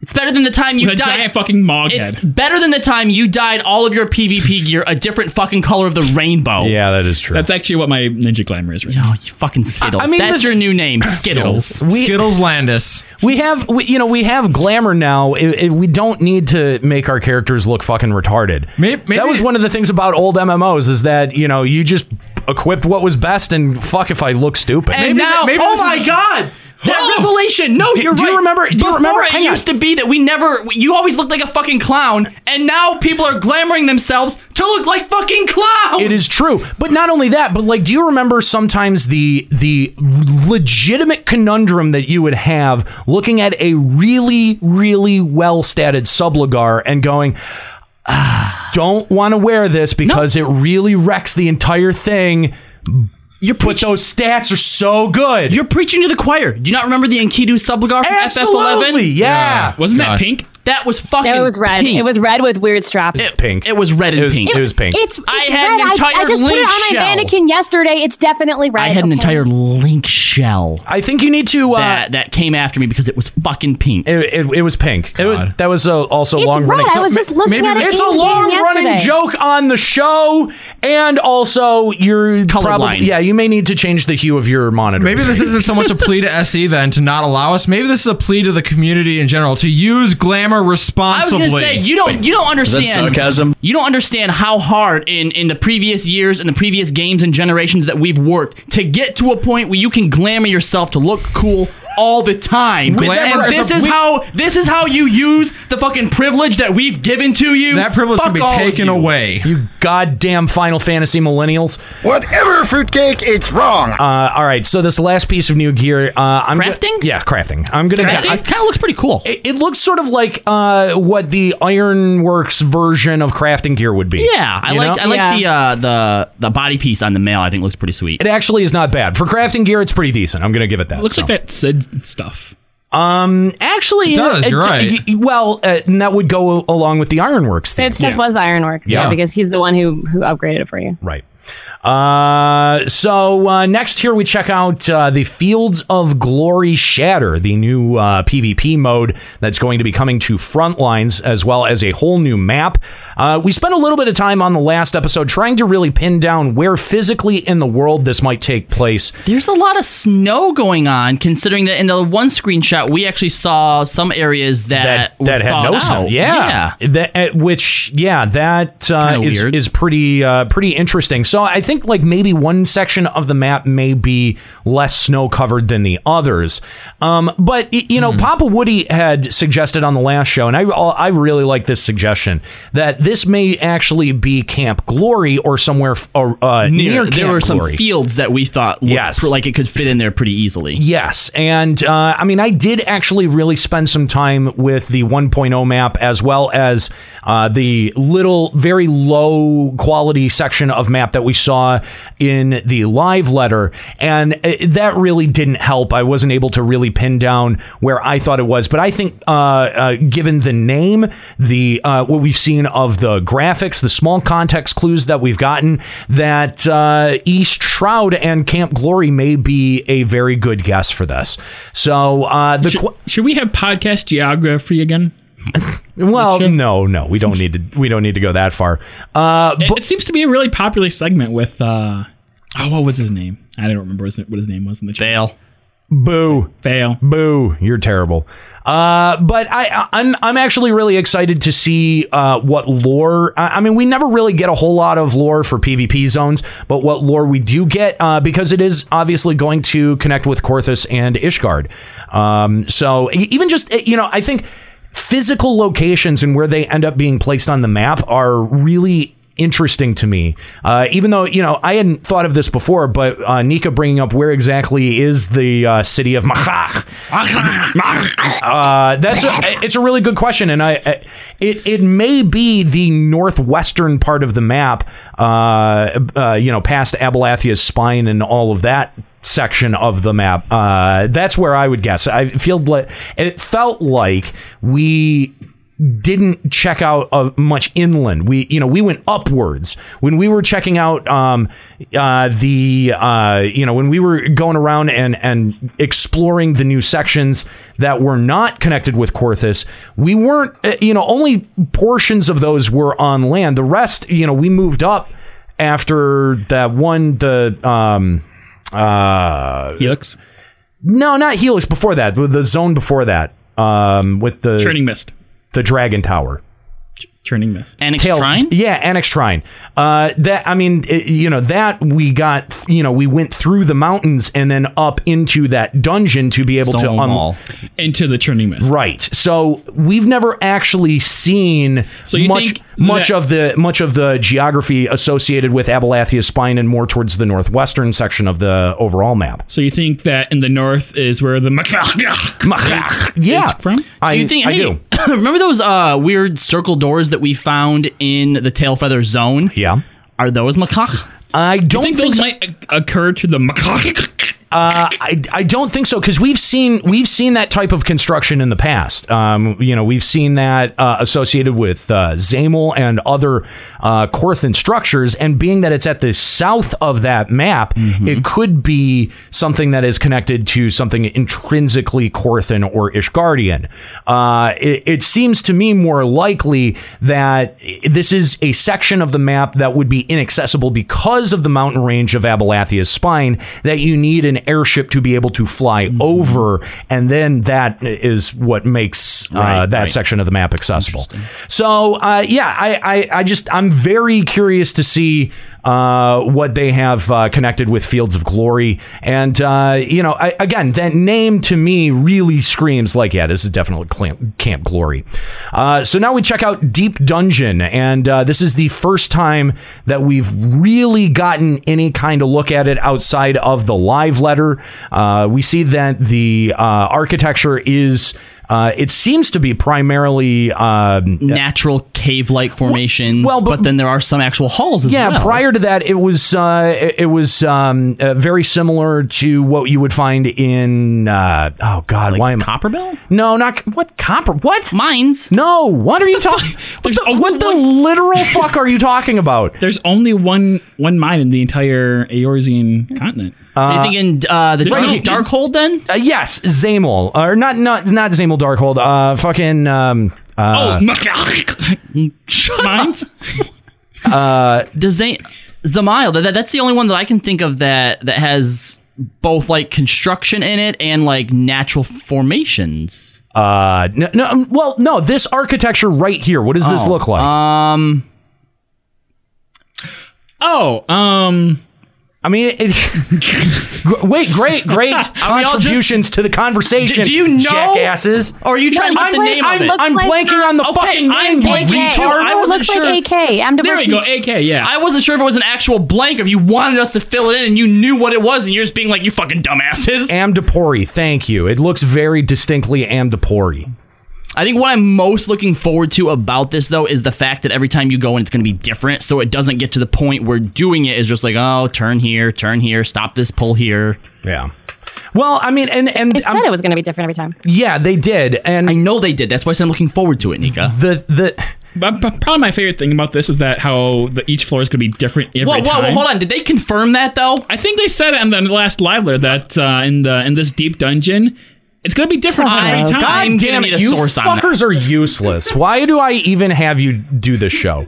A: It's better than the time you
E: With a
A: died.
E: giant fucking mog
A: it's
E: head.
A: better than the time you dyed all of your PvP gear a different fucking color of the rainbow.
H: Yeah, that is true.
E: That's actually what my ninja glamour is. Right
A: no, you fucking Skittles.
H: I mean,
A: that's
H: this-
A: your new name, Skittles.
H: We- Skittles
I: Landis.
H: We have, we, you know, we have glamour now. It- it- we don't need to make our characters look fucking retarded. that was one of the things about old MMOs is that you know you just equipped what was best, and fuck if I look stupid.
A: And now, oh my god. That revelation! No,
H: Do-
A: you're
H: do
A: right.
H: you remember- do you
A: Before
H: remember-
A: It
H: hang on.
A: used to be that we never. You always looked like a fucking clown, and now people are glamoring themselves to look like fucking clowns.
H: It is true, but not only that, but like, do you remember sometimes the the legitimate conundrum that you would have looking at a really, really well statted subligar and going, ah, don't want to wear this because it really wrecks the entire thing.
A: You're
H: but those stats are so good.
A: You're preaching to the choir. Do you not remember the Enkidu Subligar from
H: Absolutely,
A: FF11?
H: yeah. Wasn't that God.
E: pink?
A: That was fucking.
K: No, it was red.
A: pink.
K: It was red with weird straps.
A: It-
H: pink.
A: It was red and pink.
H: it was pink.
K: It's,
A: I
K: it's
A: had
K: red.
A: an
K: I, I
A: entire
K: just put it on
A: link
K: my
A: shell.
K: mannequin yesterday. It's definitely red.
A: I had an
K: okay?
A: entire link shell.
H: I think you need to. Uh,
A: that that came after me because it was fucking pink.
H: It, it, it was pink. It was- that was uh, also
K: It's
H: long
K: red.
H: running.
K: I was just looking at it
H: it's
K: in
H: a
K: the game
H: long running
K: yesterday.
H: joke on the show, and also you're probably
I: Colorblind.
H: yeah. You may need to change the hue of your monitor.
I: Maybe this isn't so much a plea to SE then to not allow us. Maybe this is a plea to the community in general to use glamour
A: I was
I: responsibly.
A: gonna say you don't you don't
I: Is that
A: understand
I: sarcasm?
A: You don't understand how hard in in the previous years and the previous games and generations that we've worked to get to a point where you can glamour yourself to look cool all the time.
I: Glamour
A: and
I: is
A: this
I: a-
A: is
I: we-
A: how this is how you use the fucking privilege that we've given to you.
I: That privilege
A: Fuck
I: can be
A: all of
I: taken
A: you.
I: away.
H: You goddamn Final Fantasy millennials.
N: Whatever, fruitcake, it's wrong.
H: Uh, all right, so this last piece of new gear, uh, I'm go-
A: Crafting?
H: yeah, crafting. I'm gonna.
A: Crafting?
H: I-
A: It kind of looks pretty cool.
H: It, it looks sort of like uh, what the Ironworks version of crafting gear would be.
A: Yeah, I
H: You
A: like
H: know?
A: I like the uh, the the body piece on the mail. I think looks pretty sweet.
H: It actually is not bad for crafting gear. It's pretty decent. I'm gonna give it that.
E: Looks
H: so.
E: like that Sid stuff.
H: Um, actually,
E: It does,
H: uh,
E: you're
H: uh,
E: right.
H: y- y- well, uh, and that would go along with the Ironworks thing.
K: Sid stuff was Ironworks. Yeah.
H: Yeah.
K: because he's the one who who upgraded it for you.
H: Right. Uh, so uh, next here we check out uh, the Fields of Glory Shatter, the new uh, PvP mode that's going to be coming to Frontlines as well as a whole new map. Uh, we spent a little bit of time on the last episode trying to really pin down where physically in the world this might take place.
A: There's a lot of snow going on, considering that in the one screenshot we actually saw some areas that were
H: that had
A: thawed
H: no
A: out.
H: snow. Yeah, That- uh, which yeah, that uh,
A: kinda
H: is
A: weird.
H: is pretty uh, pretty interesting. So I think like maybe one section of the map may be less snow covered than the others. Um, but y- you
A: Hmm.
H: know, Papa Woody had suggested on the last show, and I I really like this suggestion that this may actually be Camp Glory or somewhere f- or, uh, near,
A: Near,
H: Camp
A: there were some
H: Glory.
A: fields that we thought looked
H: Yes.
A: pr- like it could fit in there pretty easily.
H: Yes, and uh, I mean, I did actually really spend some time with the 1.0 map as well as uh, the little, very low quality section of map that we saw in the live letter, and uh, that really didn't help. I wasn't able to really pin down where I thought it was, but I think, uh, uh, given the name, the uh, what we've seen of the graphics, the small context clues that we've gotten, that uh, East Shroud and Camp Glory may be a very good guess for this. So uh, the should,
E: should we have podcast geography again?
H: well, no, no, we don't need to. We don't need to go that far. Uh,
E: it, it seems to be a really popular segment with. Uh, oh, what was his name? I don't remember his- what his name was in the
A: fail.
H: Boo.
E: Fail.
H: Boo. You're terrible. Uh, but I, I'm I'm actually really excited to see uh, what lore. I I mean, we never really get a whole lot of lore for PvP zones, but what lore we do get uh, because it is obviously going to connect with Corthus and Ishgard. Um, so e- even just eh, you know, I think physical locations and where they end up being placed on the map are really interesting to me. Uh, even though you know I hadn't thought of this before, but uh, Nika bringing up where exactly is the uh, city of Machach? uh, that's a, it's a really good question, and I, I it it may be the northwestern part of the map. Uh, uh, you know, past Abelathia's spine and all of that section of the map. Uh, that's where I would guess. I feel like it felt like we didn't check out uh, much inland. We, you know, we went upwards when we were checking out um, uh, the, uh, you know, when we were going around and and exploring the new sections that were not connected with Corthus. We weren't, uh, you know, only portions of those were on land. The rest, you know, we moved up after that one the um uh
E: helix
H: no not helix before that with the zone before that um with the
E: Churning Mist.
H: the dragon tower
E: Churning Mist.
A: Annex
H: Trine? Yeah, Annex Trine. Uh, that I mean, it- you know, that we got, you know, we went through the mountains and then up into that dungeon to be able to
E: Stone
H: unlock.
E: Wall. into the Churning Mist.
H: Right. So we've never actually seen
E: So you
H: much
E: think
H: much
E: that-
H: of the much of the geography associated with Abalathia's spine and more towards the northwestern section of the overall map.
E: So you think that in the north is where the Machach
H: yeah.
E: is from?
H: I,
A: do you think?
H: I
A: hey,
H: do.
A: remember those uh, weird circle doors that we found in the Tailfeather Zone?
H: Yeah.
A: Are those macaque?
H: I don't
E: think those might o-
A: uh,
E: occur to the Machach.
H: Uh, I, I don't think so because we've seen we've seen that type of construction in the past. Um, you know, we've seen that uh, associated with uh, Zamel and other uh, Corthin structures. And being that it's at the south of that map, it could be something that is connected to something intrinsically Corthin or Ishgardian. Uh, it, it seems to me more likely that this is a section of the map that would be inaccessible because of the mountain range of Abalathia's spine that you need an airship to be able to fly over and then that is what makes uh, that section of the map accessible so uh, yeah I, I, I just i'm very curious to see uh, what they have uh, connected with fields of glory and uh, you know I, again that name to me really screams like yeah this is definitely Clamp, camp glory uh, so now we check out deep dungeon and uh, this is the first time that we've really gotten any kind of look at it outside of the live letter uh, we see that the uh, architecture is Uh, it seems to be primarily um,
A: natural cave-like formations. Well, but, then there are some actual halls as
H: yeah,
A: well.
H: prior to that, it was uh, it- it was um, uh, very similar to what you would find in uh, oh god, why am Copperbell? No, not c- what copper. What
A: mines?
H: No, what are you talking? What the, what the literal fuck are you talking about?
E: There's only one one mine in the entire Eorzean continent.
H: Uh,
A: Anything in uh, the
H: right
A: dark,
H: here.
A: dark hold then?
H: Uh, yes, Zamel, or not not not Zamel Darkhold. Uh, fucking um. Uh,
A: oh, my God.
E: mines.
H: Uh,
A: Does they Zamile? That, that's the only one that I can think of that that has both like construction in it and like natural formations.
H: Uh, no, no, well, no. This architecture right here. What does this
A: Oh,
H: look like? Um.
E: Oh, um.
H: I mean, it, gr- wait, great, great
A: Are we all just-
H: contributions to the conversation.
A: Do- do you know?
H: jackasses?
A: Or are you trying to
H: I'm
A: get the
H: blank-
A: name
H: I'm,
A: of it?
H: I'm blanking on the fucking name, you retard.
A: I wasn't
K: looks
A: sure.
K: like AK. I'm
A: There we go,
E: AK. Yeah,
A: I wasn't sure if it was an actual blank, or if you wanted us to fill it in and you knew what it was, and you're just being like, "You fucking dumbasses."
H: Amdapori, thank you. It looks very distinctly Amdapori.
A: I think what I'm most looking forward to about this though is the fact that every time you go in, it's going to be different, so it doesn't get to the point where doing it is just like, "Oh, turn here, turn here, stop this, pull here."
H: Yeah. Well, I mean, and and
K: It said it was going to be different every time.
H: Yeah, they did, and
A: I know they did. That's why I said I'm looking forward to it, Nika.
H: The the
E: But, but probably my favorite thing about this is that how the, each floor is going to be different every
A: Whoa, whoa, whoa,
E: time.
A: hold on. Did they confirm that though?
E: I think they said it in the last live letter that uh, in the in this deep dungeon, it's going to be different every time.
H: God damn it, you fuckers are useless. Why do I even have you do this show?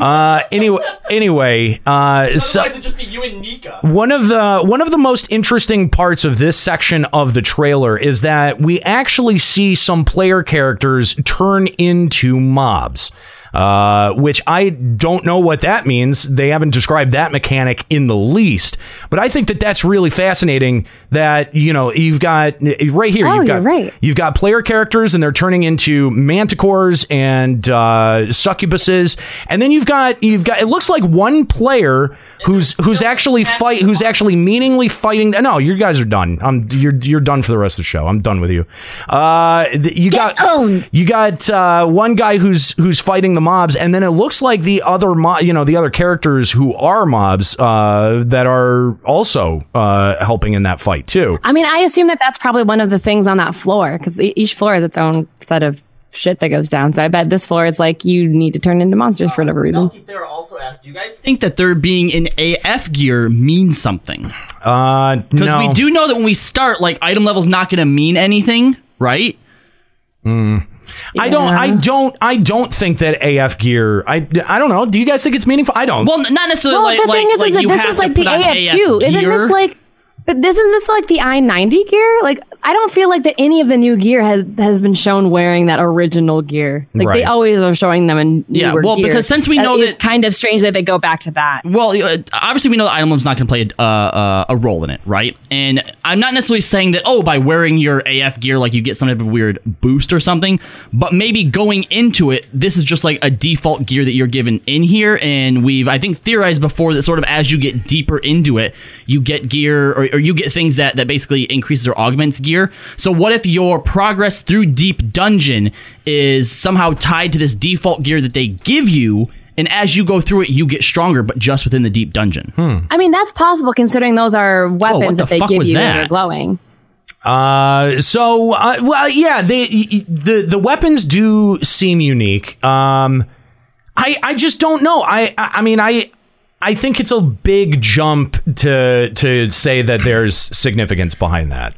H: Uh, anyway, anyway, uh, so
A: just be you and Nika.
H: one of the one of the most interesting parts of this section of the trailer is that we actually see some player characters turn into mobs. Uh, which I don't know what that means. They haven't described that mechanic in the least, but I think that that's really fascinating. That you know, you've got right here,
K: Oh, you're
H: you've got
K: right.
H: You've got player characters, and they're turning into manticores and uh, succubuses, and then you've got you've got. It looks like one player who's who's actually fight who's actually meaningly fighting. No, you guys are done. I'm you're you're done for the rest of the show. I'm done with you. Uh, th- you got you got uh, one guy who's who's fighting the mobs, and then it looks like the other mo- you know the other characters who are mobs uh, that are also uh, helping in that fight too.
K: I mean, I assume that that's probably one of the things on that floor because each floor has its own set of shit that goes down. So I bet this floor is like you need to turn into monsters for whatever reason.
A: They're also asked, do you guys think that there being in AF gear means something?
H: Uh,
A: Because
H: no.
A: we do know that when we start, like, item level's not going to mean anything, right?
H: Mm. I don't. I don't. I don't think that AF gear. I. I don't know. Do you guys think it's meaningful? I don't.
A: Well, n- not necessarily.
K: well, the thing is, is that this is like the AF two. Isn't this like? But isn't this like the I ninety gear? Like, I don't feel like that any of the new gear has has been shown wearing that original gear. Like they
A: Right.
K: always are showing them in
A: Yeah,
K: newer
A: well,
K: gear.
A: because since we know
K: it's
A: that-
K: kind of strange that they go back to that.
A: Well, uh, obviously, we know that item level's not going to play uh, uh, a role in it, right? And I'm not necessarily saying that, oh, by wearing your AF gear, like, you get some type of weird boost or something, but maybe going into it, this is just like a default gear that you're given in here. And we've, I think, theorized before that sort of as you get deeper into it, you get gear or, or you get things that, that basically increases or augments gear. So, what if your progress through Deep Dungeon is somehow tied to this default gear that they give you? And as you go through it, you get stronger, but just within the deep dungeon.
H: Hmm.
K: I mean, that's possible considering those are
A: what
K: weapons
A: the
K: that they
A: fuck
K: give
A: was
K: you
A: that?
K: are glowing.
H: Uh, so uh, well, yeah, they y- y- the the weapons do seem unique. Um, I I just don't know. I I I mean I I think it's a big jump to to say that there's significance behind that.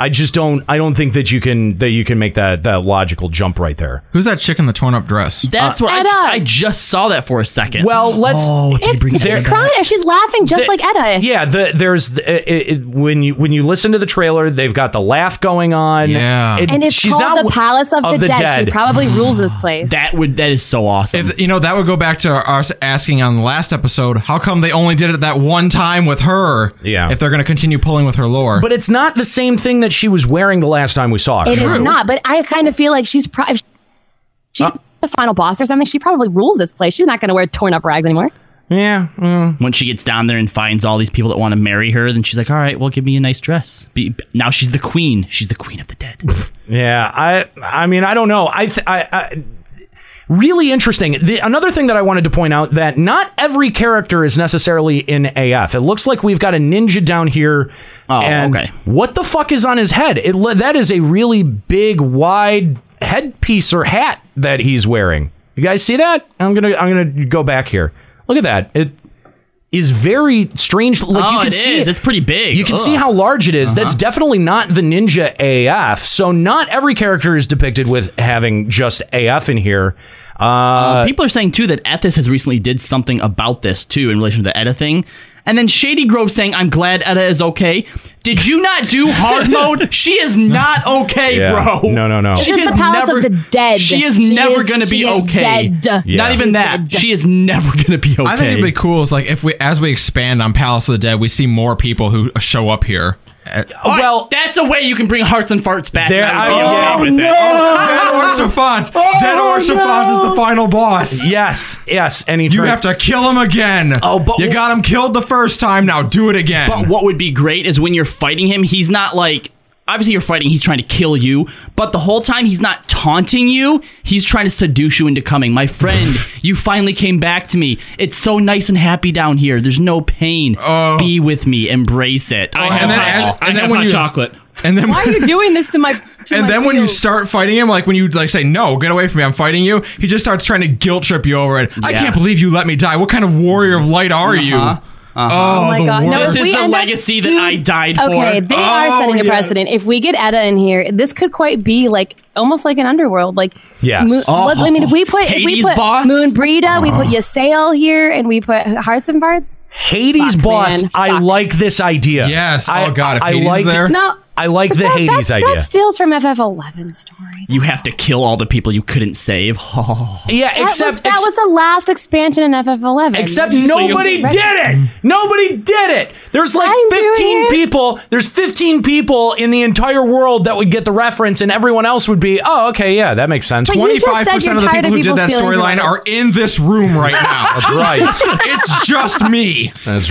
H: I just don't. I don't think that you can that you can make that that logical jump right there. Uh,
I: Who's that chick in the torn up dress?
A: That's what I just, I just saw that for a second.
H: Well, let's.
I: Oh,
K: It's, she's crying. She's laughing just like Etta.
H: Yeah, the, there's the, it, it, when you when you listen to the trailer, they've got the laugh going on. Yeah, Mm.
K: and it's
H: she's
K: called
H: not
K: the Palace of, the, dead. She probably rules this place.
A: That would that is so awesome.
I: If, you know that would go back to us asking on the last episode, how come they only did it that one time with her? Yeah, if they're going to continue pulling with her lore,
H: But it's not the same thing that she was wearing the last time we saw her.
K: It is not, but I kind of feel like she's pro- if she's the final boss or something. She probably rules this place. She's not going to wear torn up rags anymore.
H: Yeah.
A: Once she gets down there and finds all these people that want to marry her, then she's like, "All right, well, give me a nice dress." Be, now she's the queen. She's the queen of the dead.
H: Yeah, I I mean I don't know. I th- I, I really interesting. The, another thing that I wanted to point out that not every character is necessarily in AF. It looks like we've got a ninja down here. Oh, and okay. What the fuck is on his head? It le- that is a really big wide headpiece or hat that he's wearing. You guys see that? I'm going to I'm going to go back here. Look at that. It is very strange. Like
A: Oh,
H: you can
A: it
H: see
A: is. It's pretty big.
H: You can
A: Ugh.
H: see how large it is. That's
I: Uh-huh.
H: definitely not the ninja AF. So not every character is depicted with having just AF in here. Uh,
A: People are saying too that Ethis has recently did something about this too in relation to the Etta thing. And then Shady Grove saying, "I'm glad Etta is okay." Did you not do hard mode? She is not okay,
H: Yeah.
A: bro.
H: No, no, no.
A: She
K: She's
A: is
K: the palace
A: never-
K: of the dead.
A: She is
K: She
A: never
K: is-
A: going to be
K: she is
A: okay.
K: dead. Yeah.
A: Not even
K: She's
A: that.
K: dead.
A: She is never going to be okay.
I: I think it'd be cool. Is like if we as we expand on Palace of the Dead, we see more people who show up here. Uh,
A: well, that's a way you can bring hearts and farts back.
I: There-
A: and I
I: I-
A: would be okay
I: Oh,
A: with that.
I: Dead
K: Oh,
I: Orsophant! Dead Orsophant is the final boss.
H: Yes, yes, and he
I: you have to kill him again. Oh, but you got him killed the first time. Now do it again.
A: But what would be great is when you're fighting him, he's not like obviously you're fighting, he's trying to kill you, but the whole time he's not taunting you, he's trying to seduce you into coming. My friend, you finally came back to me. It's so nice and happy down here. There's no pain. Be with me. Embrace it.
I: Oh, and then as- and then when you- And then
K: Why are you doing this to my? To
I: and
K: my
I: then when you
K: feels?
I: start fighting him, like when you like say no, get away from me, I'm fighting you. He just starts trying to guilt trip you over it. I
A: Yeah.
I: can't believe you let me die. What kind of warrior of light are you?
A: Uh-huh.
I: Oh, the
K: No,
I: worst. Oh,
K: if we
A: is the
K: end up-
A: legacy that
K: Dude,
A: I died for.
K: Okay, they
H: Oh,
K: are setting a precedent. If we get Etta in here, this could quite be like almost like an underworld. Like
H: Yes.
K: Moon-
H: Oh.
K: what- I mean, if we put if we
H: Hades
K: put
H: boss?
K: Moonbreda, we put Yasale here, and we put Hearts and Farts.
H: Hades
K: Fuck,
H: boss.
K: man.
H: I like this idea.
I: Yes.
H: I,
I: Oh, God, if
H: I, I
I: Hades is
H: like
I: there?
K: No.
H: I like the Hades idea.
K: That steals from FF11 story.
A: You have to kill all the people you couldn't save. Oh.
H: Yeah,
K: That was- that was the last expansion in FF11.
H: Except nobody did
I: Mm.
H: it. Nobody did it. There's like 15 people. There's 15 people in the entire world that would get the reference, and everyone else would be, oh, okay, yeah, that makes sense.
K: But you just said
I: 25% of the
K: you're tired
I: people who
K: of
I: did
K: people
I: that
K: stealing your
I: storyline
K: lives.
I: are in this room right now.
H: That's right.
I: it's just me.
H: That's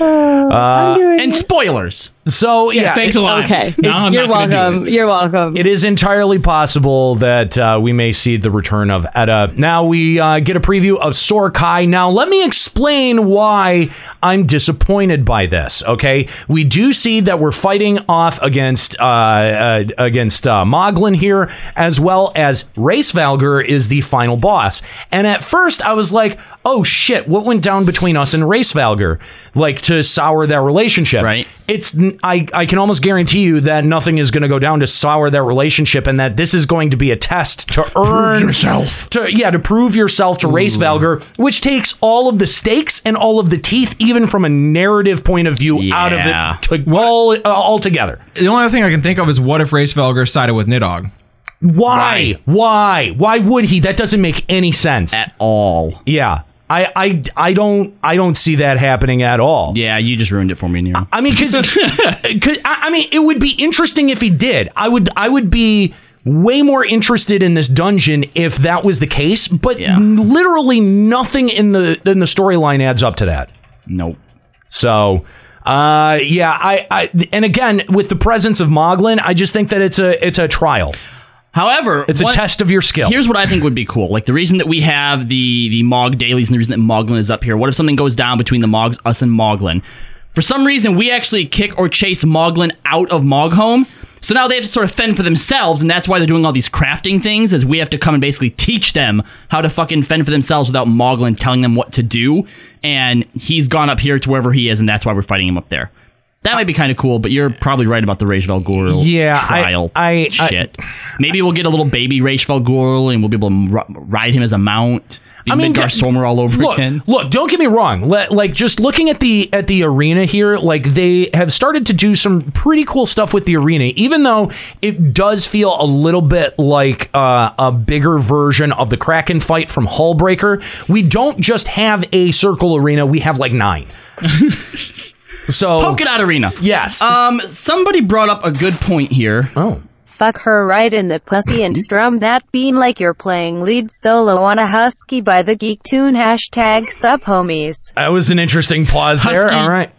K: Uh,
A: Uh, and spoilers.
H: So yeah,
A: thanks a lot.
K: Okay,
A: No, I'm
K: you're
A: not gonna do
K: welcome. You're welcome.
H: It is entirely possible that uh, we may see the return of Etta. Now we uh, get a preview of Sorkai. Now let me explain why I'm disappointed by this. Okay, we do see that we're fighting off against uh, uh, against uh, Moglin here, as well as Race Valger is the final boss. And at first, I was like, "Oh shit, what went down between us and Race Valger?" Like to sour their relationship. Right. It's n- I I can almost guarantee you that nothing is going to go down to sour their relationship, and that this is going to be a test to earn
I: yourself.
H: To yeah, to prove yourself to Race Valger, which takes all of the stakes and all of the teeth, even from a narrative point of view, out of
I: Yeah.
H: it to, all uh, altogether.
I: The only other thing I can think of is what if Race Velger sided with Nidog?
H: Why? Why? Why would he? That doesn't make any sense at
A: all.
H: Yeah. I, I, I don't I don't see that happening at all.
A: Yeah, you just ruined it for me, Nero.
H: I mean, because I, I mean, it would be interesting if he did. I would I would be way more interested in this dungeon if that was the case. But literally nothing in the in the storyline adds up to that.
A: Nope.
H: So. Uh yeah I, I and again with the presence of Moglin I just think that it's a it's a trial.
A: However,
H: it's
A: what-
H: a test of your skill.
A: Here's what I think would be cool. Like the reason that we have the the Mog dailies and the reason that Moglin is up here. What if something goes down between the Mogs, us and Moglin? For some reason, we actually kick or chase Moglin out of Moghome. So now they have to sort of fend for themselves, and that's why they're doing all these crafting things. Is we have to come and basically teach them how to fucking fend for themselves without Moglin telling them what to do. And he's gone up here to wherever he is, and that's why we're fighting him up there. That might be kind of cool, but you're probably right about the Rage Val Ghul
H: Yeah, I-
A: trial
H: I- I-
A: shit. Maybe we'll get a little baby Raish Valgul and we'll be able to ru- ride him as a mount. Be I mean, Midgar
H: g-
A: Somer all over
H: look,
A: again.
H: Look, don't get me wrong. Le- like just looking at the at the arena here, like they have started to do some pretty cool stuff with the arena, even though it does feel a little bit like uh, a bigger version of the Kraken fight from Hullbreaker. We don't just have a circle arena; we have like nine. so
A: Polka Dot Arena.
H: Yes.
A: Um, somebody brought up a good point here.
H: Oh.
J: fuck her right in the pussy and strum that bean like you're playing lead solo on a husky by the geek tune hashtag sub homies.
H: That was an interesting pause there. All right.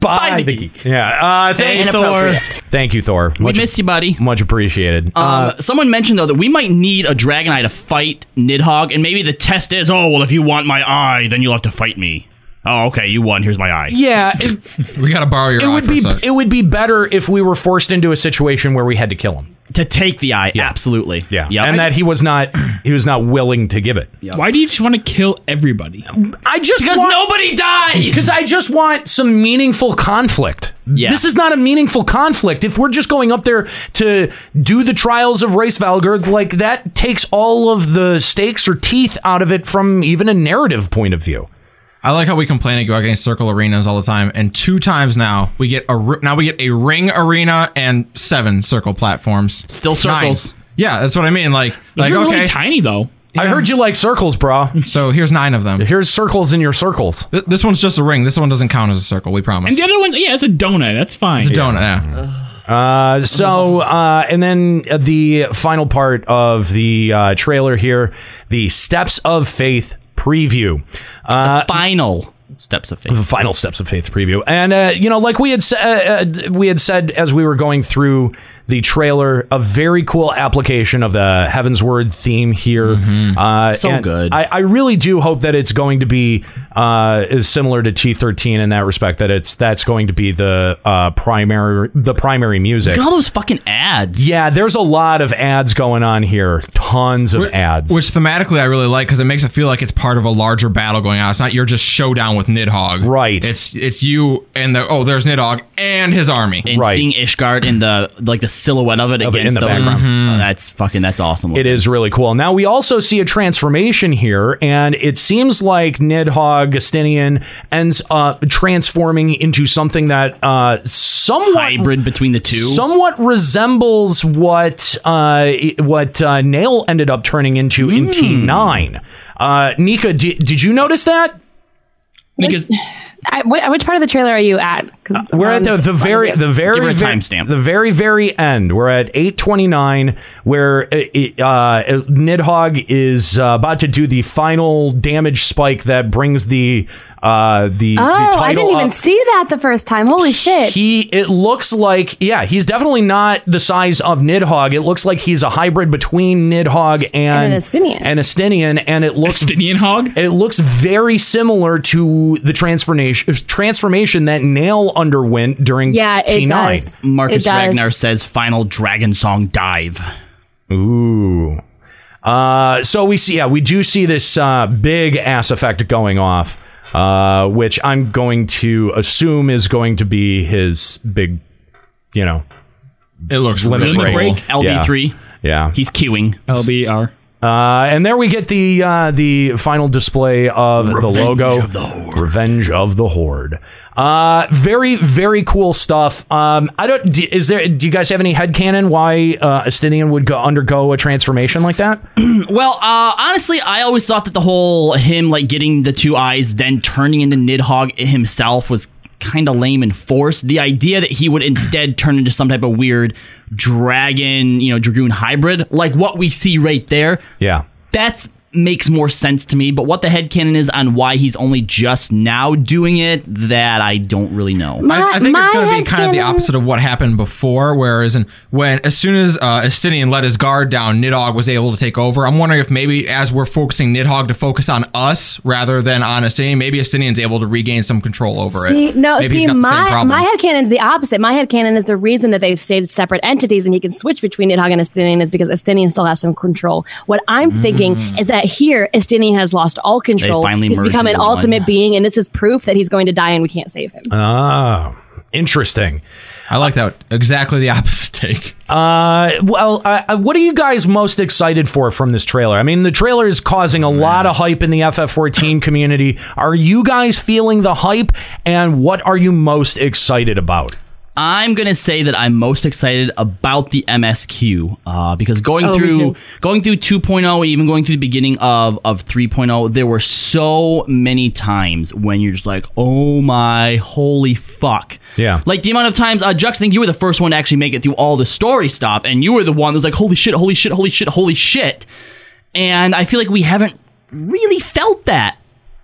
H: Bye, the geek. Yeah. Uh, thank
A: Hey,
H: you,
A: Thor.
H: Thor. Thank you, Thor.
A: We missed you, buddy.
H: Much appreciated.
A: Um, someone mentioned though that we might need a Dragonite to fight Nidhogg, and maybe the test is, oh well, if you want my eye, then you'll have to fight me. Oh, okay, you won. Here's my eye.
H: yeah, it,
I: we gotta borrow your.
H: it
I: eye
H: would
I: for a
H: be
I: sec.
H: it would be better if we were forced into a situation where we had to kill him
A: to take the eye. Absolutely.
H: Yeah. And that he was not he was not willing to give it.
E: Why do you just want to kill everybody?
H: I just
A: because nobody dies.
H: Because I just want some meaningful conflict.
A: Yeah.
H: This is not a meaningful conflict. If we're just going up there to do the trials of race Valgard, like that takes all of the stakes or teeth out of it from even a narrative point of view.
I: I like how we complain about getting circle arenas all the time, and two times now we get a ri- now we get a ring arena and seven circle platforms.
A: Still circles.
I: Yeah, that's what I mean. Like, like
H: are
I: okay,
H: really
E: tiny though.
H: I heard you like circles, bro.
I: So here's nine of them.
H: Here's circles in your circles.
I: this one's just a ring. This one doesn't count as a circle. We promise.
E: And the other one, yeah, it's a donut. That's fine.
I: It's a donut. Yeah.
H: Uh, so, uh, and then uh, the final part of the uh, trailer here the Steps of Faith preview. Uh,
A: final Steps of Faith.
H: The final Steps of Faith preview. And, uh, you know, like we had, s- uh, uh, d- we had said as we were going through the trailer, a very cool application of the Heaven's Word theme here.
I: Mm-hmm.
H: Uh,
A: So
H: and
A: good.
H: I, I really do hope that it's going to be uh, is similar to T13 in that respect, that it's that's going to be the uh, primary the primary music.
A: Look at all those fucking ads.
H: Yeah, there's a lot of ads going on here. Tons of ads.
I: Which thematically I really like because it makes it feel like it's part of a larger battle going on. It's not your just showdown with Nidhogg. Right. It's it's you and the oh there's Nidhogg and his army.
A: And seeing Ishgard in the like the silhouette of it
H: Of it in
A: against
H: the
A: those-
H: background.
A: Oh, that's fucking that's awesome.
H: It is really cool. Now we also see a transformation here, and it seems like Nidhogg Gastinian ends up transforming into something that uh, somewhat hybrid
A: between the two,
H: somewhat resembles what uh, what uh, Nail ended up turning into
A: Hmm.
H: in T nine. Uh, Nika, d- did you notice that?
E: Because
K: I, wh- which part of the trailer are you at? 'Cause
H: We're at the, the very the very
A: her a
H: very-
A: timestamp.
H: the very very end. We're at eight twenty nine, where uh, uh, Nidhogg is uh, about to do the final damage spike that brings the uh, the, the
K: oh,
H: title
K: I didn't even
H: up.
K: see that the first time. Holy shit!
H: He it looks like yeah he's definitely not the size of Nidhogg. It looks like he's a hybrid between Nidhogg
K: And
H: and
K: an Astinian.
H: and Astinian, and it looks
E: Astinian hog.
H: It looks very similar to the transformation transformation that Nail underwent during
K: Yeah, it
H: T9.
K: does. Marcus It does.
A: Ragnar says final dragon song dive.
H: Ooh. Uh, so we see, yeah, we do see this uh, big ass effect going off, uh, which I'm going to assume is going to be his big, you know,
I: it looks
H: limit
A: really
H: break.
A: cool. LB3.
H: Yeah,
A: he's queuing.
E: LBR.
H: Uh, and there we get the uh, the final display of
A: Revenge
H: the logo,
A: of the
H: Revenge of the Horde. Uh, very very cool stuff. Um, I don't. d- Is there? Do you guys have any headcanon why uh, Astinian would go, undergo a transformation like that?
A: Well, uh, honestly, I always thought that the whole him like getting the two eyes, then turning into Nidhogg himself was kind of lame and forced. The idea that he would instead turn into some type of weird dragon, you know, dragoon hybrid, like what we see right there,
H: Yeah.
A: that's makes more sense to me. But what the headcanon is on why he's only just now doing it, that I don't really know.
I: I, I think it's
A: My-
I: going to
A: my
I: be kind of the
A: husband-
I: opposite of what happened before, whereas in, when as soon as uh, Astinian let his guard down, Nidhogg was able to take over. I'm wondering if maybe as we're focusing Nidhogg to focus on us rather than on Astinian, maybe Astinian's able to regain some control over
K: See,
I: it.
K: no,
I: maybe
K: see, my my headcanon's the opposite. My headcanon is the reason that they've stayed separate entities and he can switch between Nidhogg and Astinian is because Astinian still has some control. What I'm thinking is that here, Astinian has lost all control.
H: Mm. finally
K: he's
H: merged
K: become an
H: into one.
K: ultimate being, and this is proof that he's going to die and we can't save him.
H: Ah, interesting.
I: I like that. Exactly the opposite take.
H: Uh, well, uh, what are you guys most excited for from this trailer? I mean, the trailer is causing
I: Oh,
H: a lot of hype in the FF14 community. Are you guys feeling the hype? And what are you most excited about?
A: I'm gonna say that I'm most excited about the MSQ uh, because going
O: Oh, me
A: through
O: too.
A: going through 2.0, even going through the beginning of of 3.0, there were so many times when you're just like, oh my holy fuck,
H: Yeah.
A: like the amount of times, uh, Jux, I think you were the first one to actually make it through all the story stuff, and you were the one that was like, "Holy shit! Holy shit! Holy shit! Holy shit!" And I feel like we haven't really felt that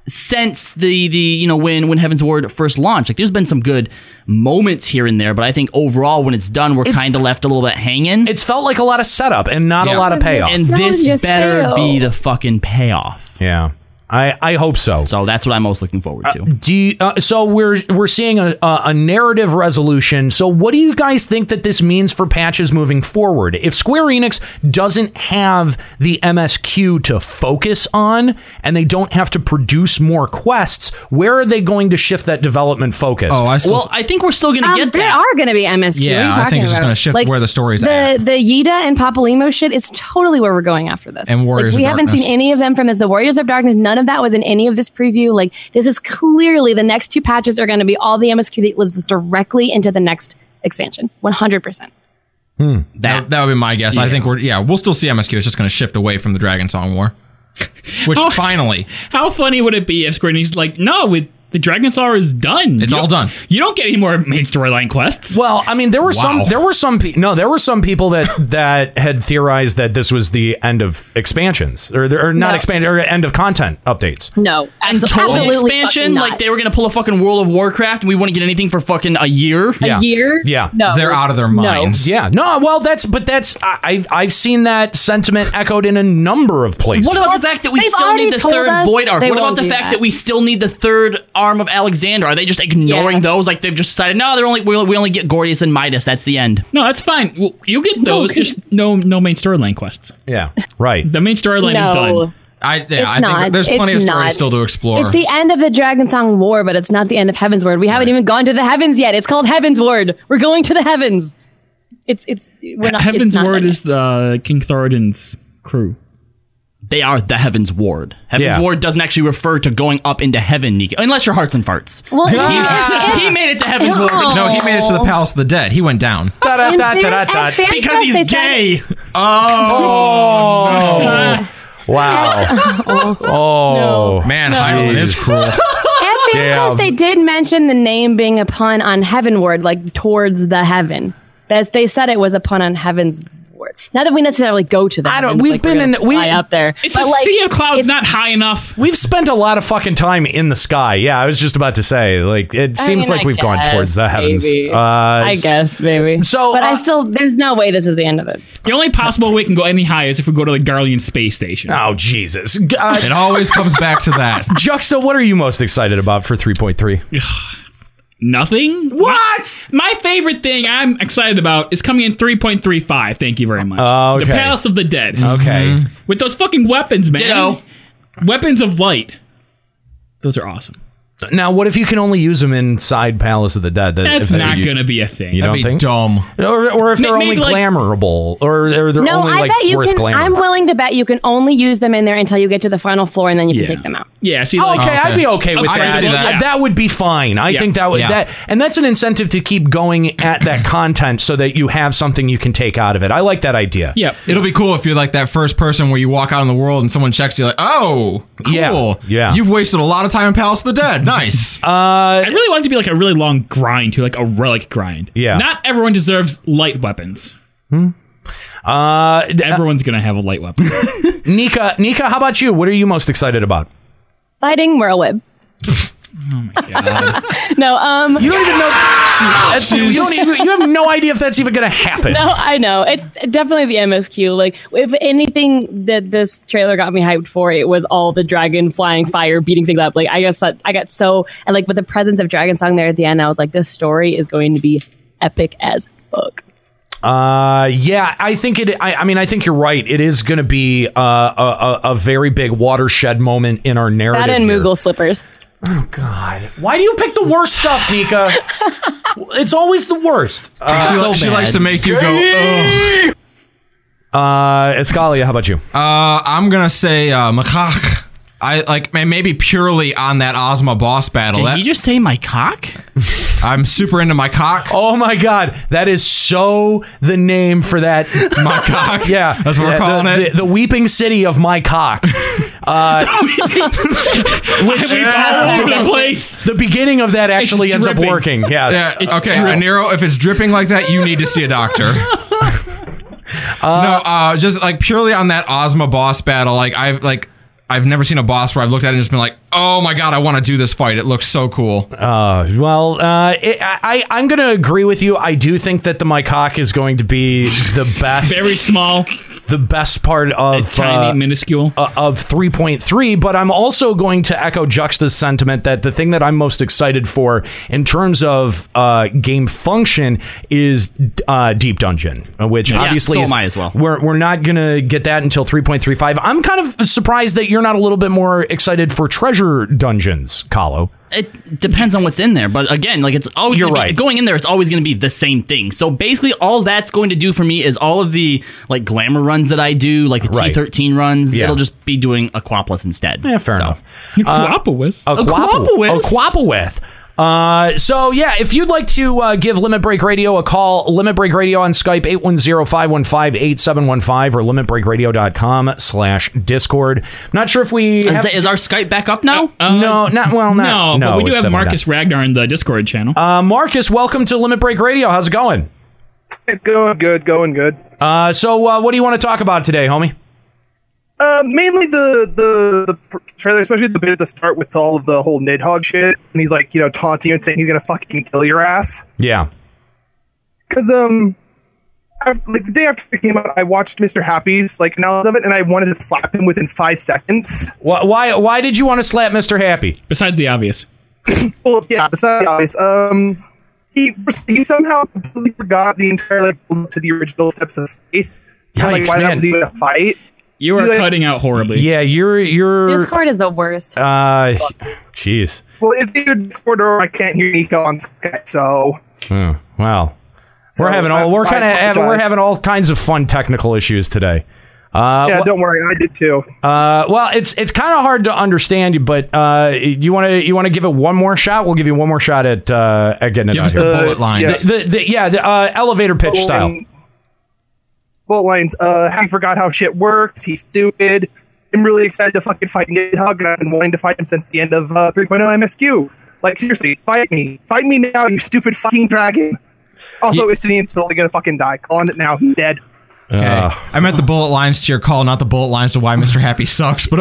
A: since the the you know when when Heaven's Ward first launched. Like, there's been some good moments here and there, but I think overall, when it's done, we're kind of left a little bit hanging.
H: It's felt like a lot of setup and not a lot of payoff.
A: And
H: Not
A: this
H: your
A: better
H: sale.
A: be the fucking payoff.
H: Yeah. I, I hope so.
A: So that's what I'm most looking forward to.
H: Do you, uh, so we're we're seeing a, a a narrative resolution. So what do you guys think that this means for patches moving forward? If Square Enix doesn't have the MSQ to focus on and they don't have to produce more quests, where are they going to shift that development focus?
I: Oh, I still-
A: Well, I think we're still going
K: to get Um, there. are going to be MSQ. What are you
H: Yeah, I think
K: talking
H: it's just
K: about?
H: gonna shift
K: Like,
H: where the story's
K: the,
H: at.
K: The Yida and Papalimo shit is totally where we're going after this.
I: And
K: Like,
I: Warriors
K: we
I: of
K: haven't
I: Darkness.
K: seen any of them from this. The Warriors of Darkness, none of that was in any of this preview. Like, this is clearly the next two patches are going to be all the MSQ that lives directly into the next expansion. 100%.
I: That, that would be my guess. I think we're yeah, we'll still see MSQ. It's just going to shift away from the Dragon Song War, which
K: Oh.
I: finally
E: How funny would it be if Square Enix like, no, with the Dragon Slayer is done. It's all done. You don't get any more main storyline quests.
H: Well, I mean, there were
E: Wow.
H: some there were some pe- no there were some people that that had theorized that this was the end of expansions or, or not
K: No.
H: expansion or end of content updates.
K: No.
A: And total expansion, like they were gonna pull a fucking World of Warcraft, and we wouldn't get anything for fucking a year.
K: A year?
H: Yeah.
K: No. They're out of their No. minds.
H: Yeah. No, well that's but that's I, I've I've seen that sentiment echoed in a number of places.
A: What about the fact that we
K: They've
A: still
K: already
A: need the
K: told
A: third
K: us
A: Void arc?
K: they
A: What about
K: won't
A: the
K: do
A: fact that.
K: that.
A: we still need the third arm of Alexander? Are they just ignoring those? Like they've just decided, no, they're only we, we only get Gordius and Midas. That's the end.
E: No, that's fine. Well, you get those, just no no main storyline quests.
H: Yeah, right.
E: The main storyline is
K: No.
E: done.
I: I
K: It's I think not. there's plenty It's of stories not. still
I: to explore.
K: It's the end of the Dragon Song War, but it's not the end of Heaven's Ward. We haven't even gone to the heavens yet. It's called Heaven's Ward. We're going to the heavens. It's it's we're not.
E: Heaven's
K: it's not
E: Ward
K: done
E: is the King Thoradin's crew.
A: They are the Heaven's Ward. Heaven's
E: Yeah.
A: Ward doesn't actually refer to going up into heaven, Nico, unless your hearts and farts.
K: Well,
A: he,
K: if-
A: he made it to Heaven's
K: Ew.
A: Ward.
I: No, he made it to the Palace of the Dead. He went down.
K: And da, da, da, da. fair- at
A: because
K: fair
A: he's
K: quest, they
A: gay.
H: Oh.
K: Oh.
H: wow. Oh.
I: Man, Hyrule is cruel.
K: At FanFest,
H: Damn.
K: they did mention the name being a pun on heavenward, like towards the heaven. That they said it was a pun on heaven's ward. Not that we necessarily go to that. I don't.
H: we've been in- we-
K: up there.
E: It's
K: But,
E: a
K: like,
E: sea of clouds, not high enough.
H: We've spent a lot of fucking time in the sky. Yeah, I was just about to say, like, it
K: I
H: seems
K: mean,
H: like
K: I
H: we've gone
K: guess,
H: towards the heavens.
K: maybe.
H: Uh,
K: I guess maybe.
H: So, uh,
K: but I still. There's no way this is the end of it.
E: The only possible way it can go any higher is if we go to the Garlean space station.
H: Oh Jesus!
I: it always comes back to that.
H: Juxta, what are you most excited about for 3.3?
E: Nothing. What? My favorite thing I'm excited about is coming in 3.35. Thank you very much.
H: Oh,
E: The
H: okay.
E: Palace of the Dead. Mm-hmm.
H: Okay.
E: With those fucking weapons, man. Weapons of light. Those are awesome.
H: Now, what if you can only use them inside Palace of the Dead? That-
E: That's
H: if they-
E: not
H: you-
E: going to be a thing.
H: You don't think? Dumb. Or, or if
E: May-
H: they're
E: maybe
H: only
E: like-
H: glamorable, or, or they're
K: no,
H: only
K: I
H: like
K: bet you
H: worth
K: can.
H: glamour.
K: I'm willing to bet you can only use them in there until you get to the final floor, and then you can take them out.
E: Yeah. See,
H: Oh,
E: like,
H: okay, I'd be okay with
E: I
H: that.
E: see
H: that. would be fine. I
E: Yeah.
H: think that would
E: Yeah.
H: that, and that's an incentive to keep going at that content so that you have something you can take out of it. I like that idea.
E: Yep.
I: It'll be cool if you're like that first person where you walk out in the world and someone checks you like, oh, cool. Yeah.
H: yeah.
I: You've wasted a lot of time in Palace of the Dead. Nice.
H: Uh,
E: I really want it to be like a really long grind too, like a relic grind.
H: Yeah. Hmm.
E: Not everyone deserves light weapons.
H: Uh,
E: Everyone's gonna have a light weapon.
H: Nika, Nika, how about you? What are you most excited about?
K: Fighting whirlwind. no, um,
H: Oh you don't even know. That's, you don't even, you have no idea if that's even going to happen.
K: No, I know. It's definitely the MSQ. Like, if anything that this trailer got me hyped for, it was all the dragon flying fire, beating things up. Like, I just thought, I got so, and like with the presence of Dragon Song there at the end, I was like, this story is going to be epic as fuck.
H: Uh, yeah, I think it. I, I mean, I think you're right. It is going to be uh, a, a, a very big watershed moment in our narrative.
K: That and
H: here.
K: Moogle slippers.
H: Oh God! Why do you pick the worst stuff, Nika? it's always the worst.
I: she, li- she likes to make you go. Ugh.
H: Uh, Escalia, how about you?
I: Uh, I'm gonna say uh, macaque. I like man, maybe purely on that Ozma boss battle.
A: Did
I: That-
A: you just say my cock?
I: I'm super into my cock.
H: Oh my god, that is so the name for that.
I: My cock?
H: Yeah,
I: That's what we're
H: Yeah,
I: calling
H: the,
I: it?
H: The, the weeping city of my cock. Uh,
E: Which
H: Yeah. The beginning of that actually ends up working. Yes.
I: Yeah. okay, Aniro, if it's dripping like that, you need to see a doctor. no, uh, just like purely on that Ozma boss battle, like I've like I've never seen a boss where I've looked at it and just been like, oh my god, I want to do this fight. It looks so cool.
H: Uh, well, uh, it, I, I, am going to agree with you. I do think that the my cock is going to be the best.
E: Very small.
H: The best part of uh,
E: tiny, minuscule
H: of 3.3, but I'm also going to echo Juxta's sentiment that the thing that I'm most excited for in terms of uh, game function is uh, Deep Dungeon, uh, which
A: Yeah,
H: obviously
A: so
H: is,
A: am I as well.
H: We're we're not gonna get that until 3.35. I'm kind of surprised that you're not a little bit more excited for Treasure Dungeons, Kahlo.
A: It depends on what's in there, but again, like it's always
H: You're
A: gonna be-
H: right.
A: going in there. It's always going to be the same thing. So basically, all that's going to do for me is all of the like glamour runs that I do, like the
H: Right.
A: T thirteen runs.
H: Yeah.
A: It'll just be doing Aquapolis instead.
H: Yeah, fair
A: So-
H: enough.
E: Aquapolis.
H: Uh, Aquapolis. Aquapolis. Uh, so yeah, if you'd like to uh, give Limit Break Radio a call, Limit Break Radio on Skype 810-515-8715 or limitbreakradio.com slash discord. Not sure if we
A: Is,
H: have-
A: that- is our Skype back up now?
H: no, not well, not,
E: no, but we do
H: it's
E: have
H: definitely not.
E: Marcus Ragnar in the Discord channel.
H: Uh, Marcus, welcome to Limit Break Radio. How's it going?
O: Going good, going good.
H: Uh, so uh, what do you want to talk about today, homie?
O: Uh, mainly the, the the pr- trailer, especially the bit at the start with all of the whole Nidhogg shit, and he's like, you know, taunting you and saying he's gonna fucking kill your ass.
H: Yeah.
O: Because um, I, like the day after it came out, I watched Mr. Happy's like analysis of it, and I wanted to slap him within five seconds.
H: Why why, why did you want to slap Mr. Happy?
E: Besides the obvious.
O: Well, yeah, it's not obvious. Um, he he somehow completely forgot the entire like build up to the original steps of faith. and, like
H: Yikes,
O: why
H: man.
O: that was even a fight.
E: You
O: are
E: cutting out horribly.
H: Yeah, you're you're
K: Discord is the worst.
H: uh jeez.
O: Well, it's either Discord or I can't hear Nico on Skype, so.
H: Oh, wow.
O: So,
H: we're having all
O: I-
H: we're
O: I
H: kind of we're
O: apologize.
H: having all kinds of fun technical issues today. Uh,
O: yeah,
H: wh-
O: don't worry, I did too.
H: uh, well, it's it's kind of hard to understand you, but uh, you want to you want to give it one more shot. We'll give you one more shot at uh, at getting it.
I: Give
H: out
I: us
H: here.
I: the bullet Uh, lines. yes.
H: The, the, the- yeah, the uh, elevator pitch
O: Bullet
H: style.
O: line- Bullet lines. Uh, he forgot how shit works. He's stupid. I'm really excited to fucking fight Nidhogg, and I've been wanting to fight him since the end of uh, 3.0 MSQ. Like, seriously, fight me. Fight me now, you stupid fucking dragon. Also, Isidian's only gonna fucking die. Calling it now. He's dead.
I: Okay.
H: uh.
I: I meant the bullet lines to your call, not the bullet lines to why Mr. Happy sucks, but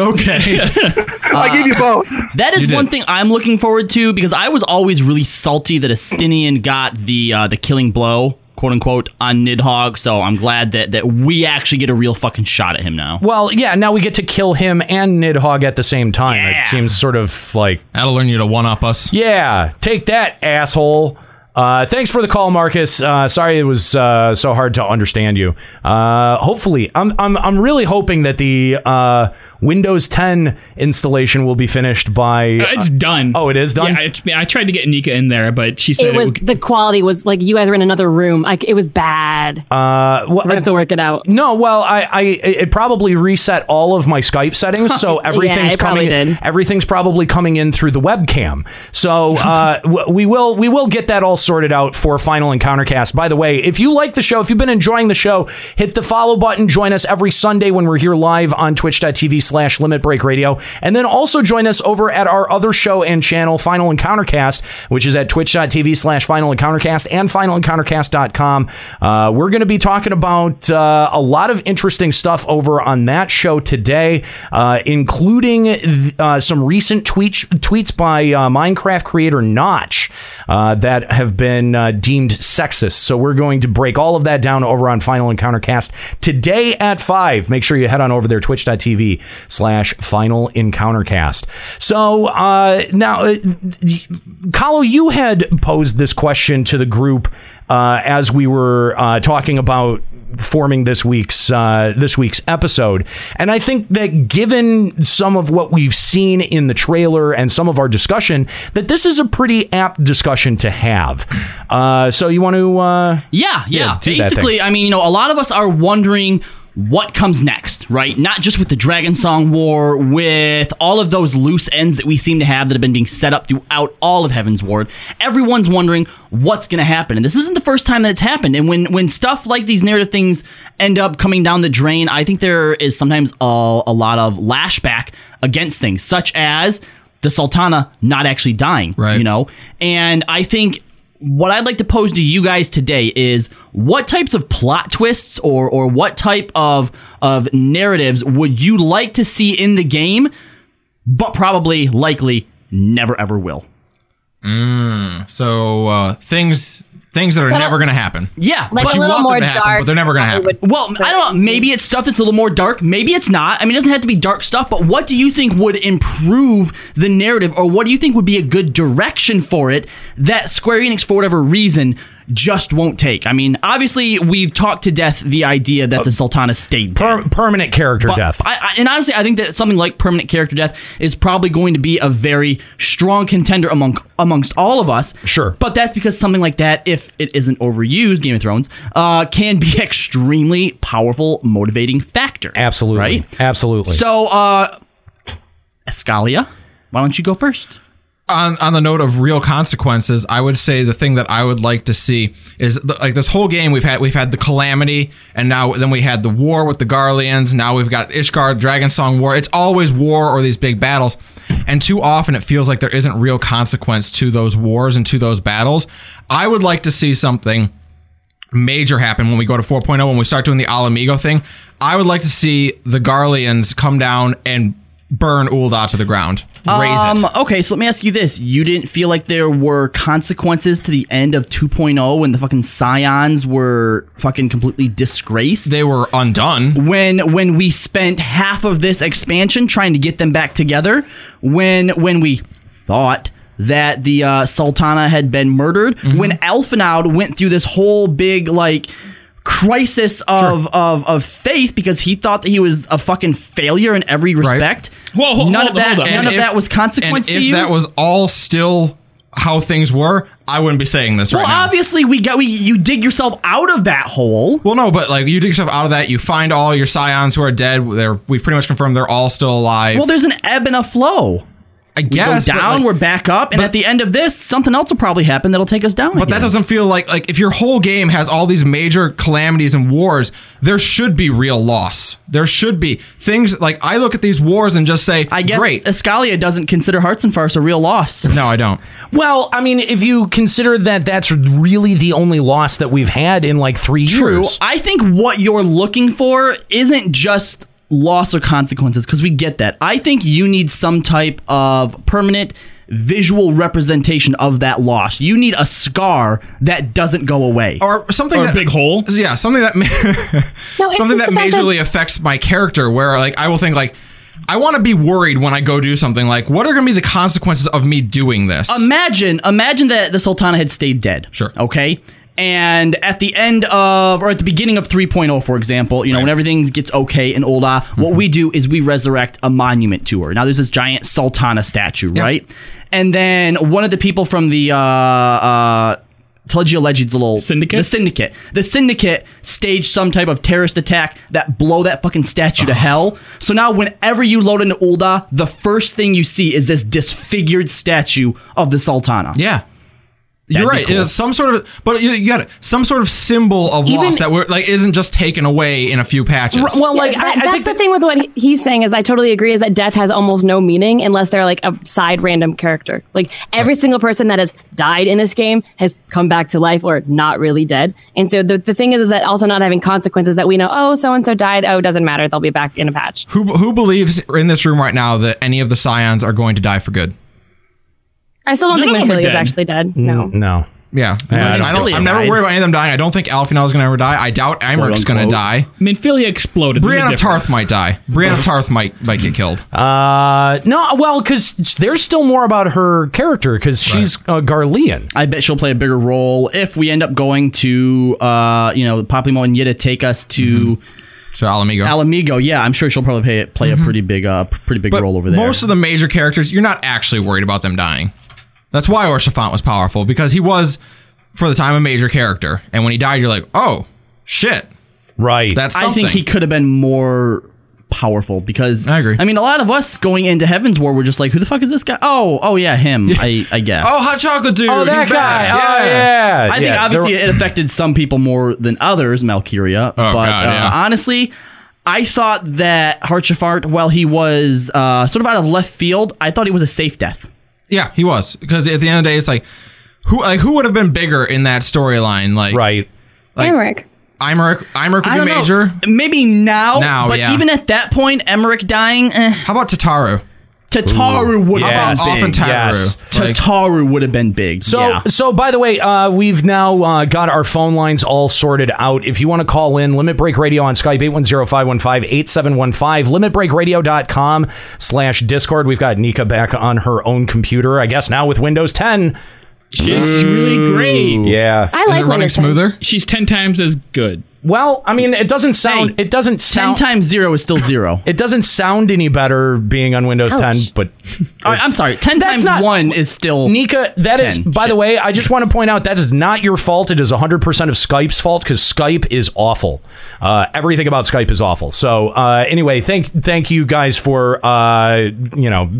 I: okay.
O: I gave you both.
A: Uh, That
I: You
A: is
I: did.
A: one thing I'm looking forward to because I was always really salty that Astinian got the uh, the killing blow, quote unquote, on Nidhogg. So I'm glad that that we actually get a real fucking shot at him now.
H: Well, yeah. Now we get to kill him and Nidhogg at the same time. It seems sort of like
I: that'll learn you to one up us.
H: Yeah, take that, asshole. Uh, thanks for the call, Marcus. Uh, sorry it was uh, so hard to understand you. Uh, hopefully, I'm I'm I'm really hoping that the uh, Windows 10 installation will be finished by.
E: Uh, it's done.
H: Oh, it is done.
E: Yeah, I, I tried to get Nika in there, but she said
K: It
E: it,
K: was
E: would-
K: the quality was like you guys were in another room. Like it was bad.
H: Uh, well,
K: We have to work it out.
H: No, well, I, I it probably reset all of my Skype settings, so
K: Yeah,
H: everything's
K: it probably
H: coming.
K: did.
H: Everything's probably coming in through the webcam. So uh, w- we will we will get that all sorted out for Final Encounter Cast. By the way, if you like the show, if you've been enjoying the show, hit the follow button. Join us every Sunday when we're here live on Twitch.tv/slash Limit Break Radio, and then also join us over at our other show and channel, Final Encounter Cast, which is at Twitch.tv/slash Final Encounter Cast and FinalEncounterCast.com. Uh, we're going to be talking about uh, a lot of interesting stuff over on that show today, uh, including th- uh, some recent tweets tweets by uh, Minecraft creator Notch uh, that have been uh, deemed sexist. So we're going to break all of that down over on Final Encounter Cast today at five. Make sure you head on over there twitch.tv slash Final Encounter Cast. So uh, now, uh, Kahlo, you had posed this question to the group uh, as we were uh, talking about forming this week's uh, this week's episode, and I think that given some of what we've seen in the trailer and some of our discussion, that this is a pretty apt discussion to have. Uh, so you want to? Uh,
A: Yeah, yeah.
H: do that thing.
A: Basically, I mean, you know, a lot of us are wondering what comes next, right? Not just with the Dragon Song War, with all of those loose ends that we seem to have that have been being set up throughout all of Heaven's Ward. Everyone's wondering what's going to happen, and this isn't the first time that it's happened. And when when stuff like these narrative things end up coming down the drain, I think there is sometimes a, a lot of lashback against things, such as the Sultana not actually dying, right? You know, and I think what I'd like to pose to you guys today is what types of plot twists or or what type of of narratives would you like to see in the game, but probably likely never ever will.
I: Mm, so uh, things things that are
A: But-
I: never going to happen.
A: Yeah,
I: Like a
A: but you
I: little
A: want them
I: more
A: to happen,
I: dark
A: but they're never going to happen. Well, I don't know. Maybe it's stuff that's a little more dark. Maybe it's not. I mean, it doesn't have to be dark stuff. But what do you think would improve the narrative, or what do you think would be a good direction for it that Square Enix, for whatever reason, just won't take? I mean, obviously, we've talked to death the idea that the Sultana stayed dead.
H: Uh, permanent character
A: But
H: death.
A: I, I, and honestly, I think that something like permanent character death is probably going to be a very strong contender among amongst all of us. Sure, but that's because something like that, if it isn't overused, Game of Thrones uh, can be extremely powerful motivating factor.
H: Absolutely, right? Absolutely.
A: So, uh, Escalia, why don't you go first?
I: on on the note of real consequences, I would say the thing that I would like to see is the, like this whole game we've had we've had the calamity and now then we had the war with the Garleans. Now we've got Ishgard Dragon Song War. It's always war or these big battles, and too often it feels like there isn't real consequence to those wars and to those battles. I would like to see something major happen when we go to 4.0 when we start doing the Alamigo thing. I would like to see the Garleans come down and burn Ulda to the ground. Raise it.
A: um, Okay, so let me ask you this. You didn't feel like there were consequences to the end of 2.0 when the fucking Scions were fucking completely disgraced?
I: They were undone.
A: When when we spent half of this expansion trying to get them back together, when when we thought that the uh, Sultana had been murdered,
I: Mm-hmm.
A: when Alphinaud went through this whole big like crisis of, of of faith because he thought that he was a fucking failure in every respect.
E: Well,
I: Oh,
E: hold-
A: none
E: hold-
A: of that
E: hold on.
A: none
E: And
A: of
E: if-
A: that was consequence
I: and
A: to
I: if
A: you.
I: that was all still how things were, I wouldn't be saying this
A: well,
I: right now.
A: obviously we got we you dig yourself out of that hole.
I: Well, no, but like you dig yourself out of that, you find all your scions who are dead. They're we've pretty much confirmed they're all still alive.
A: Well, there's an ebb and a flow.
I: I guess,
A: we
I: but,
A: go down,
I: like-
A: we're back up, and at the end of this, something else will probably happen that'll take us down.
I: but that doesn't feel like like if your whole game has all these major calamities and wars, there should be real loss. There should be things like I look at these wars and just say, I
A: guess
I: great.
A: Escalia doesn't consider Hearts and Farce a real loss.
I: No, I don't.
H: Well, I mean, if you consider that that's really the only loss that we've had in like three
A: True.
H: years.
A: I think what you're looking for isn't just loss or consequences, because we get that. I think you need some type of permanent visual representation of that loss. You need a scar that doesn't go away.
I: Or something
A: Or a
I: that,
A: big
E: hole.
I: Yeah, something that something that majorly affects my character. Where like I will think like I want to be worried when I go do something. Like what are going to be the consequences of me doing this?
A: Imagine, imagine that the Sultana had stayed dead. Sure. Okay. And at the end of, or at the beginning of 3.0, for example, you know, when everything gets okay in Olda, what we do is we resurrect a monument to her. Now there's this giant Sultana statue, right? And then one of the people from the uh, uh, Telegia Legend's little syndicate, the syndicate, the syndicate staged some type of terrorist attack that blow that fucking statue to hell. So now, whenever you load into Ulda, the first thing you see is this disfigured statue of the Sultana.
I: Yeah. You're
A: That'd
I: right.
A: be cool.
I: It's Some sort of, but you, you got it. Some sort of symbol of loss that we're, like isn't just taken away in a few patches.
K: Yeah, that- that's the thing with what he- he's saying is I totally agree is that death has almost no meaning unless they're like a side random character. Like every single person that has died in this game has come back to life or not really dead. And so the, the thing is, is that also not having consequences that we know, oh, so and so died. Oh, doesn't matter. They'll be back in a patch.
I: Who who believes in this room right now that any of the scions are going to die for good?
K: I still don't
I: None
K: think
I: of them are
K: Minfilia is
I: dead.
K: actually dead.
A: Mm,
K: No.
H: No.
I: Yeah.
H: Yeah, I
I: I
H: don't
I: don't, I
H: think so.
I: am never
H: Died.
I: worried about any of them dying. I don't think Alphinal is going to ever die. I doubt Imeric's going to
H: unquote.
I: die.
E: Minfilia exploded. There's a
I: Brianna of
E: difference.
I: Tarth might die. Brianna of Tarth might might get killed.
H: Uh, no, well, because there's still more about her character because she's a Garlean.
A: I bet she'll play a bigger role if we end up going to, uh, you know, Paplimo and Yida take us to.
I: Mm-hmm. To Alamigo. Mm-hmm.
A: Alamigo, yeah, I'm sure she'll probably play, play a pretty big, uh, p- pretty big role over there.
I: Most of the major characters, you're not actually worried about them dying. That's why Orshafant was powerful because he was, for the time, a major character. And when he died, you're like, oh shit,
H: Right.
I: That's
A: I think he could have been more powerful because I agree. I mean, a lot of us going into Heaven's War were just like, "Who the fuck is this guy?" Oh, oh yeah, him. I, I guess.
I: Oh, hot chocolate dude.
H: Oh, that
I: he's back.
H: guy. Oh, yeah.
A: I think
H: Yeah,
A: obviously
H: there-
A: it affected some people more than others, Malkyria. but
I: God,
A: uh,
I: yeah.
A: honestly, I thought that Harchifart, while he was uh, sort of out of left field, I thought he was a safe death.
I: Yeah, he was because at the end of the day, it's like who like who would have been bigger in that storyline? Like
H: right,
I: like
K: Emmerich.
I: Imeric, Imeric would
A: I
I: be
A: don't know.
I: major.
A: Maybe now,
I: Now,
A: but
I: yeah.
A: even at that point, Emmerich dying. Eh. How
I: about Tataru?
A: Tataru would have
H: Yes.
A: been big.
H: Yes. Like-
A: Tataru would have been big.
H: So,
A: yeah.
H: so by the way, uh, we've now uh, got our phone lines all sorted out. If you want to call in, Limit Break Radio on Skype, 810-515-8715, limitbreakradio.com slash Discord. We've got Nika back on her own computer, I guess now with Windows 10.
E: She's really great.
H: Yeah.
K: I Is like it running Windows 10. smoother?
E: She's 10 times as good.
H: Well, I mean, it doesn't sound. it doesn't sound.
A: Ten times zero is still zero.
H: It doesn't sound any better being on Windows 10, but
A: All right, I'm sorry. Ten times one is still
H: Nika. That is,
A: 10.
H: by the way, I just want to point out that is not your fault. It is 100% of Skype's fault because Skype is awful. Uh, everything about Skype is awful. So, uh, anyway, thank thank you guys for, uh, you know,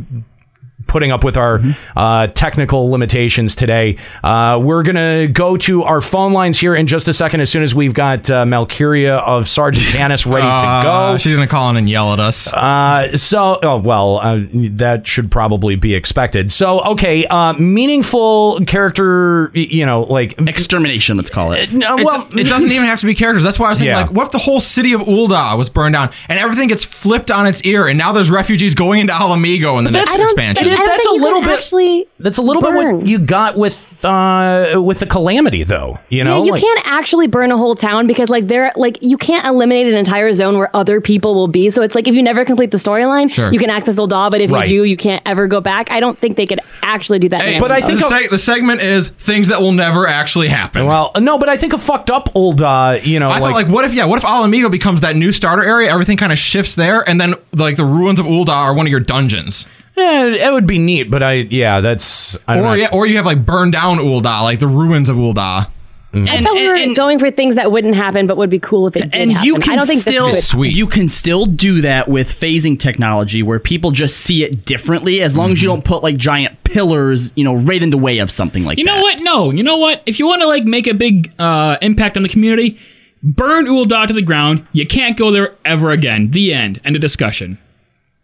H: putting up with our uh, technical limitations today. Uh, we're going to go to our phone lines here in just a second as soon as we've got uh, Malkyria of Sergeant Janice ready to go.
I: Uh, She's gonna call in and yell at us.
H: Uh, so, oh, well, uh, that should probably be expected. So, okay, uh, meaningful character, y- you know, like uh,
A: extermination. Let's call it.
H: No,
I: It
H: well,
I: do- it doesn't even have to be characters. That's why I was thinking,
H: Yeah.
I: like, what if the whole city of Ulda was burned down and everything gets flipped on its ear, and now there's refugees going into Alamigo in the next
H: I don't-
I: expansion?
H: that- that's a little bit.
P: Actually,
H: that's a little bit what you got with uh, with the calamity, though. You know,
P: yeah, you
H: like-
P: can't actually burn a whole town because like they're like you can't eliminate an entire zone where other people will be. So it's like if you never complete the storyline,
I: Sure.
P: you can access Ulda, but if
I: Right.
P: you do, you can't ever go back. I don't think they could actually do that. in MMOs.
I: the, seg- the segment is things that will never actually happen.
H: Well, no, but I think a fucked up old, uh, you know,
I: I thought
H: like-
I: like what if yeah, what if Alamigo becomes that new starter area? Everything kind of shifts there, and then like the ruins of Ulda are one of your dungeons.
H: Yeah, it would be neat, but I yeah, that's I
I: or
H: don't know.
I: yeah, or you have like burned down Ulda, like the ruins of Ulda.
H: Mm.
P: I thought we were going for things that wouldn't happen, but would be cool if it did
A: and you
P: happen.
A: can
P: I don't think this
A: still
P: would.
A: you can still do that with phasing technology where people just see it differently as long as
I: Mm-hmm.
A: you don't put like giant pillars you know right in the way of something like
E: you
A: that
E: know what? No, you know what? If you want to like make a big uh, impact on the community, burn Ulda to the ground. You can't go there ever again. The end. End of discussion.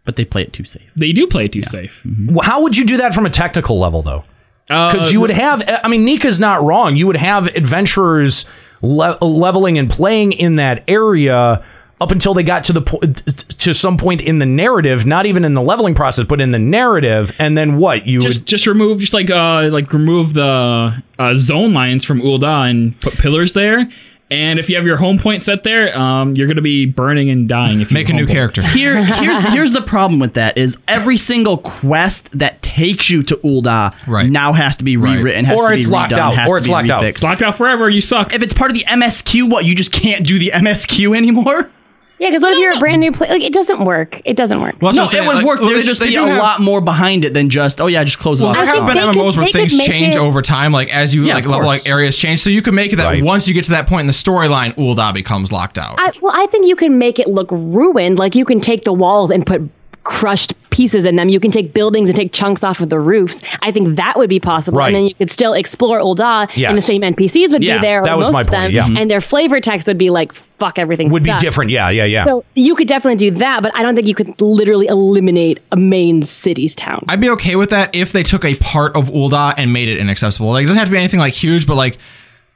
A: But they play it too safe.
E: They do play it too safe.
H: Well, how would you do that from a technical level though? Because
E: Uh,
H: you would have, I mean, Nika's not wrong. You would have adventurers le- leveling and playing in that area up until they got to the po- to some point in the narrative, not even in the leveling process, but in the narrative, and then what you
E: Just just remove just like uh like remove the uh, zone lines from Ulda and put pillars there. And if you have your home point set there, um, you're gonna be burning and dying. If you make a new
I: character.
A: Here, here's here's the problem with that is every single quest that takes you to Ulda now has to be rewritten, has
E: Or
A: to
E: it's
A: be
E: locked
A: redone,
E: out.
A: has
E: Or
A: to
E: it's
A: be
E: locked out.
A: refixed.
E: It's locked out forever. You suck.
A: If it's part of the MSQ, what you just can't do the MSQ anymore?
P: Yeah, because what if you're a brand new player? Like it doesn't work. It doesn't work.
A: no, it would work. There'd just be a lot more behind it than just oh yeah, just close
I: Well,
A: it off.
I: there have been MMOs where things change over time, like as you
A: Yeah,
I: like
A: of
I: level,
A: course.
I: like areas change. So you can make it that once you get to that point in the storyline, Ulda becomes locked out.
P: I, well, I think you can make it look ruined. Like you can take the walls and put crushed pieces in them. You can take buildings and take chunks off of the roofs. I think that would be possible,
H: Right.
P: and then you could still explore Ulda, and the
H: Yes.
P: same NPCs would
H: Yeah,
P: be there. or
H: that was
P: most
H: my
P: of
H: point,
P: them,
H: yeah.
P: and their flavor text would be like "fuck everything."
H: would be
P: sucks."
H: different. Yeah, yeah, yeah.
P: So you could definitely do that, but I don't think you could literally eliminate a main city's town.
I: I'd be okay with that if they took a part of Ulda and made it inaccessible. Like it doesn't have to be anything like huge, but like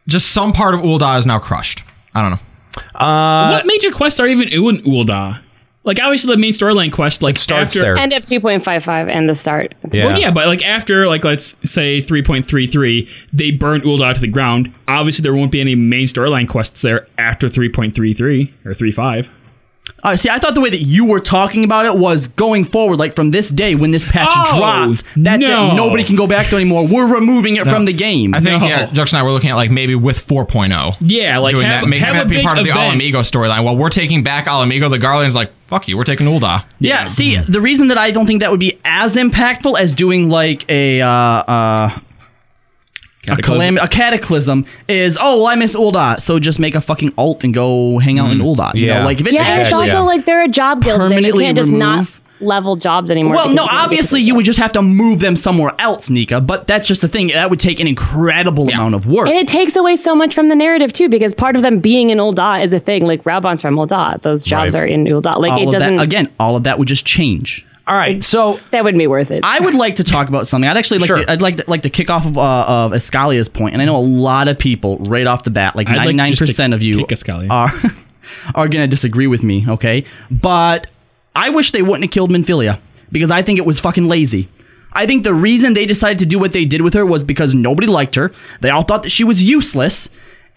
I: just some part of Ulda is now crushed. I don't know.
H: Uh,
E: what major quests are even U and Ulda? Like obviously the main storyline quest like starts after,
P: End of two point five five and the start.
E: Well, yeah, but like after like let's say three point three three, they burn Ulda to the ground. Obviously, there won't be any main storyline quests there after three point three three or three five.
A: Uh, see, I thought the way that you were talking about it was going forward, like from this day when this patch
E: Oh,
A: drops. That's
E: no.
A: it. Nobody can go back to it anymore. We're removing it
I: No.
A: from the game.
I: I think yeah, Jux and I were looking at like maybe with 4.0.
E: Yeah, like,
I: doing
E: have-
I: that, make
E: have
I: that
E: a
I: be
E: big
I: part of the
E: event.
I: Alamigo storyline. While we're taking back Alamigo, the Garland's like, fuck you, we're taking Ulda.
A: Yeah, Mm-hmm. see, the reason that I don't think that would be as impactful as doing like a uh, uh, A, calam- a cataclysm is oh well, I miss Ulda, so just make a fucking alt and go hang out in Ulda. You know, like if it's
K: yeah, and it's also like they're a job guild. Thing. You
A: Permanently
K: can't just not
A: remove-
K: level jobs anymore.
A: Well,
K: because
A: no,
K: you can't get
A: obviously you would just have to move them somewhere else, Nika. But that's just the thing. That would take an incredible amount of work.
K: And it takes away so much from the narrative too, because part of them being in Ulda is a thing. Like Raubon's from Ulda; those jobs
A: Right.
K: are in Ulda. Like
A: all
K: it
A: of
K: doesn't.
A: that, again, all of that would just change.
H: All right, so
K: that wouldn't be worth it.
A: I would like to talk about something. I'd actually like to, I'd like to, like to kick off of, uh, of Escalia's point, and I know a lot of people right off the bat, like
E: I'd like
A: ninety nine percent
E: just to
A: of you
E: kick Escalia.
A: are are gonna disagree with me, okay? But I wish they wouldn't have killed Minfilia because I think it was fucking lazy. I think the reason they decided to do what they did with her was because nobody liked her. They all thought that she was useless,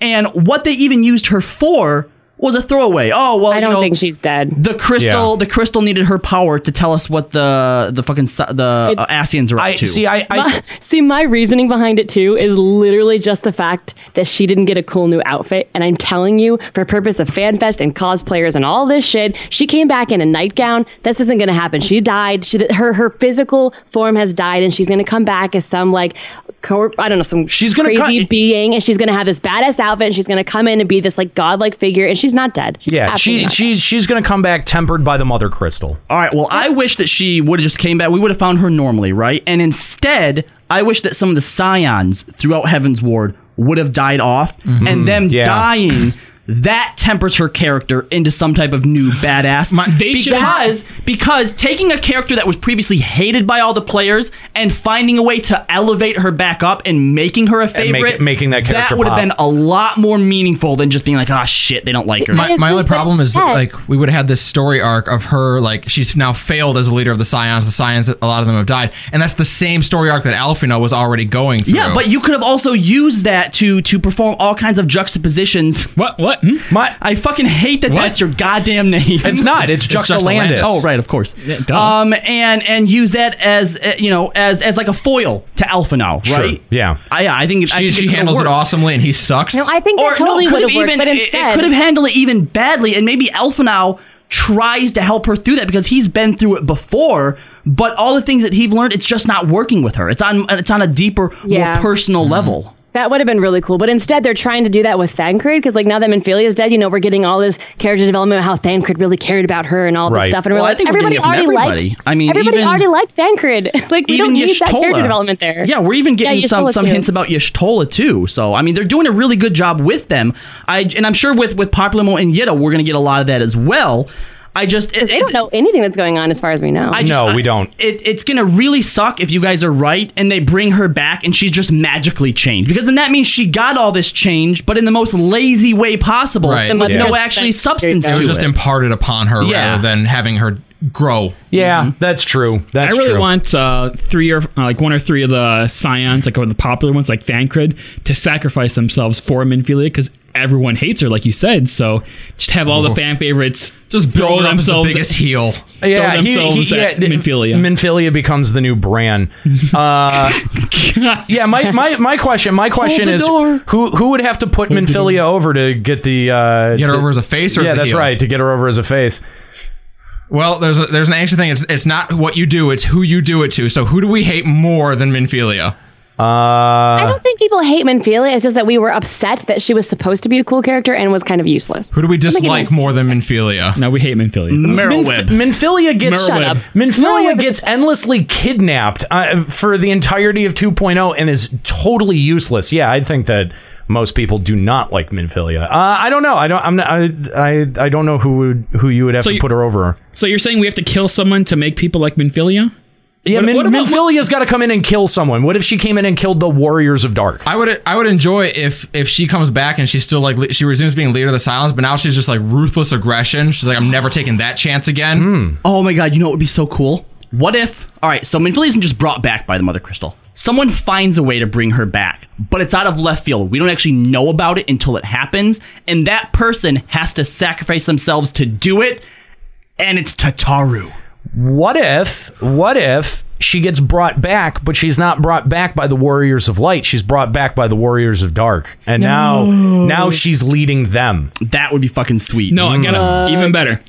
A: and what they even used her for was a throwaway. Oh well, I don't think
K: she's dead.
A: The crystal, the crystal needed her power to tell us what the the fucking su- the uh, Asians are up to.
K: My- see, my reasoning behind it too is literally just the fact that she didn't get a cool new outfit, and I'm telling you, for purpose of FanFest and cosplayers and all this shit, she came back in a nightgown. This isn't gonna happen. She died. She, her her physical form has died, and she's gonna come back as some like. Corp, I don't know some she's
H: gonna
K: crazy being, and she's gonna have this badass outfit, and she's gonna come in and be this like godlike figure, and she's not dead. She's
H: Yeah,
K: absolutely
H: she
K: not
H: she's she's gonna come back tempered by the mother crystal.
A: All right. Well, I wish that she would have just came back. We would have found her normally, right? And instead, I wish that some of the scions throughout Heaven's Ward would have died off,
H: Mm-hmm.
A: and them
E: Yeah.
A: dying. That tempers her character into some type of new badass.
E: should-
A: because because taking a character that was previously hated by all the players and finding a way to elevate her back up and making her a
H: make-
A: favorite,
H: making that character
A: that would have
H: pop.
A: been a lot more meaningful than just being like, ah, shit, they don't like her.
I: My, my only problem is like we would have had this story arc of her like she's now failed as a leader of the Scions. The Scions, a lot of them have died, and that's the same story arc that Alfino was already going through.
A: Yeah, but you could have also used that to to perform all kinds of juxtapositions.
E: What? What?
A: Hmm? I fucking hate that. That's your goddamn name.
H: It's not. It's Juxtalandis.
A: Oh, right, of course. um, and and use that as uh, you know as as like a foil to Alphanau,
I: Sure.
A: right?
H: Yeah.
A: I, yeah, I think it- I
I: she
A: think
I: she
A: could've
I: handles it
A: worked.
I: awesomely, and he sucks.
K: No, I think that totally
A: it
K: would
A: could've
K: have worked,
A: even-
K: but
A: it-
K: instead-
A: it could have handled it even badly, and maybe Alpha now tries to help her through that because he's been through it before. But all the things that he's learned, it's just not working with her. It's on it's on a deeper, more
K: Yeah.
A: personal level.
K: That would have been really cool, but instead they're trying to do that with Thancred because, like, now that Minfilia is dead, you know, we're getting all this character development, how Thancred really cared about her and all
A: Right.
K: this stuff, and we're
A: Well, I
K: like,
A: think we're
K: everybody
A: getting it
K: already
A: from
K: liked.
A: everybody. I mean,
K: everybody
A: even-
K: already liked Thancred. Like, we don't need that character
A: Yashtola.
K: development there.
A: Yeah, we're even getting
K: Yeah,
A: some
K: Yashtola
A: some
K: too.
A: hints about Yashtola too. So I mean, they're doing a really good job with them. I and I'm sure with with Populomo and Yitta, we're going to get a lot of that as well. I just it,
K: They don't know anything that's going on, as far as we know.
A: I just, I- It, it's gonna really suck if you guys are right and they bring her back and she's just magically changed because then that means she got all this change, but in the most lazy way possible,
I: Right.
A: with
I: Yeah.
A: no actually substance
I: It
A: to
I: was just
A: it.
I: imparted upon her
A: Yeah.
I: rather than having her grow.
H: Yeah, that's true. That's
E: Mm-hmm. I really
H: true.
E: want uh, three or uh, like one or three of the scions, like or the popular ones, like Thancred, to sacrifice themselves for Minfilia because everyone hates her, like you said. So just have all the fan favorites just throw
I: build her up as the
E: themselves
I: biggest heel.
E: throw themselves at
H: th-
E: Minfilia.
H: Minfilia becomes the new brand. Uh, yeah, my, my my question my question
E: the
H: is
E: door.
H: who who would have to put Minfilia over to get the uh,
I: Get her
H: to-
I: over as a face or
H: yeah,
I: as a
H: that's
I: heel?
H: right to get her over as a face.
I: Well, there's a, there's an ancient thing. It's it's not what you do; it's who you do it to. So, who do we hate more than Minfilia?
H: Uh,
K: I don't think people hate Minfilia. It's just that we were upset that she was supposed to be a cool character and was kind of useless.
I: Who do we
K: Doesn't make any
I: dislike more than Minfilia?
E: No, we hate Minfilia.
H: Minf- Minfilia gets
K: Shut up.
H: Minfilia gets endlessly kidnapped uh, for the entirety of 2.0 and is totally useless. Yeah, I think that most people do not like Minfilia. Uh, I don't know. I don't. I'm not, I, I I don't know who would, who you would have
E: So
H: to
E: you-
H: put her over.
E: So you're saying we have to kill someone to make people like Minfilia?
H: Yeah,
E: What-
H: Min,
E: what about-
H: Minfilia's got to come in and kill someone. What if she came in and killed the Warriors of Dark?
I: I would I would enjoy if if she comes back and she's still like le- she resumes being leader of the Silence, but now she's just like ruthless aggression. She's like, I'm never taking that chance again.
H: Hmm.
A: Oh my god, you know what would be so cool? What if all right, so Minfilia isn't just brought back by the Mother Crystal. Someone finds a way to bring her back, but it's out of left field. We don't actually know about it until it happens, and that person has to sacrifice themselves to do it, and it's Tataru.
H: What if what if she gets brought back, but she's not brought back by the Warriors of Light. She's brought back by the Warriors of Dark, and now
E: No.
H: now she's leading them.
A: That would be fucking sweet. Mm.
E: No, I got it. Even better.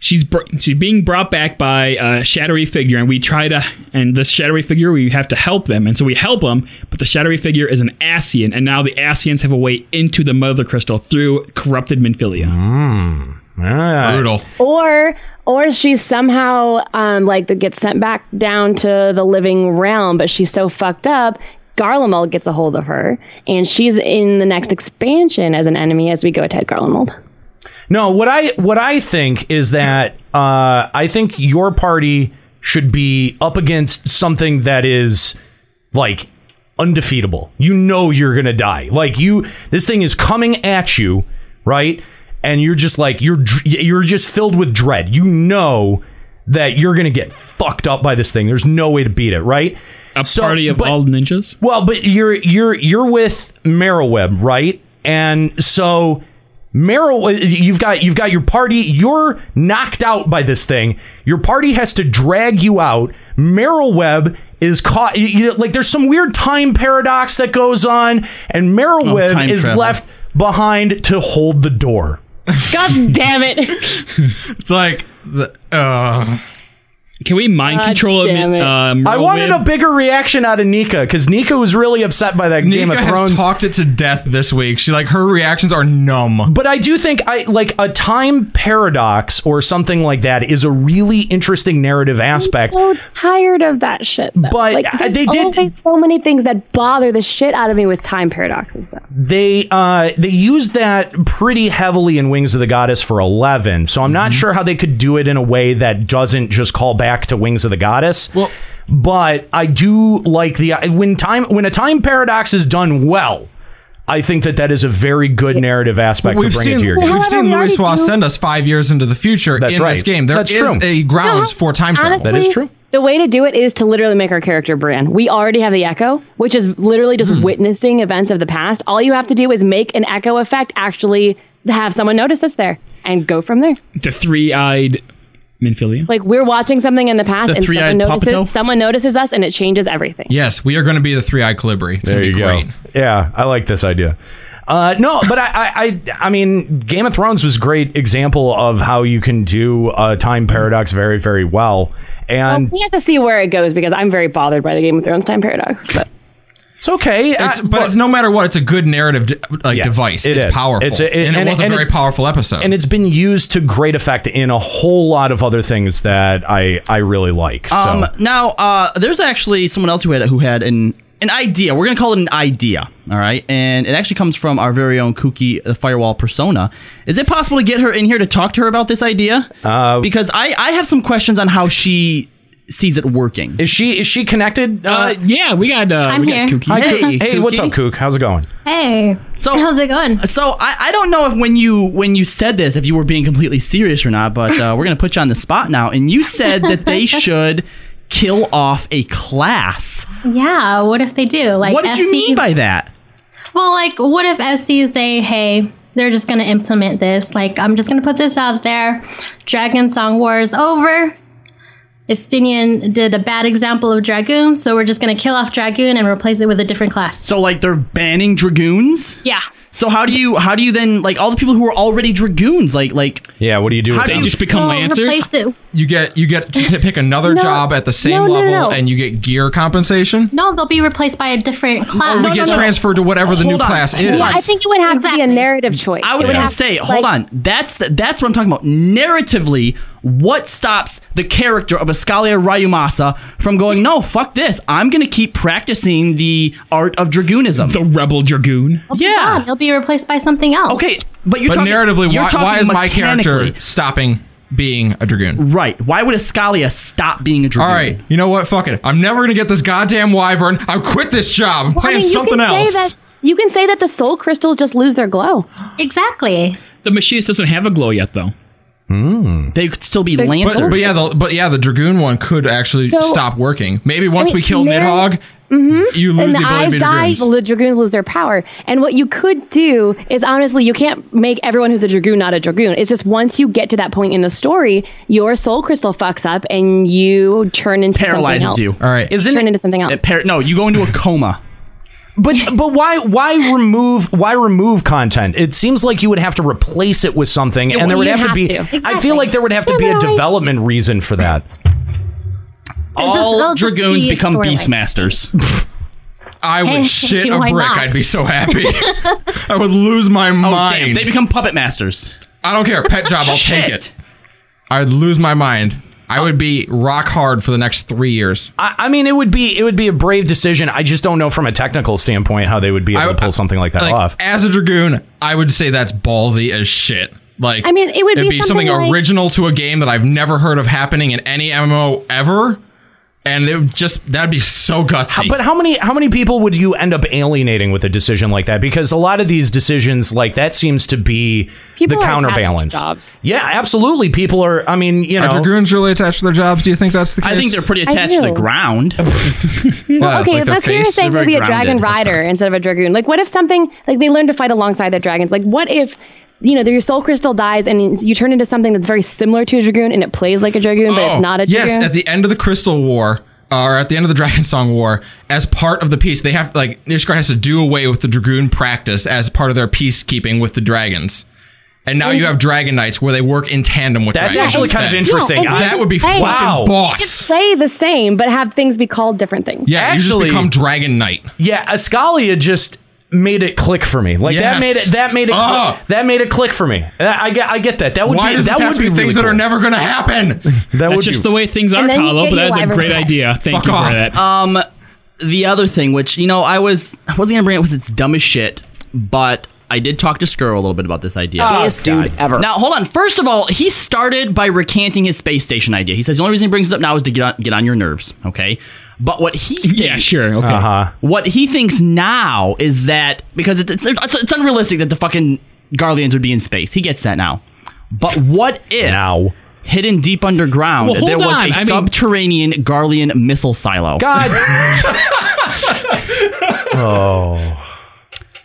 E: she's br- she's being brought back by a shadowy figure, and we try to and this shadowy figure we have to help them, and so we help them. But the shadowy figure is an Asian, and now the Asians have a way into the Mother Crystal through corrupted Minfilia.
A: Mm.
H: Brutal.
K: or or she somehow um, like gets sent back down to the living realm, but she's so fucked up. Garlemald gets a hold of her, and she's in the next expansion as an enemy as we go attack Garlemald.
H: No, what I what I think is that uh, I think your party should be up against something that is like undefeatable. You know you're gonna die. Like you, this thing is coming at you, right? And you're just like you're dr- you're just filled with dread. You know that you're gonna get fucked up by this thing. There's no way to beat it, right? A
E: party of all ninjas.
H: Well, but you're you're you're with Merrowweb, right? And so Merrill, uh, you've got you've got your party. You're knocked out by this thing. Your party has to drag you out. Merrill Webb is caught. you- you- like there's some weird time paradox that goes on, and Merrill
E: Oh,
H: Webb
E: time
H: is
E: travel.
H: left behind to hold the door.
K: God damn it!
I: It's like the uh
E: Can we mind
H: God
E: control it?
H: damn
E: Uh,
H: I
E: Merlwyn?
H: wanted a bigger reaction out of Nika because Nika was really upset by that Game
I: Nika
H: of
I: has
H: Thrones.
I: talked it to death this week. She like her reactions are numb.
H: But I do think I like a time paradox or something like that is a really interesting narrative aspect.
K: So tired of that shit. Though.
H: But,
K: like,
H: uh,
K: there's
H: they did-
K: always so many things that bother the shit out of me with time paradoxes, though.
H: They uh, they used that pretty heavily in Wings of the Goddess for eleven, so I'm
I: Mm-hmm.
H: not sure how they could do it in a way that doesn't just call back to Wings of the Goddess. Well, but I do like the when time when a time paradox is done well. I think that that is a very good narrative aspect
I: We've
H: to bring
I: seen,
H: it to your game.
I: we've seen Louis Suarez send us five years into the future
H: That's
I: in this
H: right.
I: game. There
H: That's
I: is
H: true.
I: a grounds for time travel.
K: Honestly, The way to do it is to literally make our character Bran. We already have the Echo, which is literally just
I: Hmm.
K: witnessing events of the past. All you have to do is make an Echo effect actually have someone notice us there and go from there.
E: the three-eyed Minfilia.
K: Like we're watching something in the past
I: The
K: and someone
I: three-eyed Papito?
K: notices someone notices us and it changes everything.
I: Yes, we are going to be the three eye Calibri. It's going
H: There
I: to
H: you
I: be
H: go.
I: great.
H: Yeah, I like this idea. Uh, no, but I, I, I, I mean, Game of Thrones was a great example of how you can do a time paradox very, very well. And
K: We have to see where it goes because I'm very bothered by the Game of Thrones time paradox. But
H: It's okay,
I: It's, but it's no matter what, it's a good narrative de- like
H: Yes,
I: device.
H: it
I: it's
H: is.
I: powerful,
H: It's a- it-
I: and,
H: and
I: it
H: it-
I: was a
H: and
I: very
H: it's-
I: powerful episode.
H: and it's been used to great effect in a whole lot of other things that I, I really like. So.
A: Um, now, uh, there's actually someone else who had who had an an idea. We're gonna call it an idea, all right? And it actually comes from our very own Kooky, the Firewall persona. Is it possible to get her in here to talk to her about this idea? Uh, because I I have some questions on how she sees it working.
H: Is she is she connected? Uh,
E: yeah, we got. Uh,
Q: I'm we got here. Kooky.
H: Hi,
A: hey,
H: Kook. hey, what's
A: Kooky.
H: up, Kook? How's it going?
Q: Hey.
A: So how's
Q: it going?
A: So I, I don't know if when you when you said this if you were being completely serious or not, but uh, we're gonna put you on the spot now. And you said that they should kill off a class.
Q: Yeah, what if they do? Like E
A: what did
Q: SC
A: you mean by that?
Q: Well, like what if SC say, "Hey, they're just going to implement this. Like I'm just going to put this out there. Dragon Song War is over. Estinian did a bad example of Dragoon, so we're just going to kill off Dragoon and replace it with a different class."
A: So like they're banning dragoons.
Q: Yeah.
A: So how do you how do you then like all the people who are already dragoons like like
H: yeah what do you do
A: how do you
Q: Well, Replace it.
I: you get you get to pick another
Q: No.
I: job at the same
Q: No, no,
I: level,
Q: no.
I: and you get gear compensation.
Q: No, they'll be replaced by a different
A: Oh,
Q: class.
I: we get transferred to whatever the new
A: Hold on,
I: class
A: hold
I: is.
A: on.
K: I think it would have to be a narrative choice.
A: I was
K: It would
A: gonna
K: have to
A: say,
K: be,
A: hold
K: like,
A: on. That's the, that's what I'm talking about. Narratively, what stops the character of Ascalia Ryumasa from going? No, fuck this. I'm gonna keep practicing the art of dragoonism. The
E: rebel dragoon.
K: oh
A: yeah.
Q: They'll be replaced by something else.
A: Okay, but you're
I: but
A: talking,
I: narratively,
A: you're
I: why,
A: talking
I: why is my character
A: mechanically.
I: stopping being a dragoon?
A: Right. Why would Ascalia stop being a dragoon?
I: All right. You know what? Fuck it. I'm never gonna get this goddamn wyvern. I quit this job. I'm
K: Well, I
I: playing
K: mean, you
I: something
K: can say
I: else.
K: that- you can say that the soul crystals just lose their glow.
Q: Exactly.
E: The machinist doesn't have a glow yet, though.
A: They could still be
I: But, but yeah, the, but yeah, the dragoon one could actually
K: So-
I: stop working. Maybe once
K: I mean,
I: we kill
K: Mary-
I: Nidhogg, you lose
K: Mm-hmm. and
I: the,
K: the,
I: ability to
K: eyes
I: be
K: die,
I: dragoons.
K: well, the dragoons lose their power. And what you could do is honestly, you can't make everyone who's a dragoon not a dragoon. It's just once you get to that point in the story, your soul crystal fucks up and you turn into
A: paralyzes
K: something
A: you.
K: else.
A: right.
K: Isn't turn into something else.
A: no, you go into a coma.
H: But but why why remove why remove content? It seems like you would have to replace it with something,
R: It-
H: and there would
R: you'd
H: have, to
R: have
H: be.
R: to.
H: I feel like there would have to be a development reason for that.
S: It'll just- it'll
A: All
S: just
A: dragoons
S: be a
A: become
S: storyline.
A: beastmasters.
I: I would
S: Hey,
I: shit a
S: why
I: brick.
S: not?
I: I'd be so happy. I would lose
H: Oh,
I: my mind.
A: they become puppet masters.
I: I don't care. Pet job. I'll take it. I'd lose my mind. I would be rock hard for the next three years.
H: I, I mean, it would be it would be a brave decision. I just don't know from a technical standpoint how they would be able to pull something like that
I: Like,
H: off.
I: As a dragoon, I would say that's ballsy as shit. Like,
K: I mean, it would
I: it'd
K: be
I: be something,
K: something like-
I: original to a game that I've never heard of happening in any MMO ever, and it would just that'd be so gutsy.
H: But how many how many people would you end up alienating with a decision like that? Because a lot of these decisions like that seems to be
I: People are
H: the
I: attached to
H: counterbalance.
I: jobs.
H: Yeah, absolutely. People are. I mean, you know,
I: Are dragoons really attached to their jobs? Do you think that's the case?
A: I think they're pretty attached to the ground.
I: Well,
K: okay,
I: like their
K: let's hear
I: face?
K: if they
I: They're
K: would
I: very
K: be a dragon
I: grounded.
K: rider instead of a dragoon. Like, what if something like they learn to fight alongside their dragons? Like, what if you know your soul crystal dies and you turn into something that's very similar to a dragoon and it plays like a dragoon, but it's
I: Oh,
K: not a dragoon?
I: yes, at the end of the Crystal War, uh, or at the end of the Dragon Song War, as part of the peace, they have like Nishgard has to do away with the dragoon practice as part of their peacekeeping with the dragons. And now you have Dragon Knights where they work in tandem with.
H: That's
I: dragons
H: actually kind of
I: instead.
H: interesting.
K: No, and
I: that
K: you
I: would be
K: could play-
I: fucking boss.
K: You could play the same, but have things be called different things.
I: Yeah,
H: Actually-
I: you just become Dragon Knight.
H: Yeah, Ascalia just made it click for me. Like
I: Yes.
H: that made it that made it
I: Ah.
H: click, that made it click for me. And I, I get I get that. That would
I: Why
H: be
I: does
H: that
I: this
H: would
I: have to be things that are never going to happen?
H: That
E: That's
H: would
E: just
H: be-
E: the way things are,
A: And then you
E: Hollow.
A: get
E: But that's a
A: your
E: great
A: library.
E: idea. Thank you for that.
A: Um, the other thing, which you know, I was I wasn't gonna bring it was it's dumb as shit, but I did talk to Skrull a little bit about this idea.
T: Oh, Best dude God. ever.
A: Now hold on. First of all, he started by recanting his space station idea. He says the only reason he brings it up now is to get on, get on your nerves. Okay. But what he thinks, yeah sure okay
H: Uh-huh.
A: what he thinks now is that because it's it's, it's it's unrealistic that the fucking Guardians would be in space. He gets that now. But what if now hidden deep underground
E: Well, hold
A: there was
E: on.
A: a
E: I mean-
A: subterranean Garlean missile silo?
H: God.
A: oh.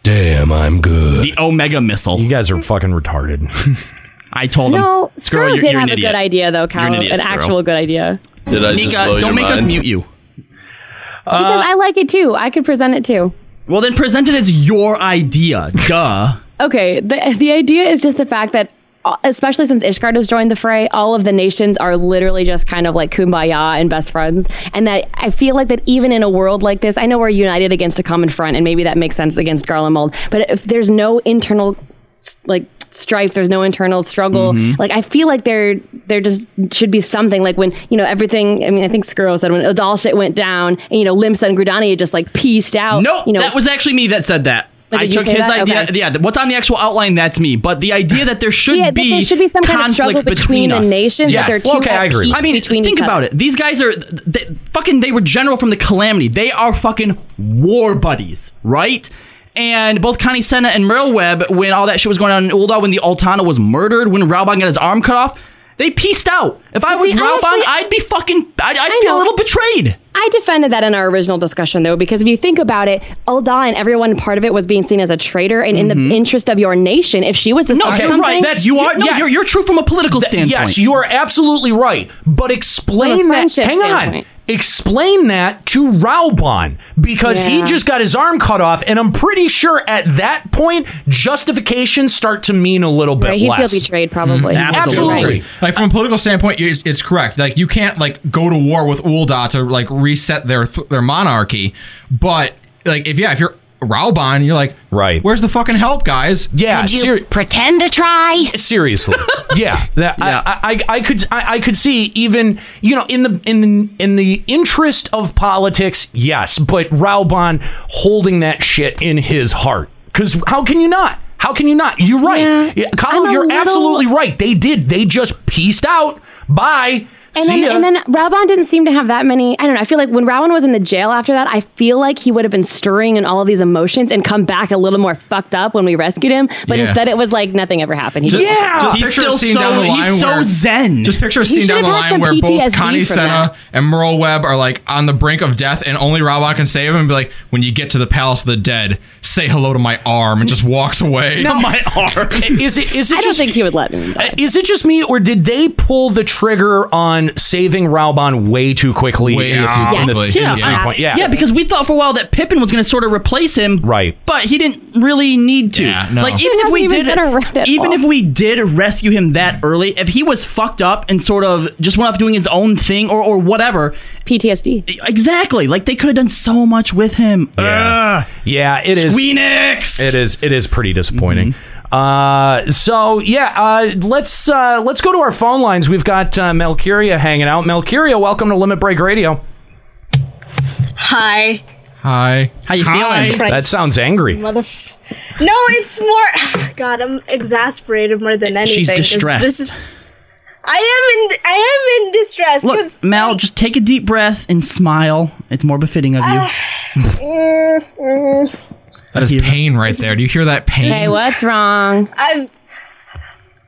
H: Damn, I'm good.
A: The Omega missile.
H: You guys are fucking retarded.
A: I told
K: No,
A: him.
K: Skrull
A: Skrull, you're,
K: did
A: you're
K: have
A: an
K: a
A: idiot.
K: good idea though,
A: You're
K: Kyle.
A: an
K: An,
A: idiot, Skrull.
K: actual good idea.
U: Did I just
A: Nika,
U: blow your
A: don't make us
U: mind?
A: mute you.
K: because I like it too. I could present it too.
A: Well, then present it as your idea. Duh.
K: Okay, the the idea is just the fact that uh, especially since Ishgard has joined the fray, all of the nations are literally just kind of like kumbaya and best friends. And that I feel like that even in a world like this, I know we're united against a common front, and maybe that makes sense against Garland Mold. But if there's no internal s- like strife, there's no internal struggle.
A: Mm-hmm.
Q: Mhm.
K: Like I feel like there there just should be something like when you know everything. I mean, I think Skrull said when Adal shit went down, and you know Limsa and Grudani just like pieced out.
A: Nope,
K: you know
A: that was actually me that said that.
K: Oh, did
A: I
K: you
A: took
K: say
A: his
K: that?
A: idea.
K: Okay.
A: Yeah, th- what's on the actual outline? That's me. But the idea that there should
K: Yeah, that
A: be
K: there should be some kind of
A: conflict
K: struggle between the
A: us.
K: nations, that Yes. they're
A: Well,
K: two at peace
A: I mean,
K: between
A: think
K: each
A: about
K: other.
A: it. These guys are th- th- fucking. They were general from the calamity. They are fucking war buddies, right? And both Connie Senna and Merrill Webb, when all that shit was going on in Ulda, when the Altana was murdered, when Raubon got his arm cut off, they pieced out. If I was
K: See, I
A: Raubon,
K: actually-
A: I'd be fucking. I'd, I'd
K: I
A: feel a
K: know.
A: little betrayed.
K: I defended that in our original discussion, though, because if you think about it, Ulda and everyone part of it was being seen as a traitor, and in
A: Mhm.
K: the interest of your nation, if she was to
A: No,
K: start
A: okay,
K: something,
A: right. That's you are.
K: No,
A: you're, you're true from a political standpoint.
H: Yes, you are absolutely right. But explain that.
K: friendship
H: Hang on.
K: standpoint.
H: Explain that to Raubon because he
K: Yeah.
H: just got his arm cut off, and I'm pretty sure at that point justifications start to mean a little bit
K: Right, he'd feel
H: less.
K: betrayed, probably. Mm-hmm.
H: Mhm. Absolutely.
I: Like from a political standpoint, it's, it's correct. Like you can't like go to war with Ulda to like reset their th- their monarchy, but like if yeah, if you're Raubon, you're like
H: right.
I: Where's the fucking help, guys?
H: Yeah,
I: Did you
H: pretend to try? Seriously, yeah. That, I, I, I could I, I could see even you know in the in the in the interest of politics, yes, but Raubon holding that shit in his heart because how can you not? How can you not? You're right, yeah, Kyle.
K: I'm a
H: You're
K: little-
H: absolutely right. They did. They just pieced out. Bye.
K: And
H: see
K: then,
H: ya.
K: and then Raubon didn't seem to have that many. I don't know. I feel like when Raubon was in the jail after that, I feel like he would have been stirring in all of these emotions and come back a little more fucked up when we rescued him. But
I: Yeah.
K: instead, it was like nothing ever happened. He
I: Just,
K: just-
I: just picture a scene down the line where, Just picture a
K: He
I: scene
K: should
I: down the
K: have had
I: line
K: some
I: where both
K: PTSD
I: Connie
K: from
I: Senna and Merle Webb are like on the brink of death, and only Raubon can save him. And be like, when you get to the palace of the dead, say hello to my arm, and just walks away.
H: No.
A: my arm.
H: Is it? Is it
K: I don't
H: just? Uh,
K: think he would let me.
H: Is it just me, or did they pull the trigger on on saving Raubon way too quickly.
A: Way
H: in-
A: too
H: in the
A: quickly.
H: in the
A: Yeah.
H: viewpoint. Ah, yeah.
A: Yeah, because we thought for a while that Pippin was going to sort of replace him,
H: right?
A: But he didn't really need to.
H: no.
A: Like
H: He
A: even if
P: hasn't
A: we
P: even
A: did,
P: been around at
A: even
P: all.
A: if we did rescue him that early, if he was fucked up and sort of just went off doing his own thing or or whatever,
P: PTSD.
A: Exactly. Like they could have done so much with him.
H: Yeah, yeah it is.
A: Squeenix!
H: It is. It is pretty disappointing. Uh, so yeah, uh, let's uh, let's go to our phone lines. We've got uh, Melcuria hanging out. Melcuria, welcome to Limit Break Radio.
V: Hi.
H: Hi. How
V: you Hi. feeling? Christ.
H: That sounds angry.
V: Motherf. No, it's more. God, I'm exasperated more than anything.
A: She's
V: 'cause
A: distressed.
V: This is. I am in. I am in distress.
A: Look,
V: 'cause,
A: Mal, just take a deep breath and smile. It's more befitting of you.
V: mm,
P: Mm-hmm.
V: mm.
I: That is pain right there. Do you hear that pain?
P: Hey, what's wrong?
V: I'm.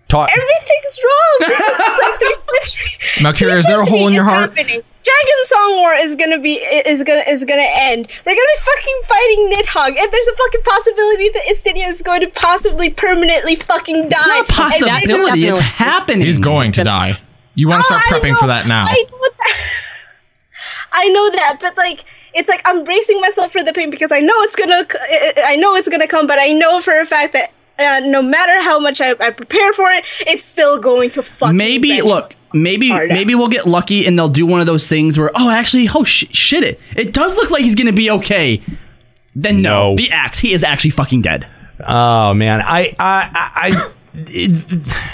H: Talk.
V: Everything's wrong. because it's like there's literally-
I: Malkyria, is there a hole in your heart?
V: happening. Dragon Song War is gonna be is gonna is gonna end. We're gonna be fucking fighting Nidhogg, and there's a fucking possibility that Istinia is going to possibly permanently fucking die.
A: Not a possibility. It's happening.
I: He's going to die. You
A: Oh,
I: want to start prepping for that now.
V: Oh, I know that. I know that, but like, it's like I'm bracing myself for the pain because I know it's gonna. c- I I- I know it's gonna come, but I know for a fact that uh, no matter how much I, I prepare for it, it's still going to fucking.
A: Maybe look. Maybe maybe we'll get lucky and they'll do one of those things where oh actually oh sh- shit it it does look like he's gonna be okay. Then no,
H: No.
A: be axed. He is actually fucking dead.
H: Oh man, I I I. I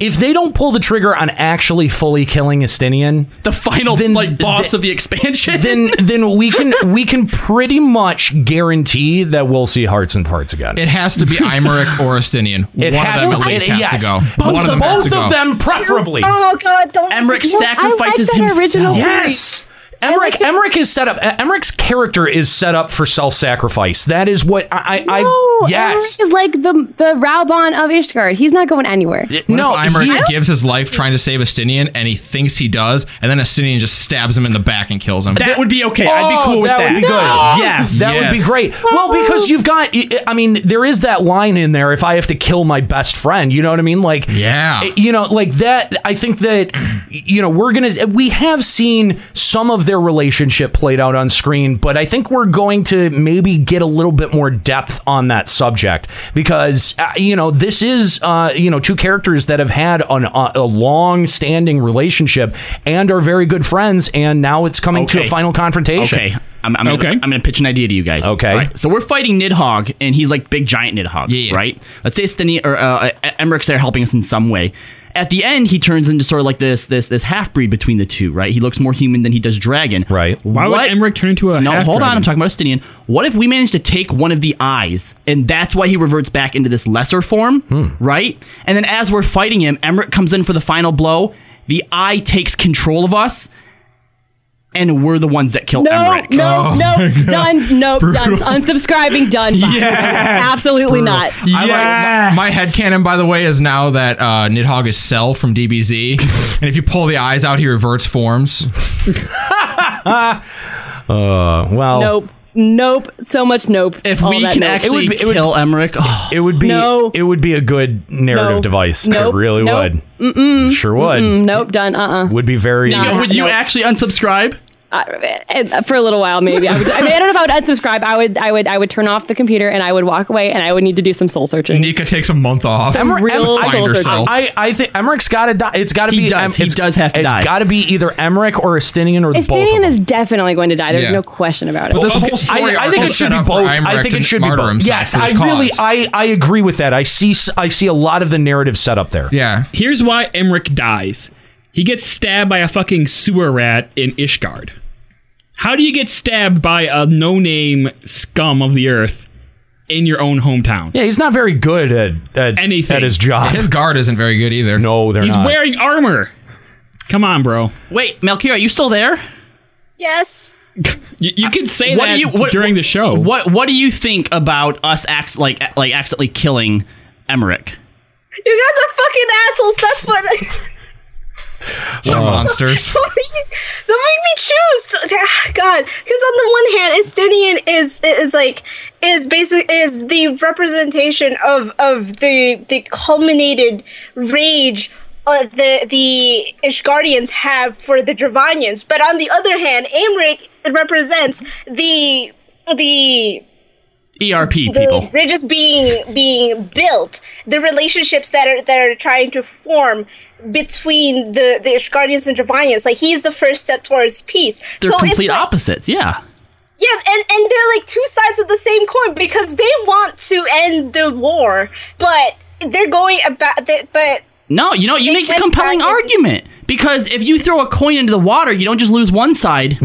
H: If they don't pull the trigger on actually fully killing Estinian,
A: the final like boss of the expansion,
H: then then we can we can pretty much guarantee that we'll see hearts and parts again.
I: It has to be Imeric or Astinian.
H: It
I: One
H: has
I: of them
H: to-
I: at least
H: it-
I: has
H: yes.
I: to go.
H: Both
I: One
H: of-
I: them has
H: both
I: to
H: of
I: go.
H: them preferably.
V: Oh god, don't.
A: Emmerich
V: No, I like
A: sacrifices
V: that
A: himself.
V: original
H: Yes. Emmerich, Emmerich is set up. E, Emmerich's character is set up for self-sacrifice. That is what I. I, I yes.
P: Is like the the Raubon of Ishgard. He's not going anywhere.
I: What if Imeric gives his life trying to save Astinian and he thinks he does, and then Astinian just stabs him in the back and kills him.
A: That would be okay. I'd be cool with that.
H: Oh, Would be good.
A: Yes.
H: that would be
A: Yes.
H: great. Well, because you've got. I mean, there is that line in there. If I have to kill my best friend, you know what I mean? Like, yeah, you know, like that. I think that you know we're gonna. We have seen some of their relationship played out on screen, but I think we're going to maybe get a little bit more depth on that subject because uh, you know this is uh, you know two characters that have had an, uh, a long-standing relationship and are very good friends, and now it's coming to
A: Okay.
H: a final confrontation.
A: Okay. I'm, I'm Gonna, I'm going to pitch an idea to you guys. Okay. So we're fighting Nidhogg, and he's like big giant Nidhogg, right? Let's say Steny or uh, E- Emmerich's there helping us in some way. At the end, he turns into sort of like this this this half breed between the two, right? He looks more human than he does dragon.
H: Right.
E: Why would Emmerich turn into a
A: No,
E: half
A: hold on.
E: dragon?
A: I'm talking about Astinian. What if we manage to take one of the eyes, and that's why he reverts back into this lesser form,
H: Hmm.
A: right? And then as we're fighting him, Emmerich comes in for the final blow. The eye takes control of us, and we're the ones that kill
P: No,
A: Emmerich.
P: no, no, done, nope, done. Unsubscribing, done. Bye.
A: Yes.
P: Absolutely not.
I: I like, my, my headcanon, by the way, is now that uh, Nidhogg is Cell from DBZ, and if you pull the eyes out, he reverts forms.
H: uh, well,
P: Nope. Nope. So much nope. If
A: we can actually kill Emmerich, Oh.
H: it would be it would be a good narrative
P: No.
H: device.
P: Nope.
H: It really
P: Nope.
H: would.
P: Mm-mm.
H: Sure would.
P: Mm-mm. Nope. Done. Uh. uh
H: Would be very.
P: Nah. Would you Nope. eh,
A: actually unsubscribe?
P: for a little while, maybe. I, would, I mean, I don't know if I would unsubscribe. I would, I would, I would turn off the computer and I would walk away and I would need to do some soul searching.
I: Nika takes a month off.
P: Some real
H: I,
P: soul searching.
H: I, I think Emmerich's got to die. It's got to
A: He
H: be.
A: does. He
H: does have
A: to die.
H: It's got to be either Emmerich or Estinian or the both. of
P: Estanian is definitely going to die. There's
H: Yeah.
P: no question about it.
H: Well, okay, I, I think it should be both. I think it should be both. Yes, I really, I, I agree with that. I see, s- I see a lot of the narrative set up there.
I: Yeah.
E: Here's why Emmerich dies. He gets stabbed by a fucking sewer rat in Ishgard. How do you get stabbed by a no-name scum of the earth in your own hometown?
H: Yeah, he's not very good at, at
E: anything
H: at his job.
I: His guard isn't very good either.
H: No, they're
E: He's
H: not.
E: wearing armor. Come on, bro.
A: Wait, Malkira, are you still there?
V: Yes.
E: You, you could say that during the show.
A: What What do you think about us acc- like like accidentally killing Emmerich?
V: You guys are fucking assholes. That's what.
A: We're Uh, monsters.
V: Don't make me- don't make me choose. Ah, God, because on the one hand, Estinian is is like is basic is the representation of of the the culminated rage uh, the the Ishgardians have for the Dravanians. But on the other hand, Aemric represents the the
A: ERP
V: the
A: E people.
V: bridges being being built, the relationships that are that are trying to form between the the Ishgardians and Dravanians. Like he's the first step towards peace.
A: They're
V: so
A: complete
V: it's like,
A: opposites. Yeah.
V: yeah, and, and they're like two sides of the same coin because they want to end the war, but they're going about the, but
A: No, you know, you make a compelling argument because if you throw a coin into the water, you don't just lose one side.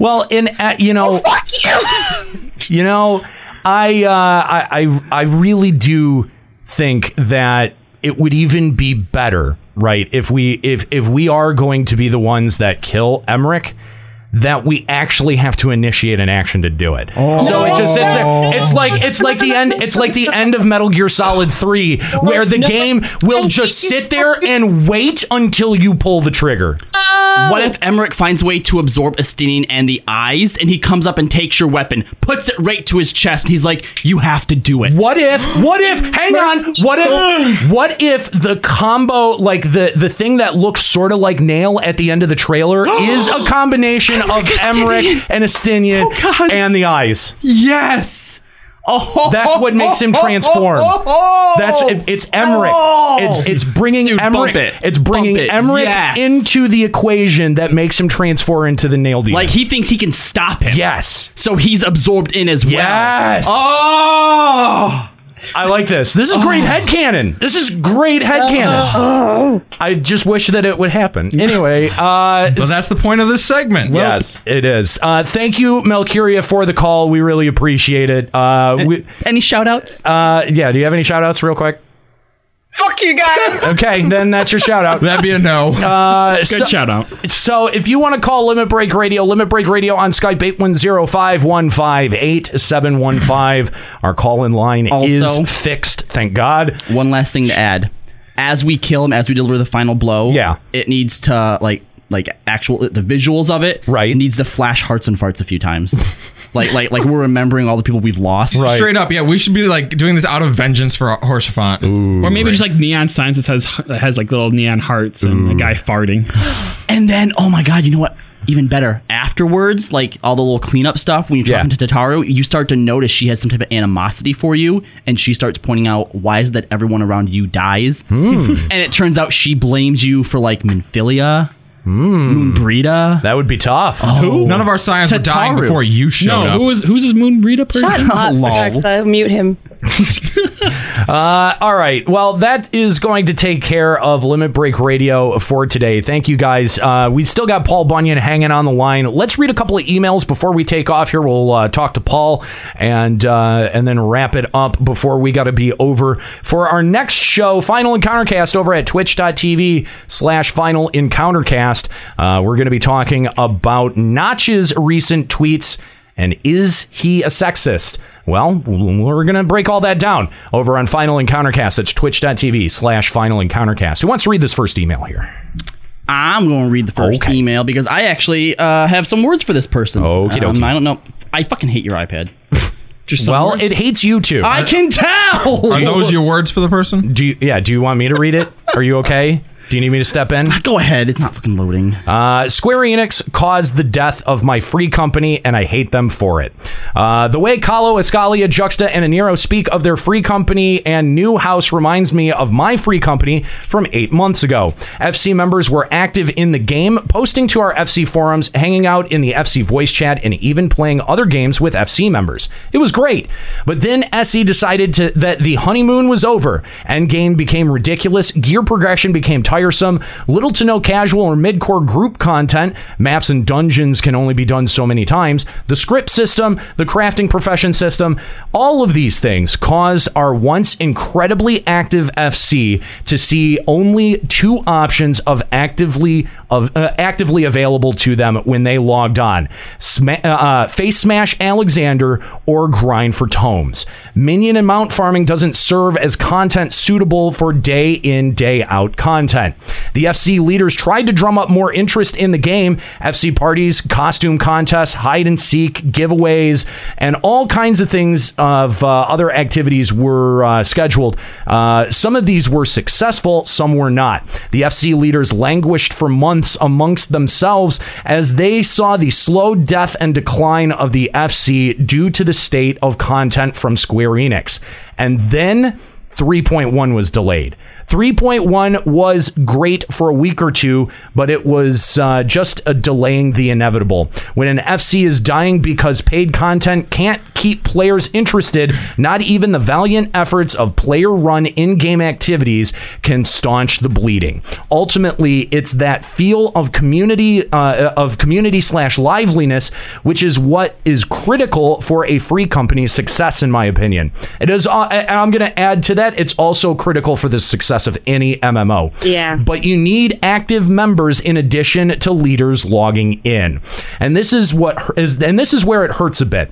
H: well, in uh, you
V: Oh,
H: know, you know, I, uh, I I I really do think that it would even be better, right? If we if if we are going to be the ones that kill Emmerich, that we actually have to initiate an action to do it.
W: Oh.
H: So it just sits there. It's like it's like the end. It's like the end of Metal Gear Solid Three, where the game will just sit there and wait until you pull the trigger.
A: What if Emmerich finds a way to absorb Estinian and the eyes, and he comes up and takes your weapon, puts it right to his chest, and he's like, "You have to do it."
H: What if? What if? Hang on. What if? What if the combo, like the the thing that looks sort of like nail at the end of the trailer, is a combination of Emmerich and Astinian and the eyes?
A: Oh, Yes. Oh,
H: that's what makes him transform. That's it, it's Emmerich. It's it's bringing Emmerich. It's bringing Emmerich
A: Oh. Yes.
H: into the equation that makes him transform into the nail dealer.
A: Like he thinks he can stop him.
H: Yes.
A: So he's absorbed in as well.
H: Yes. Oh.
A: Oh.
H: I like this. This is great headcanon. This is great headcanon. I just wish that it would happen. Anyway, uh
I: Well, that's the point of this segment.
H: Yes, it is. Uh thank you Melcuria for the call. We really appreciate it. Uh we,
A: Any shout outs?
H: Uh yeah, do you have any shout outs real quick?
V: fuck you guys.
H: Okay, then that's your shout out.
I: That'd be a no.
H: Uh,
E: Good shout out.
H: So if you want to call Limit Break Radio, Limit Break Radio on Skype 810 515 8715. Our call in line
A: Also-
H: is fixed, thank God.
A: One last thing to add: as we kill him, as we deliver the final blow, yeah, it needs to like like actual the visuals of it, right? It needs to flash hearts and farts a few times, like like like we're remembering all the people we've lost.
I: Straight up, yeah, we should be like doing this out of vengeance for Horsefont.
E: Or maybe just like neon signs that says that has like little neon hearts and a guy farting.
A: And then, oh my god, you know what? Even better, afterwards, like all the little cleanup stuff, when you're talking to Tataru, you start to notice she has some type of animosity for you, and she starts pointing out why is it that everyone around you dies,
H: Hmm.
A: and it turns out she blames you for like Minphilia, Moonbreda.
H: Hmm. That would be tough.
A: Oh.
I: Who? None of our scions were dying before you showed
E: no,
I: up.
E: Who is who's this moon breed person?
K: Shut up, Alexa. Mute him.
H: Uh, all right. Well, that is going to take care of Limit Break Radio for today. Thank you guys. Uh, we still got Paul Bunyan hanging on the line. Let's read a couple of emails before we take off here. We'll uh, talk to Paul and uh, and then wrap it up before we got to be over for our next show, Final Encounter Cast, over at twitch.tv slash Final Encounter Cast. Uh, we're going to be talking about Notch's recent tweets. And is he a sexist? Well, we're going to break all that down over on Final Encountercast. That's twitch.tv slash Final Encountercast. Who wants to read this first email here?
A: I'm going to read the first email because I actually uh, have some words for this person. Okay, um, I don't know. I fucking hate your iPad.
E: Just
H: well, it hates you too.
A: I can tell.
I: Are those your words for the person?
H: Do you, yeah. Do you want me to read it? Are you okay? Do you need me to step in?
A: Go ahead. It's not fucking loading.
H: Uh, Square Enix caused the death of my free company, and I hate them for it. Uh, the way Kahlo, Escalia, Juxta, and Aniro speak of their free company and new house reminds me of my free company from eight months ago. FC members were active in the game, posting to our FC forums, hanging out in the FC voice chat, and even playing other games with FC members. It was great. But then SE decided to, that the honeymoon was over. Endgame became ridiculous. Gear progression became tiresome. Little to no casual or mid-core group content. Maps and dungeons can only be done so many times. The script system, the crafting profession system, all of these things caused our once incredibly active FC to see only two options of actively of uh, actively available to them when they logged on: Sma- uh, uh, face smash Alexander or grind for tomes. Minion and mount farming doesn't serve as content suitable for day in day out content. event. The FC leaders tried to drum up more interest in the game. FC parties, costume contests, hide and seek, giveaways, and all kinds of things of uh, other activities were uh, scheduled. Uh, some of these were successful, some were not. The FC leaders languished for months amongst themselves as they saw the slow death and decline of the FC due to the state of content from Square Enix. And then 3.1 was delayed. 3.1 was great for a week or two, but it was uh, just a delaying the inevitable. When an FC is dying because paid content can't keep players interested, not even the valiant efforts of player run in game activities can staunch the bleeding. Ultimately, it's that feel of community, uh, of community slash liveliness, which is what is critical for a free company's success, in my opinion. It is, uh, and I'm going to add to that, it's also critical for the success of any MMO.
P: Yeah.
H: But you need active members in addition to leaders logging in. And this is what is and this is where it hurts a bit.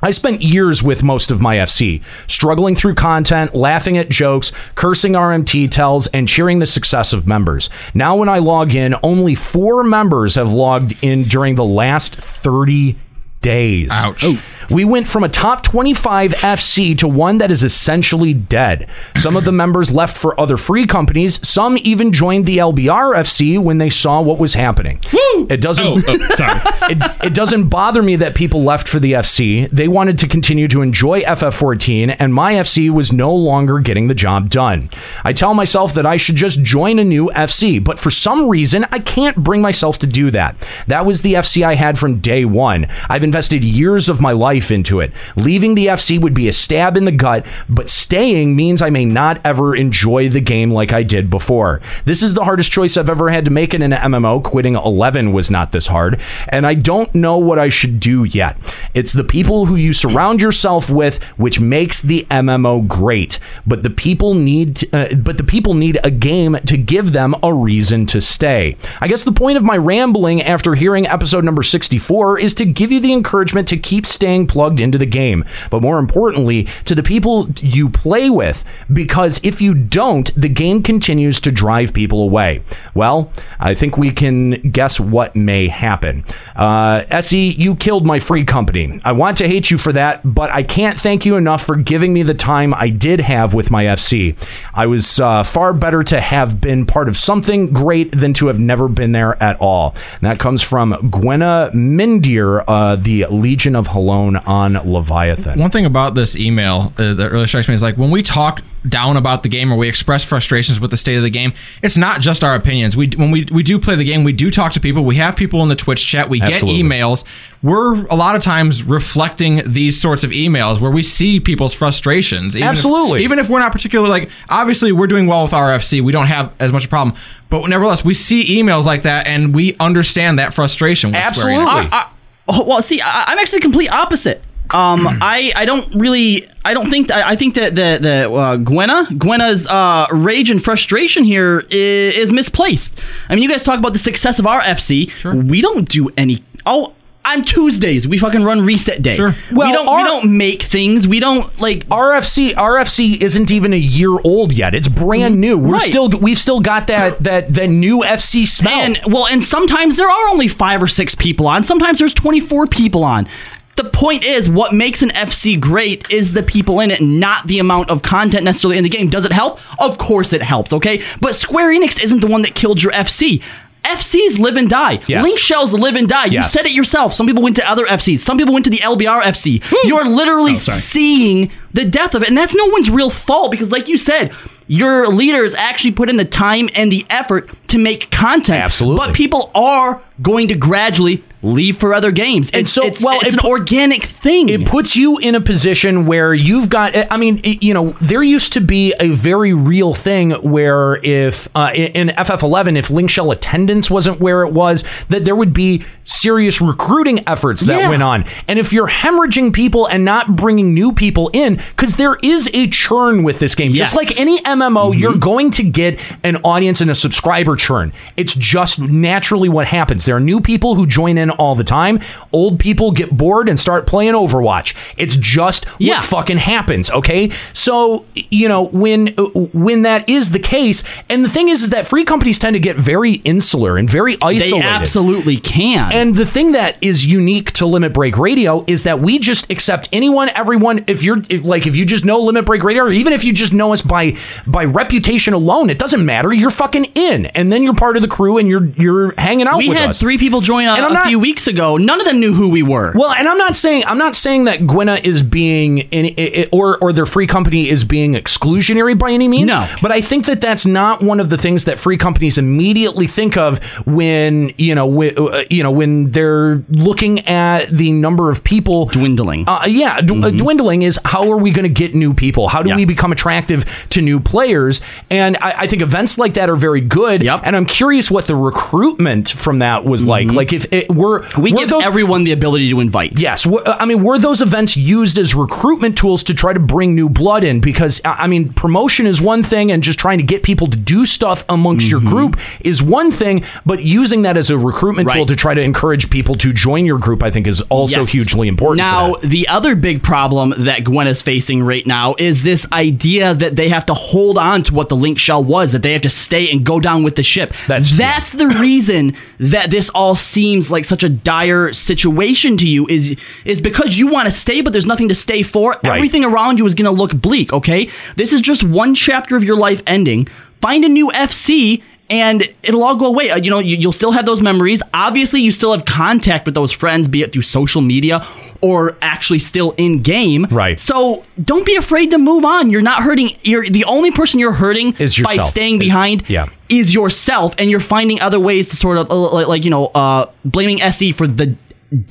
H: I spent years with most of my FC, struggling through content, laughing at jokes, cursing RMT tells, and cheering the success of members. Now, when I log in, only four members have logged in during the last 30 days. Ouch. We went from a top 25 FC to one that is essentially dead. Some of the members left for other free companies. Some even joined the LBR FC when they saw what was happening. It doesn't
A: Oh,
H: sorry. it, it doesn't bother me that people left for the FC. They wanted to continue to enjoy FF14 and my FC was no longer getting the job done. I tell myself that I should just join a new FC, but for some reason I can't bring myself to do that. That was the FC I had from day 1. I've invested years of my life into it. Leaving the FC would be a stab in the gut, but staying means I may not ever enjoy the game like I did before. This is the hardest choice I've ever had to make in an MMO. Quitting 11 was not this hard, and I don't know what I should do yet. It's the people who you surround yourself with which makes the MMO great, but the people need uh, but the people need a game to give them a reason to stay. I guess the point of my rambling after hearing episode number 64 is to give you the encouragement to keep staying plugged into the game, but more importantly, to the people you play with, because if you don't, the game continues to drive people away. Well, I think we can guess what may happen. Uh, Essie, you killed my free company. I want to hate you for that, but I can't thank you enough for giving me the time I did have with my FC. I was uh, far better to have been part of something great than to have never been there at all. And that comes from Gwenna Mindier, uh, the Legion of Halone on Leviathan.
I: One thing about this email uh, that really strikes me is like when we talk down about the game or we express frustrations with the state of the game, it's not just our opinions. We when we we do play the game, we do talk to people. We have people in the Twitch chat. We
H: Absolutely.
I: get emails. We're a lot of times reflecting these sorts of emails where we see people's frustrations. if-
H: Absolutely.
I: even if we're not particularly like obviously we're doing well with our FC, we don't have as much a problem. But nevertheless, we see emails like that and we understand that frustration. with Square Enix.
A: I- I- oh, well, see, I, I'm actually the complete opposite. Um,
H: Hmm.
A: I, I don't really I don't think I, I think that the the uh, Gwenna Gwenna's uh, rage and frustration here i- is, misplaced. I mean, you guys talk about the success of our FC. We don't do any. Oh, on Tuesdays we fucking run reset day. Sure. we don't we don't make things. We don't like
H: RFC. RFC isn't even a year old yet. It's brand new. We're
A: Mm-hmm. Right.
H: still we've still got that that that new FC smell.
A: And well, and sometimes there are only five or six people on. Sometimes there's 24 people on. The point is, what makes an FC great is the people in it, not the amount of content necessarily in the game. Does it help? Of course it helps, okay? But Square Enix isn't the one that killed your FC. FCs live and die.
H: Yes.
A: Link shells live and die.
H: Yes.
A: You said it yourself. Some people went to other FCs. Some people went to the LBR FC.
H: Hmm.
A: You're
H: Oh,
A: literally seeing the death of it. And that's no one's real fault because, like you said, your leaders actually put in the time and the effort to make content. Absolutely. But people are going to gradually leave for other games. And so, it's, well, it's an organic thing.
H: It puts you in a position where you've got. eh, I mean, it- you know, there used to be a very real thing where if uh, in in FF11, if link shell attendance wasn't where it was, that there would be serious recruiting efforts that
A: Yeah.
H: went on. And if you're hemorrhaging people and not bringing new people in, because there is a churn with this game,
A: Yes.
H: just like any MMO, you're going to get an audience and a subscriber churn. It's just naturally what happens. There are new people who join in all the time. Old people get bored and start playing Overwatch. It's just what fucking happens, okay? So, you know, when when that is the case, and the thing is is that free companies tend to get very insular and very isolated.
A: absolutely can.
H: And the thing that is unique to Limit Break Radio is that we just accept anyone, everyone. If you're if- like, if you just know Limit Break Radio, or even if you just know us by by reputation alone, it doesn't matter. You're fucking in, and then you're part of the crew, and you're you're hanging out.
A: We
H: with
A: had
H: us.
A: three people join a,
H: And I'm
A: a
H: not-
A: few weeks ago. None of them knew who we were.
H: Well, and I'm not saying I'm not saying that Gwenna is being in, i- i- or or their free company is being exclusionary by any means. No, but I think that that's not one of the things that free companies immediately think of when you know wh- uh, you know when they're looking at the number of people
A: dwindling.
H: Uh, yeah, d- uh, dwindling is how are we going to get new people? How do we become attractive to new players? And I, I think events like that are very good. Yep. And I'm curious what the recruitment from that was like. Like if it were we give
A: Mm-hmm. everyone the ability to invite.
H: Yes. Were, I mean, were those events used as recruitment tools to try to bring new blood in? Because I I mean, promotion is one thing, and just trying to get people to do stuff amongst
A: Mm-hmm.
H: your group is one thing. But using that as a recruitment tool to try to encourage people to join your group, I think, is also
A: Yes.
H: hugely important. for
A: Now, the other big problem that Gwen is facing right now is this idea that they have to hold on to what the link shell was, that they have to stay and go down with the ship. That's that's the reason that this all seems like such a dire situation to you is is because you want to stay, but there's nothing to stay for. Everything around you is going to look bleak. Okay, this is just one chapter of your life ending. Find a new FC and it'll all go away. Uh, You know, you, you'll still have those memories. Obviously, you still have contact with those friends, be it through social media or actually still in game. Right. So don't be afraid to move on. You're not hurting. You're the only person you're hurting
H: Is
A: by
H: yourself.
A: staying behind.
H: yeah.
A: Is yourself, and you're finding other ways to sort of uh, like, like, you know, uh, blaming SE for the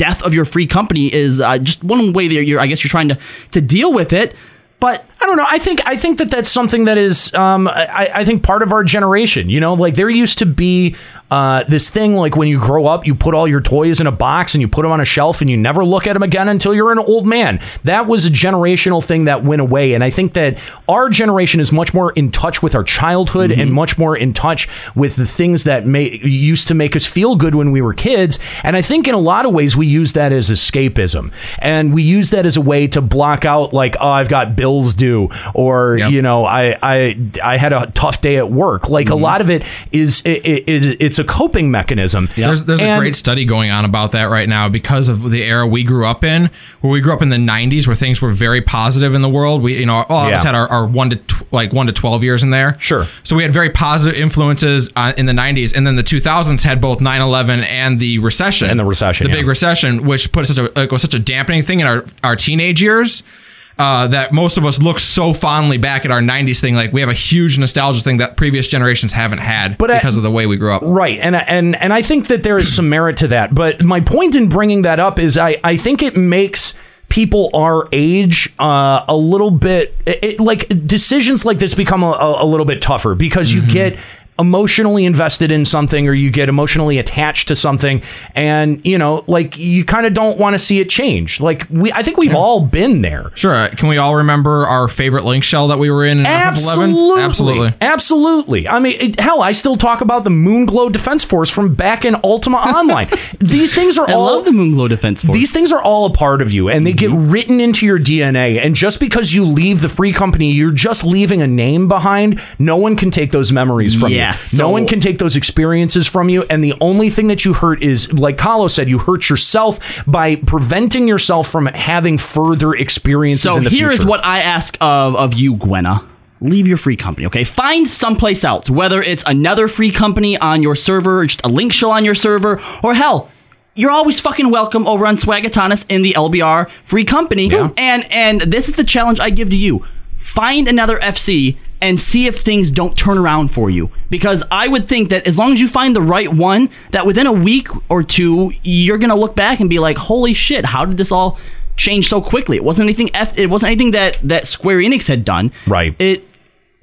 A: death of your free company is uh, just one way that you're. I guess you're trying to to deal with it. But
H: I don't know. I think I think that that's something that is um, I, I think part of our generation. You know, like there used to be uh, this thing like when you grow up, you put all your toys in a box and you put them on a shelf and you never look at them again until you're an old man. That was a generational thing that went away, and I think that our generation is much more in touch with our childhood and much more in touch with the things that may, used to make us feel good when we were kids. And I think in a lot of ways we use that as escapism, and we use that as a way to block out like oh I've got bills due or you know I I I had a tough day at work. Like
I: Mm-hmm.
H: a lot of it is i i is it's a coping mechanism.
I: There's, there's a
H: And-
I: great study going on about that right now because of the era we grew up in, where we grew up in the 90s, where things were very positive in the world. We, you know, all of us
H: Yeah.
I: had our, our one to tw- like one to 12 years in there. Sure. So we had very positive influences uh, in the 90s, and then the 2000s had both 9/11 and the recession, and the
H: recession,
I: the big recession, which put such a like, was such a dampening thing in our our teenage years. Uh, that most of us look so fondly back at our 90s thing like we have a huge nostalgia thing that previous generations haven't had because of the way we grew up
H: Right, and and and I think that there is some merit to that. But my point in bringing that up is I I think it makes people our age uh, a little bit it, it- like decisions like this become a, a, a little bit tougher because
I: Mm-hmm.
H: you get emotionally invested in something or you get emotionally attached to something and you know like you kind of don't want to see it change like we i think we've all been there
I: Sure. uh, Can we all remember our favorite link shell that we were in? in
H: Absolutely.
I: 11? Absolutely.
H: Absolutely. I mean, it, hell, I still talk about the Moonglow Defense Force from back in Ultima Online. these things are all
A: the Moonglow Defense Force. Mm-hmm.
H: These things are all a part of you, and they get written into your DNA. And just because you leave the free company, you're just leaving a name behind. No one can take those memories from
A: Yes,
H: you.
A: so-
H: no one can take those experiences from you. And the only thing that you hurt is, like Kahlo said, you hurt yourself by preventing yourself from having further experiences
A: So
H: in the
A: here
H: future.
A: is what I ask of of you, Gwenna. Leave your free company, okay? Find someplace else, whether it's another free company on your server, or just a link shell on your server, or hell, you're always fucking welcome over on Swagatonis in the LBR free company. And and this is the challenge I give to you. Find another FC and see if things don't turn around for you. Because I would think that as long as you find the right one, that within a week or two, you're gonna look back and be like, holy shit, how did this all change so quickly. It wasn't anything. F- it wasn't anything that that Square Enix had done.
H: Right.
A: It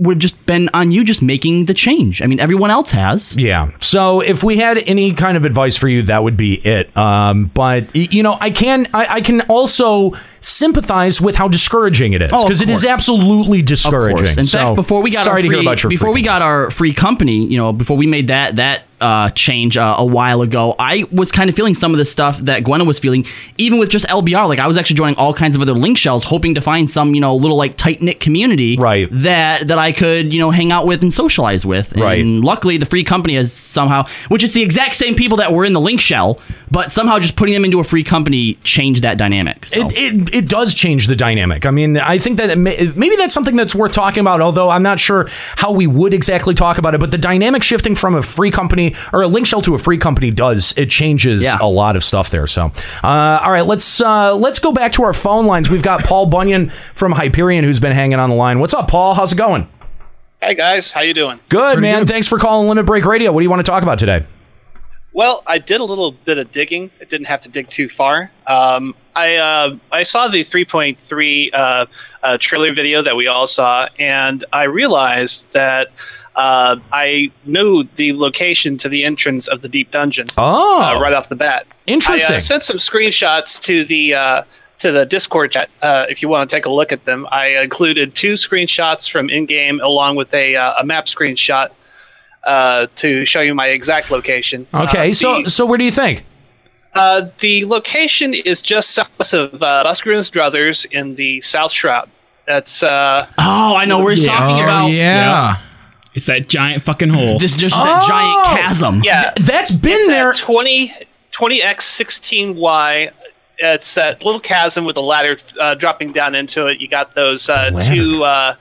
A: would have just been on you just making the change. I mean, everyone else has.
H: Yeah. So if we had any kind of advice for you, that would be it. Um, but y- you know, I can I, I can also sympathize with how discouraging it is
A: Oh, of
H: because it is
A: course.
H: absolutely discouraging.
A: course. In
H: So,
A: fact, before we got
H: sorry
A: our free,
H: to hear about your
A: before we got our free company, you know, before we made that that uh, change uh, a while ago, I was kind of feeling some of the stuff that Gwenna was feeling, even with just LBR. Like I was actually joining all kinds of other link shells, hoping to find some you know little like tight knit community right. that that I could you know hang out with and socialize with. And
H: Right.
A: luckily, the free company is somehow, which is the exact same people that were in the link shell, but somehow just putting them into a free company changed that dynamic. So.
H: It, it, it does change the dynamic. I mean, I think that it may, maybe that's something that's worth talking about, although I'm not sure how we would exactly talk about it. But the dynamic shifting from a free company or a link shell to a free company does it changes a lot of stuff there. So, uh, all right, let's uh, let's go back to our phone lines. We've got Paul Bunyan from Hyperion who's been hanging on the line. What's up, Paul? How's it going?
W: Hey guys, how you doing?
H: Good, man. Thanks for calling Limit Break Radio. What do you want to talk about today?
W: Well, I did a little bit of digging. I didn't have to dig too far. Um, I uh, I saw the 3.3 uh, uh, trailer video that we all saw, and I realized that uh, I knew the location to the entrance of the deep dungeon.
H: Oh.
W: uh, right off the bat.
H: Interesting.
W: I uh, sent some screenshots to the. Uh, to the Discord chat, uh, if you want to take a look at them, I included two screenshots from in-game along with a, uh, a map screenshot uh, to show you my exact location.
H: Okay,
W: Uh,
H: so so where do you think?
W: uh, the location is just south of uh, Busker and Struthers in the South Shroud. That's uh,
A: oh, I know where he's talking about.
E: It's that giant fucking hole.
A: This just
H: Oh!
E: Oh!
W: Yeah,
H: that's been
W: there. 20 20 x sixteen y. It's that little chasm with a ladder uh, dropping down into it. You got those uh,
E: Ladder.
W: two uh,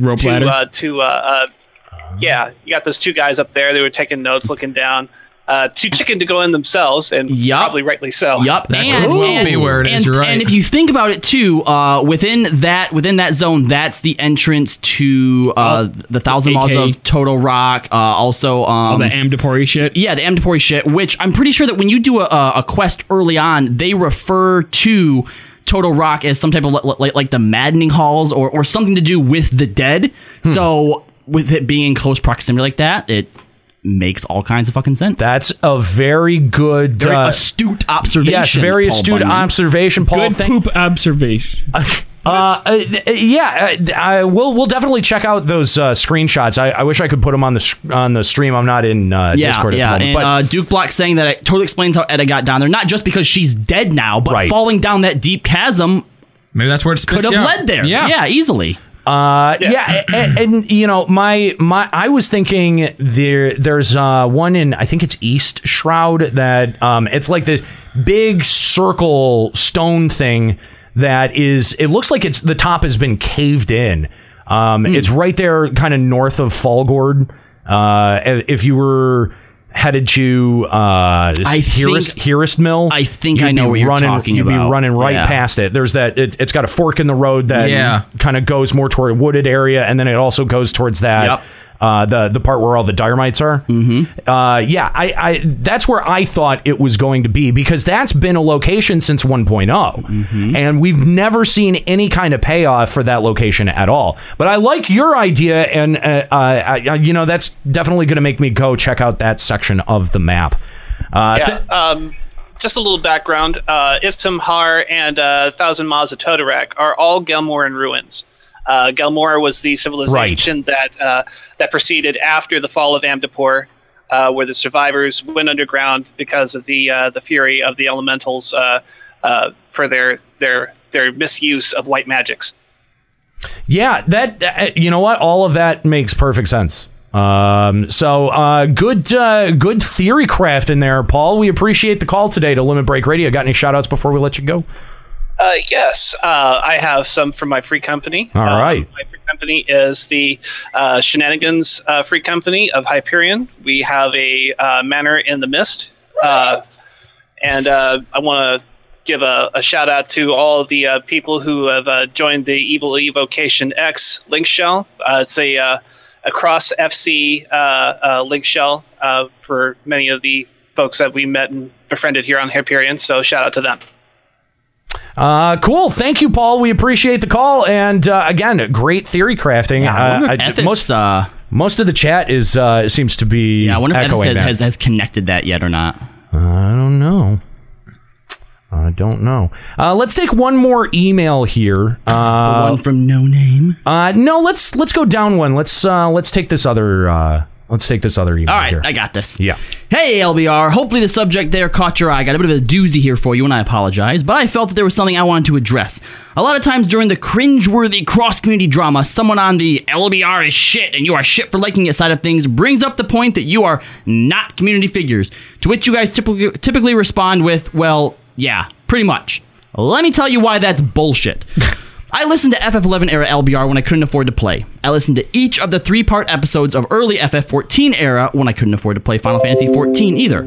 E: Rope
W: two,
E: ladder.
W: Uh, two, uh, uh, yeah, you got those two guys up there. They were taking notes, looking down. Uh, too chicken to go in themselves, and probably rightly so.
A: Yep, and, and- and- And if you think about it too, uh, within that within that zone, that's the entrance to
E: Oh,
A: uh, the Thousand Miles
E: AK.
A: of Total Rock. Uh, also, um,
E: All the Amdapori shit.
A: Yeah, the Amdapori shit. Which I'm pretty sure that when you do a, a quest early on, they refer to Total Rock as some type of like, like, like the Maddening Halls or or something to do with the dead.
H: Hmm.
A: So with it being in close proximity like that, it makes all kinds of fucking sense.
H: That's a very good,
A: very
H: uh,
A: astute observation.
H: Yes, very
A: Paul
H: astute
A: Bunyan.
H: observation, Paul.
E: Good poop observation.
H: Uh, uh, th- yeah, uh, I, we'll we'll definitely check out those uh, screenshots. I, I wish I could put them on the sh- on the stream. I'm not in uh,
A: yeah,
H: Discord at
A: yeah.
H: the
A: and
H: moment,
A: uh, Duke Block saying that it totally explains how Etta got down there, not just because she's dead now, but falling down that deep chasm.
I: Maybe that's where it
A: could have led there. Yeah, easily.
H: but uh, yeah, a- a- and, you know, my my I was thinking there there's uh, one in I think it's East Shroud that um, it's like this big circle stone thing that is. It looks like it's the top has been caved in. Um,
A: Hmm.
H: It's right there, kind of north of Falgord. Uh, if you were headed to uh,
A: I think-
H: Hearist, Hearist Mill, I
A: think I know what you're
H: running,
A: talking
H: you'd
A: about.
H: be running right
A: Yeah.
H: past it. There's that. It, it's got a fork in the road that
A: Yeah.
H: kind of goes more toward a wooded area, and then it also goes towards that. Uh, the the part where all the diormites are, mm-hmm. uh, yeah, I, I that's where I thought it was going to be because that's been a location since 1.0,
A: Mm-hmm.
H: and we've never seen any kind of payoff for that location at all. But I like your idea, and uh, uh, I, I- you know that's definitely going to make me go check out that section of the map. Uh,
W: yeah.
H: th-
W: um, just a little background. Uh, Istamhar and uh, Thousand Miles of Todorak are all Gelmoran ruins. Uh, Gelmora was the civilization that uh, that proceeded after the fall of Amdapur, uh, where the survivors went underground because of the uh, the fury of the elementals uh, uh, for their their their misuse of white magics.
H: Yeah, that uh, you know what? All of that makes perfect sense. Um, so uh, good, uh, good theory craft in there, Paul. We appreciate the call today to Limit Break Radio. Got any shout outs before we let you go?
W: Uh, yes, uh, I have some from my free company. Uh,
H: All
W: All right.
H: right.
W: My free company is the uh, Shenanigans uh, Free Company of Hyperion. We have a uh, manor in the mist, uh, and uh, I want to give a, a shout out to all the uh, people who have uh, joined the Evil Evocation X link shell. Uh, it's a uh, across FC uh, uh, link shell uh, for many of the folks that we met and befriended here on Hyperion. So shout out to them.
H: Uh, cool. Thank you, Paul. We appreciate the call. And uh, again, great theory crafting.
A: Yeah, I wonder
H: uh,
A: if Ethos,
H: most most of the chat is uh, seems to be.
A: Yeah, I wonder if
H: echoing
A: Ethos has,
H: that.
A: has, has connected that yet or not.
H: I don't know. I don't know. Uh, let's take one more email here. Uh,
A: one from No Name.
H: Uh, no, let's let's go down one. Let's uh, let's take this other. Uh, let's take this other email.
A: All right, I got this.
H: Yeah.
A: Hey, LBR. Hopefully, the subject there caught your eye. I got a bit of a doozy here for you, and I apologize, but I felt that there was something I wanted to address. A lot of times during the cringeworthy cross community drama, someone on the LBR is shit and you are shit for liking it side of things brings up the point that you are not community figures, to which you guys typically, typically respond with, well, yeah, pretty much. Let me tell you why that's bullshit. I listened to FF11 era LBR when I couldn't afford to play. I listened to each of the three part episodes of early FF14 era when I couldn't afford to play Final Fantasy 14 either.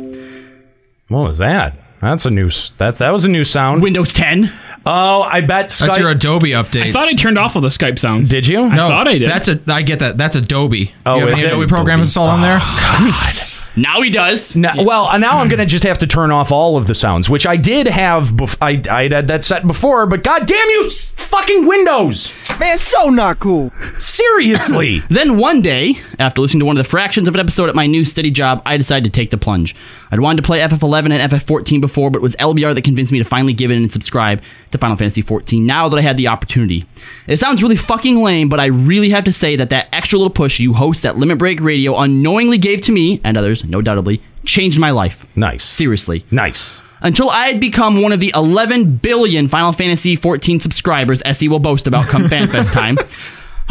H: What was that? That's a new. s- That that was a new sound.
A: Windows 10.
H: Oh, I bet Skype.
I: That's your Adobe updates.
E: I thought I turned off all the Skype sounds.
H: Did you?
E: I thought I did.
I: That's a. I get that. That's Adobe.
H: Oh,
I: Do you have
H: is
I: any
H: it?
I: Adobe program
H: Adobe.
I: installed on there? Hmm.
A: Now he does.
H: No, Well, uh, now I'm going to just have to turn off all of the sounds, which I did have. Bef- I I had that set before, but goddamn you, s- fucking Windows!
A: Man, so not cool.
H: Seriously.
A: then one day, after listening to one of the fractions of an episode at my new steady job, I decided to take the plunge. I'd wanted to play FF11 and FF14 before, but it was LBR that convinced me to finally give in and subscribe to Final Fantasy 14 now that I had the opportunity. It sounds really fucking lame, but I really have to say that that extra little push you hosts at Limit Break Radio unknowingly gave to me and others, no doubtably, changed my life.
H: Nice.
A: Seriously.
H: Nice.
A: Until I had become one of the 11 billion Final Fantasy 14 subscribers SE will boast about come FanFest time,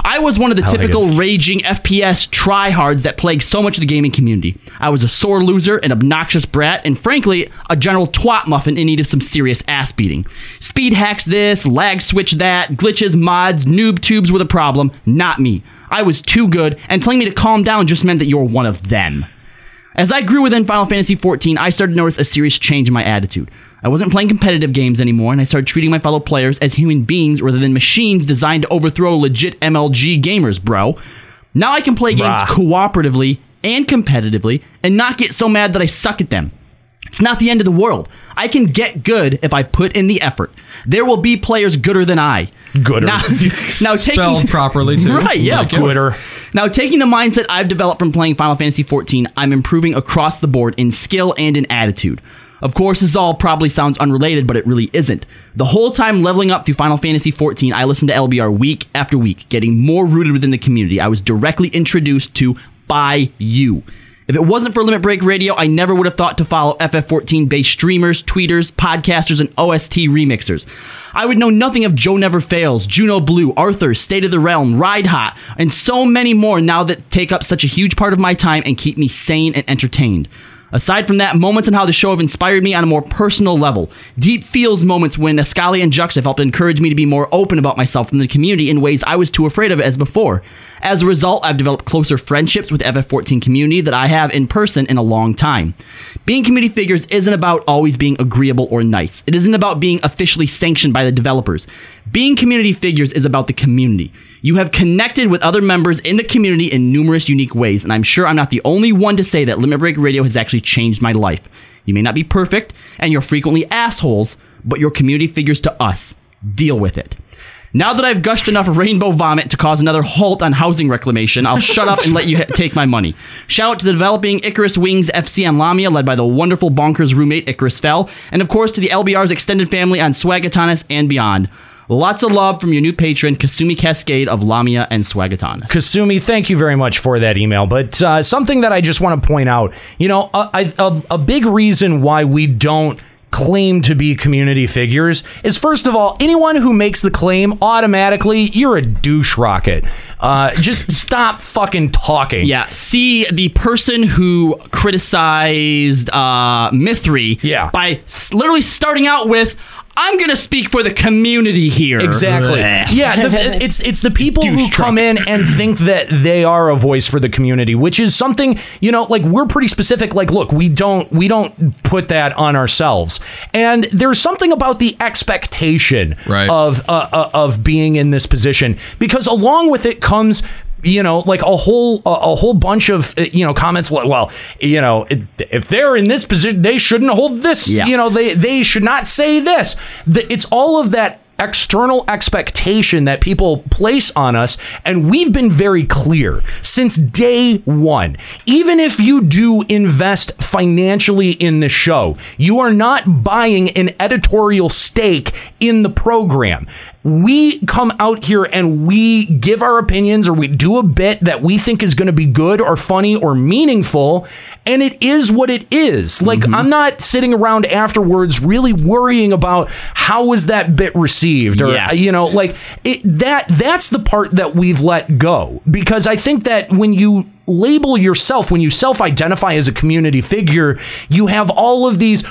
A: I was one of the
H: I like
A: typical raging FPS tryhards that plague so much of the gaming community. I was a sore loser, an obnoxious brat, and frankly, a general twat muffin in need of some serious ass beating. Speed hacks this, lag switch that, glitches, mods, noob tubes were the problem, not me. I was too good, and telling me to calm down just meant that you're one of them. As I grew within Final Fantasy XIV, I started to notice a serious change in my attitude. I wasn't playing competitive games anymore, and I started treating my fellow players as human beings rather than machines designed to overthrow legit MLG gamers, bro. Now I can play games
H: Bruh.
A: cooperatively and competitively and not get so mad that I suck at them. It's not the end of the world. I can get good if I put in the effort. There will be players gooder than I.
H: Gooder.
A: Now, now taking
I: Spelled properly, too.
A: Right? Yeah.
I: Like
A: of course.
I: gooder.
A: Now, taking the mindset I've developed from playing Final Fantasy XIV, I'm improving across the board in skill and in attitude. Of course, this all probably sounds unrelated, but it really isn't. The whole time leveling up through Final Fantasy XIV, I listened to LBR week after week, getting more rooted within the community. I was directly introduced to by you. If it wasn't for Limit Break Radio, I never would have thought to follow FF14 based streamers, tweeters, podcasters, and OST remixers. I would know nothing of Joe Never Fails, Juno Blue, Arthur, State of the Realm, Ride Hot, and so many more now that take up such a huge part of my time and keep me sane and entertained. Aside from that, moments and how the show have inspired me on a more personal level. Deep feels moments when Ascali and Jux have helped encourage me to be more open about myself and the community in ways I was too afraid of as before. As a result, I've developed closer friendships with FF14 community that I have in person in a long time. Being community figures isn't about always being agreeable or nice. It isn't about being officially sanctioned by the developers. Being community figures is about the community. You have connected with other members in the community in numerous unique ways, and I'm sure I'm not the only one to say that Limit Break Radio has actually changed my life. You may not be perfect, and you're frequently assholes, but you're community figures to us. Deal with it. Now that I've gushed enough rainbow vomit to cause another halt on housing reclamation, I'll shut up and let you ha- take my money. Shout out to the developing Icarus Wings FC on Lamia, led by the wonderful bonkers roommate Icarus Fell, and of course to the LBR's extended family on Swagatanis and beyond. Lots of love from your new patron, Kasumi Cascade of Lamia and Swagatanis.
H: Kasumi, thank you very much for that email. But uh, something that I just want to point out, you know, a, I- a, a big reason why we don't claim to be community figures is first of all, anyone who makes the claim automatically, you're a douche rocket. Uh, just stop fucking talking.
A: Yeah, see the person who criticized uh, Mithri by s- literally starting out with, I'm going to speak for the community here.
H: Exactly. yeah, the, it's it's the people who come in and think that they are a voice for the community, which is something you know, like we're pretty specific. Like, look, we don't we don't put that on ourselves, and there's something about the expectation of uh, uh, of being in this position because along with it comes you know, like a whole a, a whole bunch of uh, you know comments. Well, well you know, it, if they're in this position, they shouldn't hold this.
A: Yeah.
H: You know, they they should not say this. The, it's all of that external expectation that people place on us. And we've been very clear since day one. Even if you do invest financially in the show, you are not buying an editorial stake in the program. We come out here and we give our opinions or we do a bit that we think is going to be good or funny or meaningful. And it is what it is. Like,
A: Mm-hmm.
H: I'm not sitting around afterwards really worrying about how was that bit received or,
A: Yes.
H: you know, like it, that, that's the part that we've let go because I think that when you, label yourself when you self-identify as a community figure you have all of these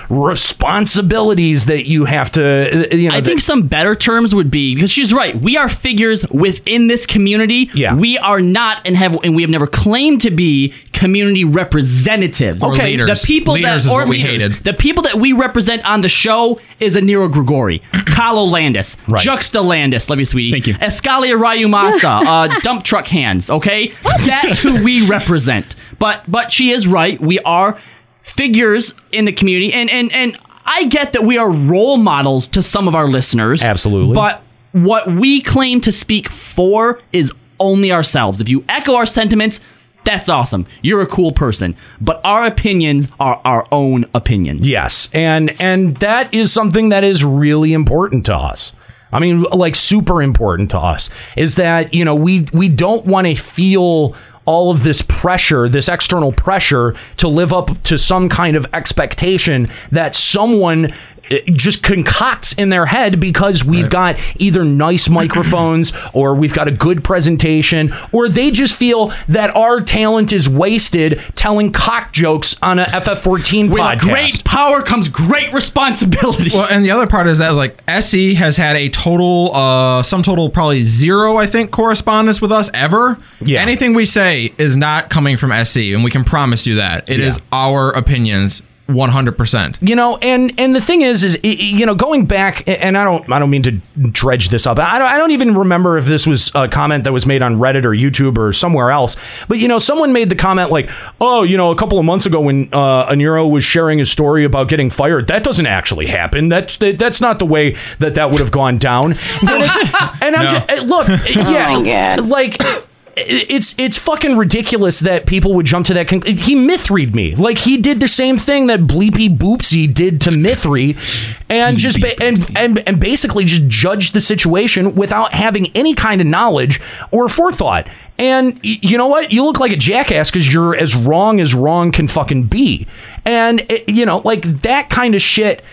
H: responsibilities that you have to uh, you know
A: I think
H: that-
A: some better terms would be because she's right. We are figures within this community. Yeah. We are not and have and we have never claimed to be community representatives.
I: Or leaders.
A: The people
I: Leaders is
A: that or
I: what we
A: leaders.
I: hated.
A: The people that we represent on the show is Aniro Grigori, Kalo Landis, Juxta Landis, love you, sweetie. Thank you. Escalia Rayumasa, uh, Dump Truck Hands, okay? That's who we represent. But but she is right. We are figures in the community and and and I get that we are role models to some of our listeners. Absolutely. But what we claim to speak for is only ourselves. If you echo our sentiments, that's awesome. You're a cool person. But our opinions are our own opinions.
H: Yes, and and that is something that is really important to us. I mean, like super important to us is that you know we we don't want to feel all of this pressure, this external pressure to live up to some kind of expectation that someone eh, just concocts in their head because we've got either nice microphones or we've got a good presentation or they just feel that our talent is wasted telling cock jokes on a FF14 podcast.
I: great
A: power comes great responsibility.
I: Well, and the other part is that like Essie has had a total, uh, some total probably zero, I think, correspondence with us ever. Yeah. Anything we say is not coming from Essie, and we can promise you that it is our opinions, one hundred percent.
H: You know, and and the thing is, is i- i- you know, going back, and I don't, I don't mean to dredge this up. I don't, I don't even remember if this was a comment that was made on Reddit or YouTube or somewhere else. But you know, someone made the comment like, "Oh, you know, a couple of months ago when uh, Aniro was sharing his story about getting fired, that doesn't actually happen. That's that, that's not the way that that would have gone down." And, it's- and I'm
G: No.
H: just, look, yeah, like. it's it's fucking ridiculous that people would jump to that. Con- he mithried me like he did the same thing that Bleepy Boopsy did to Mithri, and just ba- and and and basically just judged the situation without having any kind of knowledge or forethought. And y- you know what? You look like a jackass because you're as wrong as wrong can fucking be. And eh, you know, like that kind of shit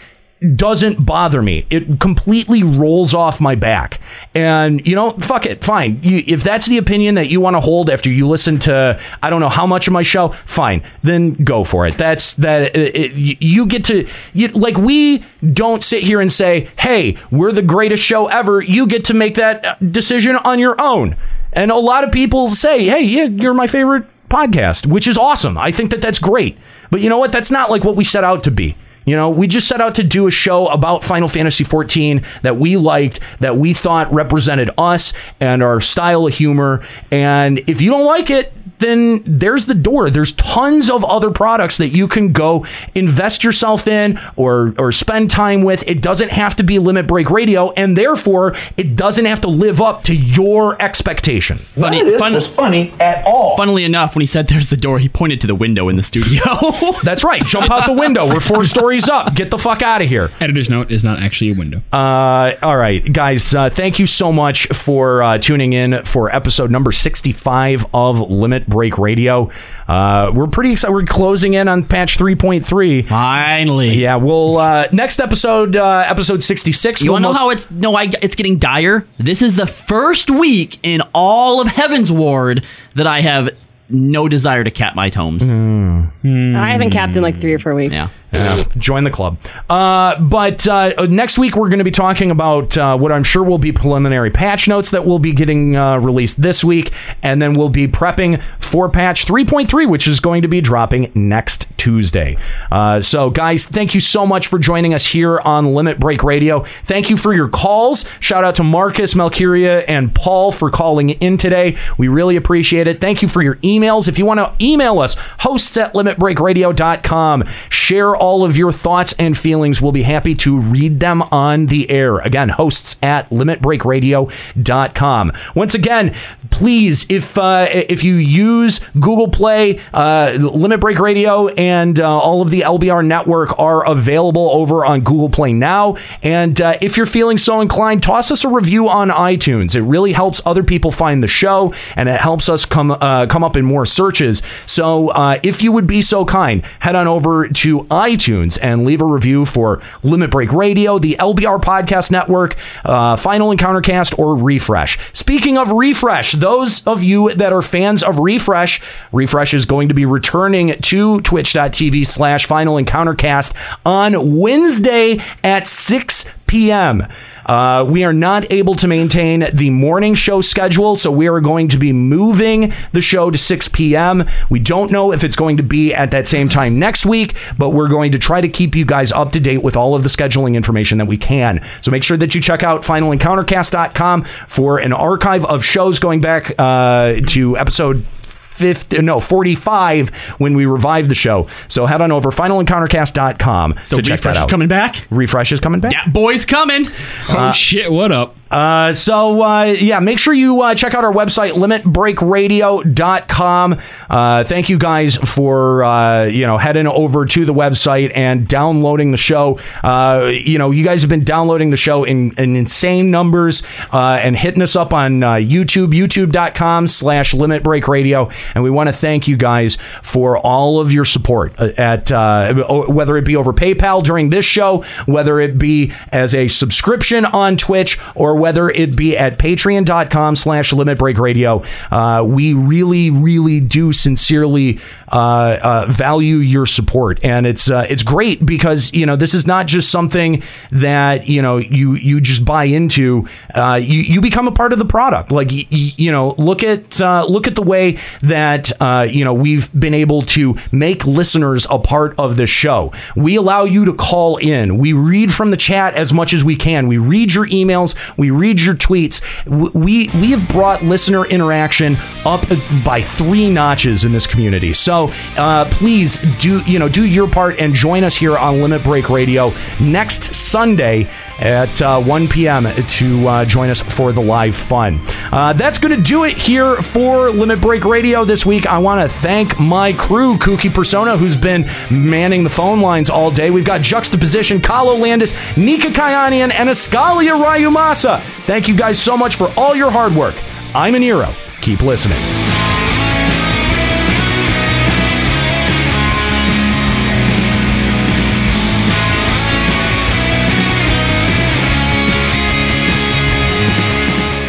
H: doesn't bother me. It completely rolls off my back. And you know, fuck it, fine. You, if that's the opinion that you want to hold after you listen to I don't know how much of my show, fine. Then go for it. That's that it, it- you- you get to you, like we don't sit here and say, "Hey, we're the greatest show ever." You get to make that uh, decision on your own. And a lot of people say, "Hey, yeah, you're my favorite podcast," which is awesome. I think that that's great. But you know what? That's not like what we set out to be. You know, we just set out to do a show about Final Fantasy XIV that we liked, that we thought represented us and our style of humor. And if you don't like it, then there's the door. There's tons of other products that you can go invest yourself in or or spend time with. It doesn't have to be Limit Break Radio, and therefore it doesn't have to live up to your expectation.
A: Funny, fun, was
N: funny at all.
A: Funnily enough, when he said there's the door, he pointed to the window in the studio.
H: That's right. Jump out the window. We're four stories up. Get the fuck out of here.
E: Editor's note is not actually a window.
H: Uh, all right, guys. Uh, thank you so much for uh, tuning in for episode number sixty-five of Limit Break Radio. Uh, we're pretty excited. We're closing in on patch three point three.
A: Finally.
H: Yeah. We'll uh, next episode, uh, episode sixty-six.
A: You
H: we'll
A: want to know
H: most-
A: how it's no? I, it's getting dire. This is the first week in all of Heaven's Ward that I have no desire to cap my tomes.
K: Hmm.
P: I haven't capped in like three or four weeks.
A: Yeah.
H: Yeah, join the club. Uh, but uh, next week we're going to be talking about uh, what I'm sure will be preliminary patch notes that will be getting uh, released this week, and then we'll be prepping for patch 3.3, which is going to be dropping next Tuesday. Uh, so, guys, thank you so much for joining us here on Limit Break Radio. Thank you for your calls. Shout out to Marcus, Malkyria, and Paul for calling in today. We really appreciate it. Thank you for your emails emails. If you want to email us, hosts at limitbreakradio.com. Share all of your thoughts and feelings. We'll be happy to read them on the air. Again, hosts at limitbreakradio.com. Once again, please, if uh, if you use Google Play, uh, Limit Break Radio and uh, all of the LBR network are available over on Google Play now. And uh, if you're feeling so inclined, toss us a review on iTunes. It really helps other people find the show, and it helps us come uh, come up in more searches. So uh, if you would be so kind, head on over to iTunes and leave a review for Limit Break Radio, the LBR Podcast Network, uh, Final Encounter Cast, or Refresh. Speaking of Refresh, those of you that are fans of Refresh, Refresh is going to be returning to twitch.tv slash Final Encounter Cast on Wednesday at 6 p.m. Uh, we are not able to maintain the morning show schedule, so we are going to be moving the show to 6 p.m. We don't know if it's going to be at that same time next week, but we're going to try to keep you guys up to date with all of the scheduling information that we can. So make sure that you check out finalencountercast.com for an archive of shows going back uh, to episode 50, no 45 when we revive the show. So head on over finalencountercast.com so to check
E: Refresh
H: that
E: is
H: out.
E: coming back.
H: Refresh is coming back.
E: That boy's coming. Oh shit! What up?
H: Uh, so uh, yeah, make sure you uh, check out our website limitbreakradio.com. Uh, thank you guys for uh, you know heading over to the website and downloading the show. Uh, you know you guys have been downloading the show in, in insane numbers uh, and hitting us up on uh, YouTube youtube.com slash limit break radio and we want to thank you guys for all of your support uh, at uh, o- whether it be over PayPal during this show whether it be as a subscription on Twitch or whether it be at patreon.com slash limit break radio uh, we really really do sincerely uh, uh, value your support and it's uh, it's great because you know this is not just something that you know you you just buy into uh, you you become a part of the product like you, you know look at uh, look at the way that uh, you know we've been able to make listeners a part of the show we allow you to call in we read from the chat as much as we can we read your emails we read your tweets W- we we have brought listener interaction up by three notches in this community so uh, please do you know do your part and join us here on limit break radio next sunday at uh, 1 p.m. to uh, join us for the live fun. Uh, that's going to do it here for Limit Break Radio this week. I want to thank my crew, Kooky Persona, who's been manning the phone lines all day. We've got Juxtaposition, Kalo Landis, Nika Kyanian, and Ascalia Ryumasa. Thank you guys so much for all your hard work. I'm an hero. Keep listening.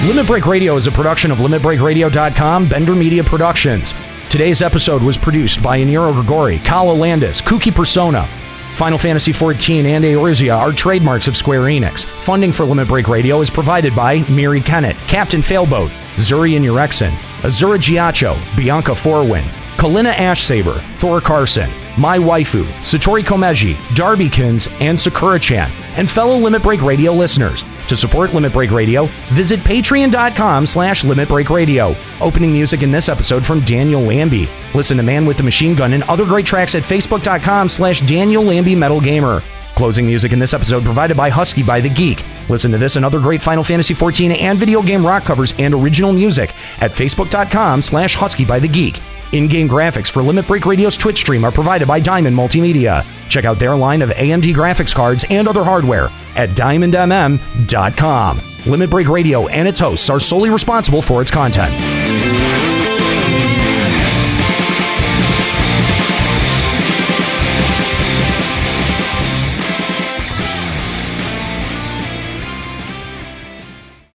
H: Limit Break Radio is a production of LimitBreakRadio.com, Bender Media Productions. Today's episode was produced by Aniro Grigori, Kala Landis, Kooky Persona. Final Fantasy XIV and Eorzea are trademarks of Square Enix. Funding for Limit Break Radio is provided by Miri Kennett, Captain Failboat, Zurian Urexin, Azura Giacho, Bianca Forwin, Kalina Ashsaber, Thor Carson, My Waifu, Satori Komeji, Darbykins, and Sakura Chan, and fellow Limit Break Radio listeners. To support Limit Break Radio, visit patreon.com slash Limit Break Radio. Opening music in this episode from Daniel Lambie. Listen to Man with the Machine Gun and other great tracks at facebook.com slash Daniel Lambie Metal Gamer. Closing music in this episode provided by Husky by the Geek. Listen to this and other great Final Fantasy XIV and video game rock covers and original music at facebook.com slash Husky by the Geek. In-game graphics for Limit Break Radio's Twitch stream are provided by Diamond Multimedia. Check out their line of AMD graphics cards and other hardware at diamondmm.com. Limit Break Radio and its hosts are solely responsible for its content.